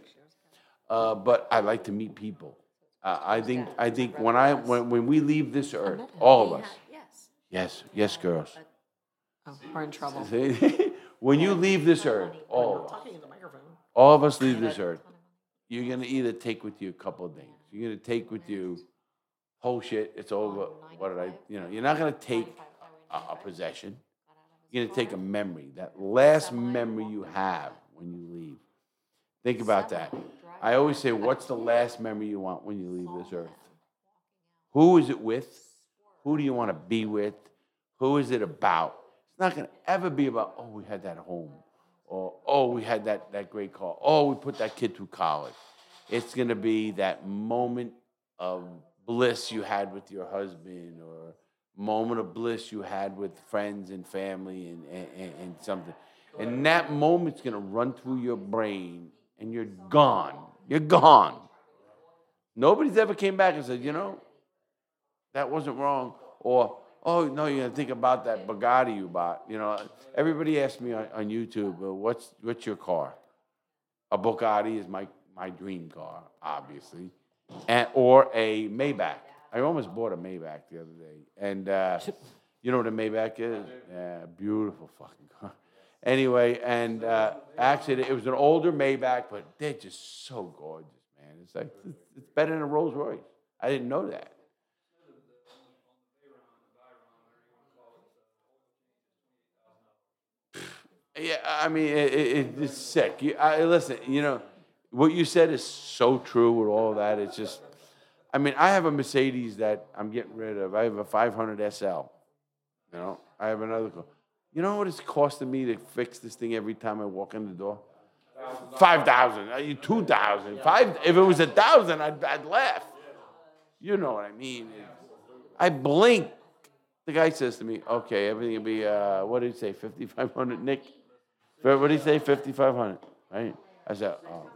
Speaker 5: Uh, but I like to meet people. Uh, I think I think when I when, when we leave this earth, all of us.
Speaker 9: Yes.
Speaker 5: Yes, yes, girls.
Speaker 7: Oh, we're in trouble.
Speaker 5: when you leave this earth, all of us, all of us leave this earth. You're gonna either take with you a couple of things. You're gonna take with you whole shit. It's over. What did I? You know, you're not gonna take a, a possession. You're gonna take a memory. That last memory you have when you leave. Think about that. I always say, what's the last memory you want when you leave this earth? Who is it with? Who do you want to be with? Who is it about? It's not going to ever be about, oh, we had that home, or oh, we had that, that great car, oh, we put that kid through college. It's going to be that moment of bliss you had with your husband, or moment of bliss you had with friends and family and, and, and, and something. And that moment's going to run through your brain, and you're gone. You're gone. Nobody's ever came back and said, you know, that wasn't wrong. Or, oh, no, you're going to think about that Bugatti you bought. You know, everybody asks me on, on YouTube, well, what's, what's your car? A Bugatti is my, my dream car, obviously, and, or a Maybach. I almost bought a Maybach the other day. And uh, you know what a Maybach is? Yeah, beautiful fucking car. Anyway, and uh, actually, it was an older Maybach, but they're just so gorgeous, man. It's like, it's better than a Rolls Royce. I didn't know that. Yeah, I mean, it, it, it's sick. You, I, listen, you know, what you said is so true with all that. It's just, I mean, I have a Mercedes that I'm getting rid of. I have a 500 SL. You know, I have another car. You know what it's costing me to fix this thing every time I walk in the door? Five thousand, uh, you- two thousand, five. If it was a thousand, I'd, I'd laugh. You know what I mean? I blink. The guy says to me, "Okay, everything will be uh, what did he say? Fifty-five hundred, Nick." But what did he say? Fifty-five hundred, right? I said, oh.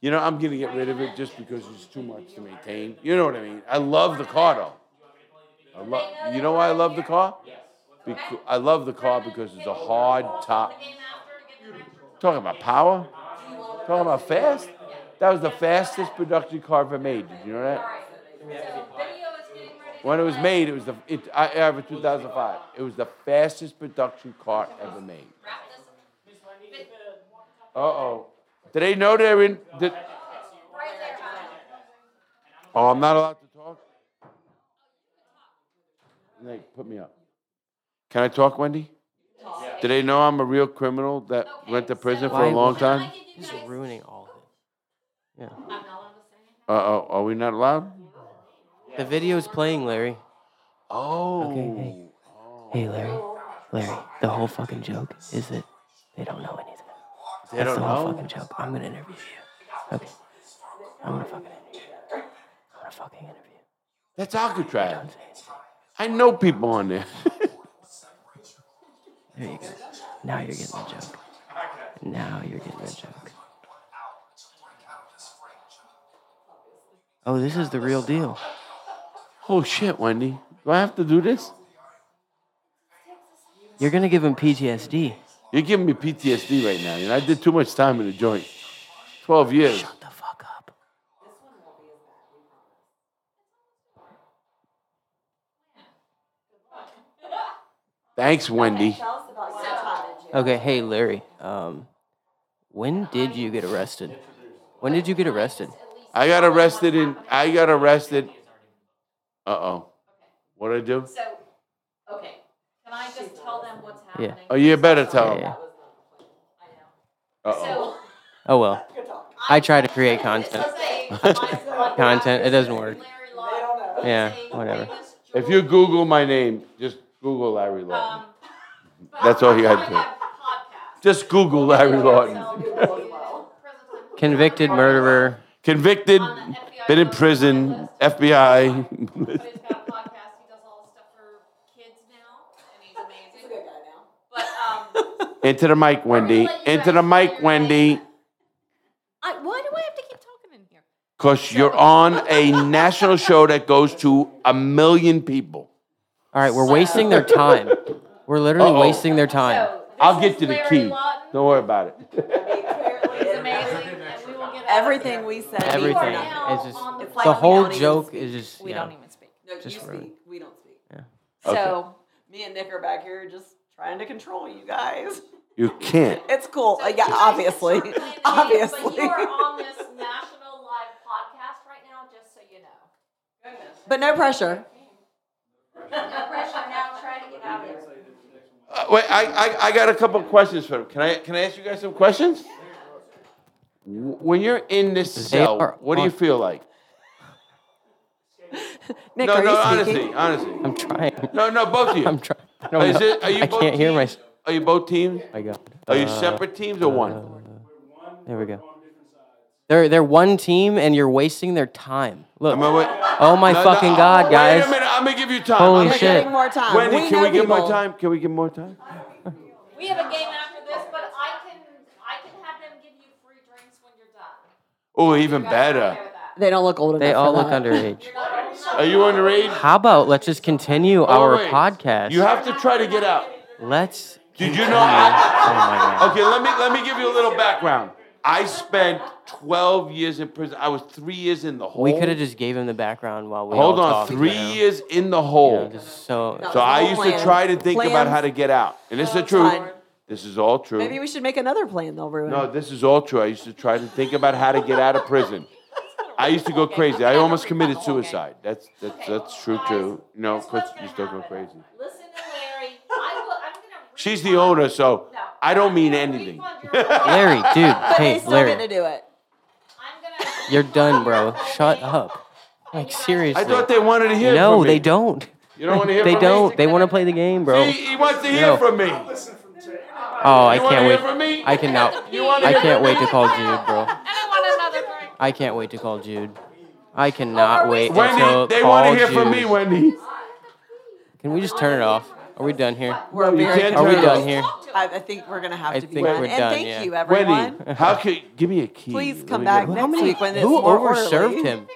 Speaker 5: You know, I'm gonna get rid of it just because it's too much to maintain. You know what I mean? I love the car though. I love. You know why I love the car? Becau- I love the car because it's a hard top. Talking about power. Talking about fast. That was the fastest production car ever made. Did you know that? When it was made, it was the it, I I have a 2005. It was the fastest production car ever made. Uh oh. Did they know they were in? Did, oh, I'm not allowed to talk. Nick, put me up. Can I talk, Wendy? Do they know I'm a real criminal that went to prison for a
Speaker 8: Why-
Speaker 5: long time?
Speaker 8: Just ruining all of it. Yeah.
Speaker 5: Uh oh, are we not allowed?
Speaker 8: The video's playing, Larry.
Speaker 5: Oh.
Speaker 8: hey. Hey, Larry. Larry, the whole fucking joke is that they don't know anything.
Speaker 5: They
Speaker 8: That's
Speaker 5: don't
Speaker 8: the whole
Speaker 5: know?
Speaker 8: fucking joke. I'm gonna interview you. Okay. I'm gonna fucking interview you. I'm gonna fucking interview you.
Speaker 5: That's Alcatraz. I know people on there.
Speaker 8: There you go. Now you're getting the joke. Now you're getting the joke. Oh, this is the real deal.
Speaker 5: oh shit, Wendy. Do I have to do this?
Speaker 8: You're gonna give him PTSD.
Speaker 5: You're giving me PTSD right now. You know, I did too much time in the joint. 12 years.
Speaker 8: Shut the fuck up.
Speaker 5: Thanks, Wendy.
Speaker 8: Okay, hey Larry. Um, when did you get arrested? When did you get arrested?
Speaker 5: I got arrested in. I got arrested. Uh oh. What did I do?
Speaker 9: So, okay. Can I just tell them what's happening?
Speaker 8: Yeah.
Speaker 5: Oh, you better tell
Speaker 8: Yeah,
Speaker 5: him.
Speaker 8: yeah.
Speaker 5: Uh oh.
Speaker 8: Oh well. I try to create content. Content. It doesn't work.
Speaker 9: Larry Lott.
Speaker 8: Yeah, whatever.
Speaker 5: If you Google my name, just Google Larry Lawton. That's all you had to do. Just Google Larry Lawton.
Speaker 8: Convicted murderer.
Speaker 5: Convicted, been in prison, FBI.
Speaker 9: He's got a podcast. He does all the stuff for kids now, and he's amazing. But um,
Speaker 5: Into the mic, Wendy. Into the mic, Wendy.
Speaker 9: I, why do I have to keep talking in here?
Speaker 5: Because you're on a national show that goes to a million people.
Speaker 8: All right, we're wasting their time. We're literally
Speaker 5: Uh-oh.
Speaker 8: wasting their time.
Speaker 9: So, this
Speaker 5: I'll get
Speaker 9: is
Speaker 5: to the
Speaker 9: Larry
Speaker 5: key.
Speaker 9: Lawton.
Speaker 5: Don't worry about it.
Speaker 9: He's amazing, and we will get out of
Speaker 7: Everything we said.
Speaker 8: Everything.
Speaker 9: You are now
Speaker 8: It's just
Speaker 9: on the
Speaker 8: the
Speaker 7: platform.
Speaker 8: whole
Speaker 7: We don't
Speaker 8: joke
Speaker 7: even
Speaker 8: is just
Speaker 9: We
Speaker 8: yeah.
Speaker 9: don't even speak.
Speaker 7: No, you
Speaker 8: Just
Speaker 7: speak.
Speaker 8: rude.
Speaker 7: We don't speak.
Speaker 9: So
Speaker 7: Me and Nick are back here just trying to control you guys.
Speaker 5: You can't.
Speaker 7: It's cool. Uh, yeah,
Speaker 9: you guys
Speaker 7: obviously.
Speaker 9: can start playing games, But
Speaker 7: Obviously.
Speaker 9: you are on this national live podcast right now, just so you know.
Speaker 7: But no pressure.
Speaker 9: No pressure now. Try to get out of here.
Speaker 5: Uh, wait, I, I, I got a couple questions for him. Can I can I ask you guys some questions? W- When you're in this cell,
Speaker 8: are
Speaker 5: what do you
Speaker 8: on-
Speaker 5: feel like?
Speaker 7: Nick,
Speaker 5: no,
Speaker 7: are
Speaker 5: no,
Speaker 7: you
Speaker 5: honestly,
Speaker 7: speaking?
Speaker 5: honestly.
Speaker 8: I'm trying.
Speaker 5: no, no, both of you.
Speaker 8: I'm trying. I, don't
Speaker 5: Is
Speaker 8: know.
Speaker 5: it- are you
Speaker 8: I
Speaker 5: both
Speaker 8: can't hear my.
Speaker 5: teams? Are you both teams?
Speaker 8: I got.
Speaker 5: Are you separate teams or one?
Speaker 8: uh, There we go. They're they're one team and you're wasting their time. Look.
Speaker 5: Am I wait-
Speaker 8: Oh my
Speaker 5: No, no,
Speaker 8: fucking
Speaker 5: uh,
Speaker 8: god,
Speaker 5: Wait a
Speaker 8: guys.
Speaker 5: minute, I'm gonna give you time.
Speaker 8: Holy
Speaker 5: I'm gonna
Speaker 8: shit.
Speaker 5: give-
Speaker 7: More time.
Speaker 5: Wendy,
Speaker 7: we
Speaker 5: can
Speaker 7: know
Speaker 5: we get more
Speaker 7: people.
Speaker 5: time? Can we get more time?
Speaker 9: We have a game after this, but I can I can have them give you free drinks when you're done.
Speaker 5: Oh, even better.
Speaker 7: They don't look old enough.
Speaker 8: They
Speaker 7: for
Speaker 8: all look
Speaker 7: that.
Speaker 8: underage.
Speaker 5: Are you underage?
Speaker 8: How about let's just continue our
Speaker 5: Alright.
Speaker 8: podcast?
Speaker 5: Oh, You have Oh to try to get out.
Speaker 8: let's.
Speaker 5: Did you
Speaker 8: continue.
Speaker 5: know I-
Speaker 8: Oh my god.
Speaker 5: Okay, let me let me give you a little background. I spent 12 years in prison. I was three years in the hole.
Speaker 8: We could have just gave him the background while we
Speaker 5: hold
Speaker 8: all
Speaker 5: on.
Speaker 8: talked, you
Speaker 5: Three
Speaker 8: know?
Speaker 5: years in the
Speaker 8: You
Speaker 5: hole.
Speaker 8: know, just so.
Speaker 5: so I used to
Speaker 7: Plan.
Speaker 5: try to think about
Speaker 7: Plans.
Speaker 5: how to get out, and this is the
Speaker 7: Oh,
Speaker 5: truth.
Speaker 7: fine.
Speaker 5: This is all true.
Speaker 7: Maybe we should make another plan they'll ruin.
Speaker 5: no, this is all true. I used to try to think about how to get out of prison. I used to go crazy. I almost committed suicide. That's that's that's true too. No, because you still go crazy.
Speaker 9: Listen to Larry. I will, I'm gonna
Speaker 5: She's the
Speaker 9: refund-
Speaker 5: owner, so
Speaker 9: No.
Speaker 5: I don't mean
Speaker 9: I'm gonna
Speaker 5: anything.
Speaker 9: refund your money.
Speaker 8: Larry, dude.
Speaker 7: but
Speaker 8: hey,
Speaker 7: they still get to
Speaker 8: Larry.
Speaker 7: do it.
Speaker 9: I'm gonna.
Speaker 8: You're done, bro. Shut up. Like seriously.
Speaker 5: I thought they wanted to hear
Speaker 8: no,
Speaker 5: from me.
Speaker 8: they don't.
Speaker 5: You don't want to hear
Speaker 8: They
Speaker 5: from
Speaker 8: don't.
Speaker 5: me?
Speaker 8: They want to play the game, bro.
Speaker 5: See, he wants to hear
Speaker 8: No.
Speaker 5: from me.
Speaker 8: Oh, I
Speaker 5: You wanna
Speaker 8: can't
Speaker 5: hear
Speaker 8: wait.
Speaker 5: from me?
Speaker 8: I cannot.
Speaker 5: You wanna
Speaker 8: I
Speaker 5: hear
Speaker 8: can't
Speaker 5: from
Speaker 8: wait
Speaker 5: me?
Speaker 8: to call Jude, bro.
Speaker 9: And I want another drink.
Speaker 8: I can't wait to call Jude. I cannot wait until
Speaker 5: Wendy, they
Speaker 8: call
Speaker 5: want to hear
Speaker 8: Jude.
Speaker 5: from me, Wendy.
Speaker 8: Can we just turn it off? Are we done here?
Speaker 7: We're very
Speaker 5: can't
Speaker 8: Are we
Speaker 5: turn it off.
Speaker 8: done here?
Speaker 7: I, I think we're gonna have
Speaker 8: I
Speaker 7: to be
Speaker 8: think
Speaker 7: done.
Speaker 8: we're
Speaker 7: and
Speaker 8: done,
Speaker 7: thank
Speaker 8: yeah.
Speaker 7: you, everyone.
Speaker 5: Wendy, how could give me a key?
Speaker 7: Please
Speaker 5: Let
Speaker 7: come
Speaker 5: me
Speaker 7: back
Speaker 5: get-
Speaker 7: next week when it's
Speaker 8: Who
Speaker 7: more
Speaker 8: overserved
Speaker 7: orderly.
Speaker 8: him?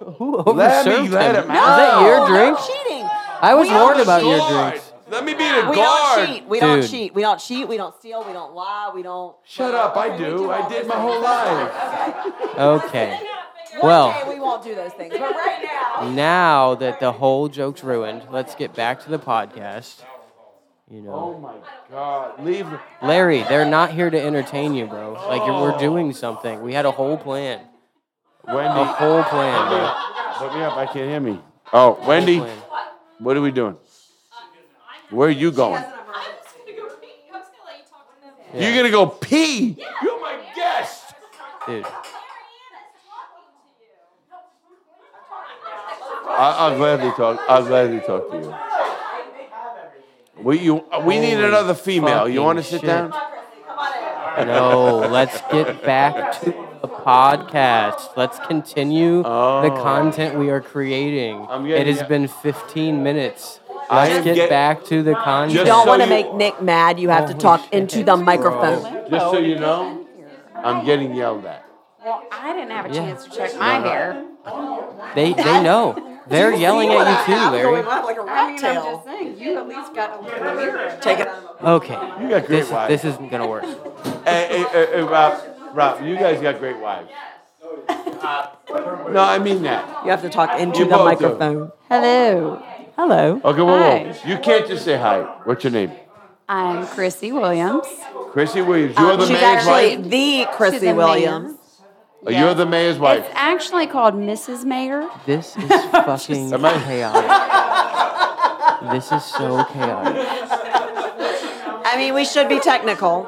Speaker 8: Who
Speaker 5: Let me
Speaker 8: overserved him?
Speaker 5: let him
Speaker 8: Was that
Speaker 5: out.
Speaker 8: your
Speaker 7: No,
Speaker 8: drink?
Speaker 7: No cheating.
Speaker 8: I was
Speaker 5: I'm
Speaker 8: warned
Speaker 5: the
Speaker 8: about your
Speaker 5: guard.
Speaker 8: drinks.
Speaker 5: Let me be the guard.
Speaker 7: We don't cheat. We don't
Speaker 8: Dude.
Speaker 7: cheat. We don't cheat. We don't steal. We don't lie. We don't.
Speaker 5: Shut up, I do. I did my whole life.
Speaker 8: Okay.
Speaker 7: Hey,
Speaker 8: Well,
Speaker 7: we won't do those things. But right now,
Speaker 8: now that the whole joke's ruined, let's get back to the podcast. You
Speaker 5: Oh
Speaker 8: know,
Speaker 5: my God, leave.
Speaker 8: Larry, they're not here to entertain you, bro. Like you're- we're doing something. We had a whole plan.
Speaker 5: Wendy,
Speaker 8: A whole plan, bro.
Speaker 5: Put me up. I can't hear me. Oh, Wendy,
Speaker 8: plan.
Speaker 5: what are we doing? Where are you going? You're gonna go pee. You're my guest.
Speaker 8: dude.
Speaker 5: I, I'll gladly talk. I'll gladly talk to you. We you uh, we need another female. You want to
Speaker 8: fucking
Speaker 5: sit down?
Speaker 8: No, let's get back to the podcast. Let's continue the
Speaker 5: Oh.
Speaker 8: content we are creating.
Speaker 5: I'm
Speaker 8: it
Speaker 5: getting-
Speaker 8: has been 15 minutes.
Speaker 5: I
Speaker 8: Let's
Speaker 5: am
Speaker 8: get
Speaker 5: get-
Speaker 8: back to the content.
Speaker 5: Just
Speaker 7: Don't
Speaker 5: so
Speaker 7: want to
Speaker 5: you-
Speaker 7: make Nick mad. You have to
Speaker 8: Holy
Speaker 7: talk
Speaker 8: Oh, shit.
Speaker 7: into the microphone.
Speaker 5: Just so you know, I'm getting yelled at.
Speaker 9: Well, I didn't have a
Speaker 8: Yeah. Uh-huh.
Speaker 9: chance to check my hair.
Speaker 8: they they know. They're yelling at you too, Larry.
Speaker 7: like a
Speaker 9: I mean, I'm just saying, you at least got a little mirror.
Speaker 7: Take it.
Speaker 8: Okay.
Speaker 5: You got great
Speaker 8: This,
Speaker 5: wives.
Speaker 8: this isn't gonna work.
Speaker 5: Hey, hey, hey, hey, Rob, Rob, you guys got great wives. No, I mean that.
Speaker 7: You have to talk into
Speaker 5: You
Speaker 7: the
Speaker 5: both do.
Speaker 7: microphone.
Speaker 9: Hello,
Speaker 7: Hello.
Speaker 5: Okay, whoa, whoa.
Speaker 9: Hi.
Speaker 5: You can't just say hi. What's your name?
Speaker 9: I'm Chrissy Williams.
Speaker 5: Chrissy Williams.
Speaker 8: Um,
Speaker 5: You're the
Speaker 7: She's
Speaker 5: mayor's
Speaker 7: actually
Speaker 5: wife. Oh,
Speaker 7: the
Speaker 9: She's
Speaker 7: Chrissy
Speaker 9: a mayor.
Speaker 7: Williams.
Speaker 5: You're the mayor's
Speaker 9: It's
Speaker 5: wife.
Speaker 9: actually called Mrs. Mayor.
Speaker 8: This is fucking
Speaker 5: Am I-
Speaker 8: chaotic. This is so chaotic.
Speaker 7: I mean, we should be technical.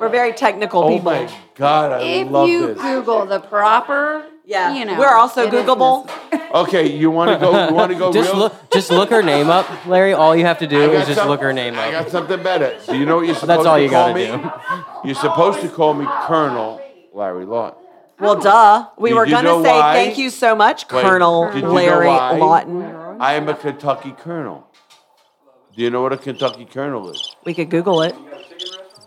Speaker 7: We're very technical
Speaker 5: Oh
Speaker 7: people.
Speaker 5: my God, I
Speaker 9: If
Speaker 5: love
Speaker 9: you
Speaker 5: this.
Speaker 9: Google the proper,
Speaker 7: Yeah,
Speaker 9: you know,
Speaker 7: we're also
Speaker 9: it is
Speaker 7: Googleable.
Speaker 9: Mrs.
Speaker 5: Okay, you want to go? You want to go
Speaker 8: Just
Speaker 5: real?
Speaker 8: look, just look her name up, Larry. All you have to
Speaker 5: I
Speaker 8: do
Speaker 5: got
Speaker 8: is just
Speaker 5: some-
Speaker 8: look her name
Speaker 5: I
Speaker 8: up.
Speaker 5: got something better. Do you know what you're supposed
Speaker 8: all
Speaker 5: to
Speaker 8: you
Speaker 5: call me?
Speaker 8: gotta
Speaker 5: You're supposed to call me Colonel Larry Lawton.
Speaker 7: Well, duh. We
Speaker 5: Oh. Did
Speaker 7: were
Speaker 5: you
Speaker 7: going to
Speaker 5: know
Speaker 7: say
Speaker 5: why?
Speaker 7: thank you so much,
Speaker 5: Wait,
Speaker 7: Colonel
Speaker 5: did you know
Speaker 7: Larry
Speaker 5: why?
Speaker 7: Lawton.
Speaker 5: I am a Kentucky Colonel. Do you know what a Kentucky Colonel is?
Speaker 7: We could Google it.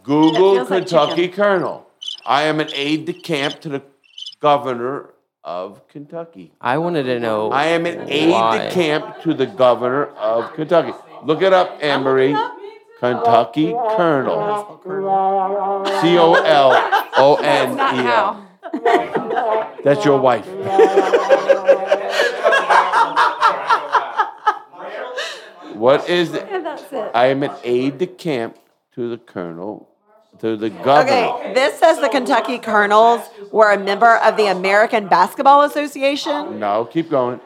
Speaker 5: Google
Speaker 9: That feels like
Speaker 5: Kentucky Colonel. I am an aide de camp to the governor of Kentucky.
Speaker 8: I wanted to know.
Speaker 5: I am an aide
Speaker 8: Why?
Speaker 5: de camp to the governor of Kentucky. Look it up, Anne Marie. Kentucky Colonel. C O L O N E
Speaker 9: Not
Speaker 5: L.
Speaker 9: how.
Speaker 5: That's your wife. what is it?
Speaker 9: That's it.
Speaker 5: I am an aide de camp to the colonel, to the governor.
Speaker 7: Okay, this says the Kentucky Colonels were a member of the American Basketball Association.
Speaker 5: No, keep going.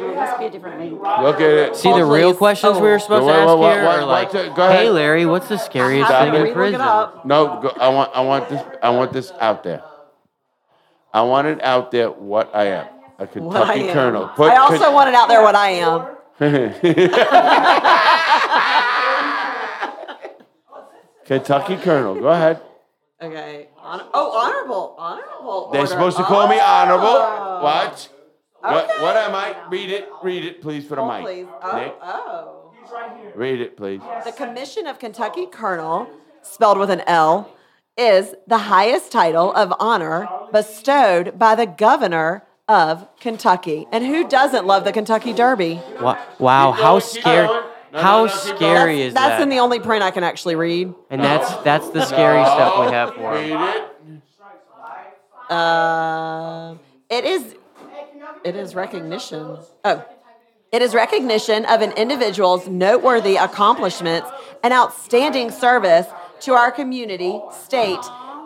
Speaker 9: It must be a different league.
Speaker 5: Look at it.
Speaker 8: See the real questions we were supposed
Speaker 5: Wait,
Speaker 8: to
Speaker 5: wait,
Speaker 8: ask
Speaker 5: wait,
Speaker 8: here
Speaker 5: wait,
Speaker 8: are
Speaker 5: wait,
Speaker 8: like,
Speaker 5: wait, go
Speaker 8: "Hey
Speaker 5: ahead."
Speaker 8: Larry, what's the scariest
Speaker 5: Stop
Speaker 8: thing
Speaker 5: it.
Speaker 8: in
Speaker 5: Look it
Speaker 8: prison?"
Speaker 7: up.
Speaker 5: No, go, I want I want this I want this out there. I want it out there what I am. A Kentucky
Speaker 7: What I am.
Speaker 5: colonel.
Speaker 7: I also wanted out there what I am.
Speaker 5: Kentucky colonel. Go ahead.
Speaker 7: Okay. Hon- oh, honorable, honorable.
Speaker 5: They're
Speaker 7: order.
Speaker 5: supposed to call me
Speaker 7: Oh.
Speaker 5: honorable. Watch. What,
Speaker 7: Okay.
Speaker 5: what am I? Read it. Read it, please, for the
Speaker 7: Oh,
Speaker 5: mic.
Speaker 7: please.
Speaker 5: Nick,
Speaker 7: Oh,
Speaker 5: read it, please.
Speaker 7: oh. The Commission of Kentucky Colonel, spelled with an L, is the highest title of honor bestowed by the governor of Kentucky. And who doesn't love the Kentucky Derby?
Speaker 8: Wa- Wow,
Speaker 5: Keep
Speaker 8: how
Speaker 5: going, keep
Speaker 8: scary!
Speaker 5: going. No,
Speaker 8: how
Speaker 5: no, no, keep going.
Speaker 8: scary is
Speaker 7: that's
Speaker 8: that?
Speaker 7: in the only print I can actually read.
Speaker 8: and that's that's the scary stuff we have for
Speaker 5: Oh, Read
Speaker 8: him.
Speaker 5: it.
Speaker 7: Um, it is. It is recognition. Oh, it is recognition of an individual's noteworthy accomplishments and outstanding service to our community, state,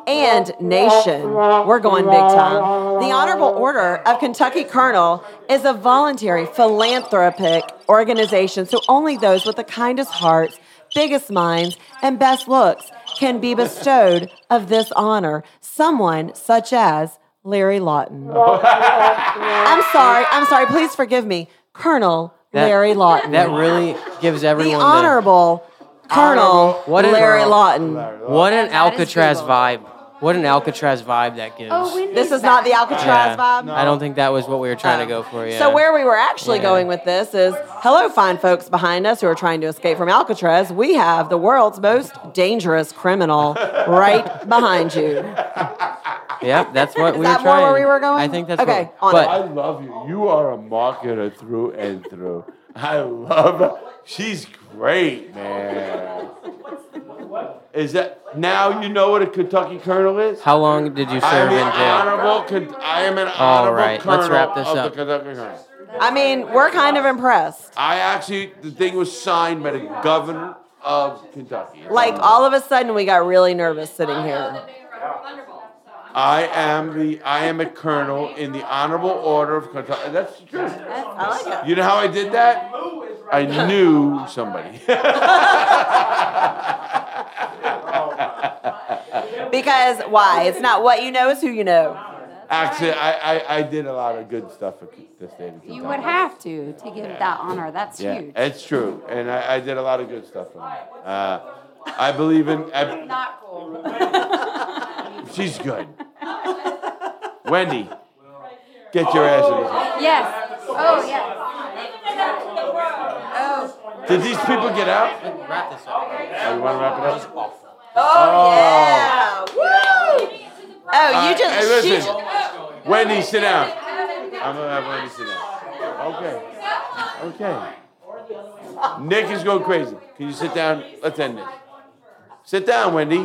Speaker 7: and nation. We're going big time. The Honorable Order of Kentucky Colonel is a voluntary philanthropic organization, so only those with the kindest hearts, biggest minds, and best looks can be bestowed of this honor. Someone such as Larry Lawton. I'm sorry. I'm sorry. Please forgive me. Colonel
Speaker 8: That-
Speaker 7: Larry Lawton.
Speaker 8: That really gives
Speaker 7: the
Speaker 8: everyone the-
Speaker 7: honorable Colonel
Speaker 8: What is-
Speaker 7: Larry Lawton.
Speaker 8: what an
Speaker 9: That is
Speaker 8: Alcatraz
Speaker 9: Google.
Speaker 8: vibe. What an Alcatraz vibe that gives.
Speaker 9: Oh, we need
Speaker 7: This is
Speaker 9: that.
Speaker 7: not the Alcatraz
Speaker 8: Yeah.
Speaker 7: vibe.
Speaker 8: I don't think that was what we were trying to go for. Yeah.
Speaker 7: So where we were actually
Speaker 8: Yeah.
Speaker 7: going with this is, hello, fine folks behind us who are trying to escape from Alcatraz. We have the world's most dangerous criminal right behind you.
Speaker 8: Yep, that's what
Speaker 7: Is
Speaker 8: we
Speaker 7: that
Speaker 8: were
Speaker 7: more
Speaker 8: trying.
Speaker 7: where we were going?
Speaker 8: I think that's
Speaker 7: Okay,
Speaker 8: What,
Speaker 7: on
Speaker 5: I
Speaker 8: but
Speaker 5: love you. You are a marketer through and through. I love her. She's great, man. Is that now you know what a Kentucky Colonel is?
Speaker 8: how long did you
Speaker 5: I am
Speaker 8: serve in
Speaker 5: an
Speaker 8: jail?
Speaker 5: honorable. Con- I am an
Speaker 8: All
Speaker 5: honorable
Speaker 8: right,
Speaker 5: colonel
Speaker 8: let's wrap this
Speaker 5: of
Speaker 8: up.
Speaker 5: the Kentucky Colonel.
Speaker 7: I mean, we're kind of impressed.
Speaker 5: I actually, the thing was signed by the governor of Kentucky.
Speaker 7: Like all of a sudden, we got really nervous sitting here.
Speaker 5: I am the, I am a colonel in the honorable order of Kentucky. That's the truth.
Speaker 7: I like it.
Speaker 5: You know how I did that? I knew somebody.
Speaker 7: Because why? It's not what you know, it's who you know.
Speaker 5: Actually, I, I, I did a lot of good stuff at this Davidson.
Speaker 12: You would have to to give that honor. That's
Speaker 5: Yeah, Eh.
Speaker 12: huge.
Speaker 5: it's true, and I, I did a lot of good stuff. For her. Uh, I believe in. I,
Speaker 12: Not cool.
Speaker 5: she's good. Wendy, get your ass in here.
Speaker 12: Yes. Oh yes.
Speaker 5: Did these people get out?
Speaker 8: Wrap this up.
Speaker 5: Oh, you want to wrap it up?
Speaker 7: Oh, yeah. Woo! Oh,
Speaker 5: Uh,
Speaker 7: you just
Speaker 5: hey,
Speaker 7: you
Speaker 5: listen.
Speaker 7: ju-
Speaker 5: Wendy, sit down. I'm gonna have Wendy sit down. Okay. Okay. Nick is going crazy. Can you sit down? Let's end this. Sit down, Wendy.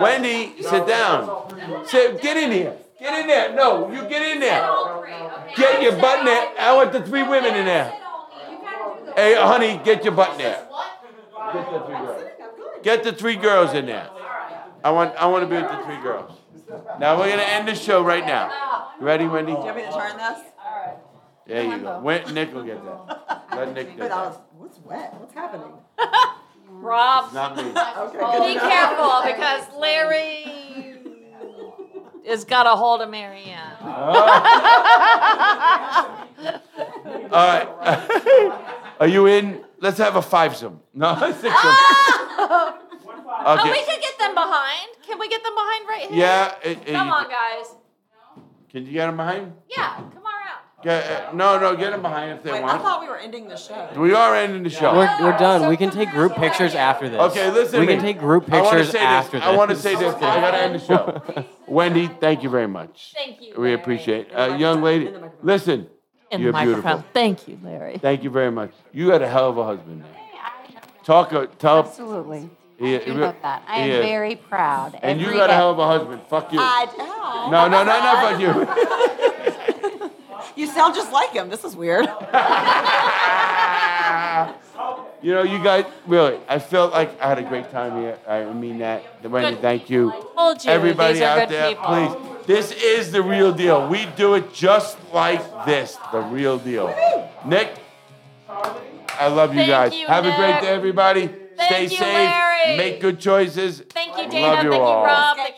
Speaker 5: Wendy, sit down. Sit, get in here. Get in there. No, you get in there. Get your butt in there. I want the three women in there. Hey, uh, honey, get your butt in there. Get the three girls. Get the three girls in there. I want, I want to be with the three girls. Now we're gonna end the show right now. You ready, Wendy?
Speaker 7: want me to turn this?
Speaker 5: There you go. Went, Nick will get that. Let Nick do that.
Speaker 7: what's wet? What's happening?
Speaker 6: Rob,
Speaker 5: Not me.
Speaker 6: be careful because Larry has got a hold of Marianne.
Speaker 5: All right. Are you in? Let's have a fivesome. No, a sixsome.
Speaker 7: Ah!
Speaker 6: Oh, we
Speaker 5: Okay.
Speaker 6: could get them behind. Can we get them behind right here?
Speaker 5: Yeah. it- it-
Speaker 6: Come on, guys.
Speaker 5: Can you get him behind?
Speaker 6: Yeah, come on out.
Speaker 5: Get, uh, no, no, get him behind if they
Speaker 7: Wait, I
Speaker 5: want.
Speaker 7: thought we were ending the show.
Speaker 5: We are ending the show.
Speaker 8: We're, we're done. We can take group pictures after this.
Speaker 5: Okay, listen.
Speaker 8: We
Speaker 5: to
Speaker 8: can
Speaker 5: me.
Speaker 8: take group
Speaker 5: I wanna
Speaker 8: pictures
Speaker 5: say this.
Speaker 8: after this.
Speaker 5: I want to say this. I gotta end the show. Wendy, thank you very much.
Speaker 6: Thank you,
Speaker 5: We
Speaker 6: Larry.
Speaker 5: appreciate. it. Uh, young lady, listen.
Speaker 6: In
Speaker 5: You're
Speaker 6: the microphone.
Speaker 5: beautiful.
Speaker 6: Thank you, Larry.
Speaker 5: Thank you very much. You had a hell of a husband. man. Talk, uh, tell.
Speaker 12: Absolutely.
Speaker 5: He,
Speaker 12: I love that. I am
Speaker 5: he is.
Speaker 12: very proud.
Speaker 5: And you
Speaker 12: every
Speaker 5: got a
Speaker 12: day.
Speaker 5: hell of a husband. Fuck you.
Speaker 7: I
Speaker 5: no, no, no, not fuck you.
Speaker 7: know. You sound just like him. This is weird.
Speaker 5: you know, you guys, really, I felt like I had a great time here. I mean that. Wendy,
Speaker 6: Good.
Speaker 5: thank you.
Speaker 6: Told you,
Speaker 5: Everybody
Speaker 6: these are
Speaker 5: out
Speaker 6: good
Speaker 5: there,
Speaker 6: people.
Speaker 5: please. This is the real deal. We do it just like this. The real deal. Nick, I love you
Speaker 6: Thank
Speaker 5: guys.
Speaker 6: you,
Speaker 5: Have a great
Speaker 6: Nick.
Speaker 5: day, everybody. Stay
Speaker 6: you,
Speaker 5: safe.
Speaker 6: Larry.
Speaker 5: Make good choices.
Speaker 6: Thank you,
Speaker 5: Love
Speaker 6: Dana.
Speaker 5: you
Speaker 6: Thank you,
Speaker 5: all.
Speaker 6: Rob. Thank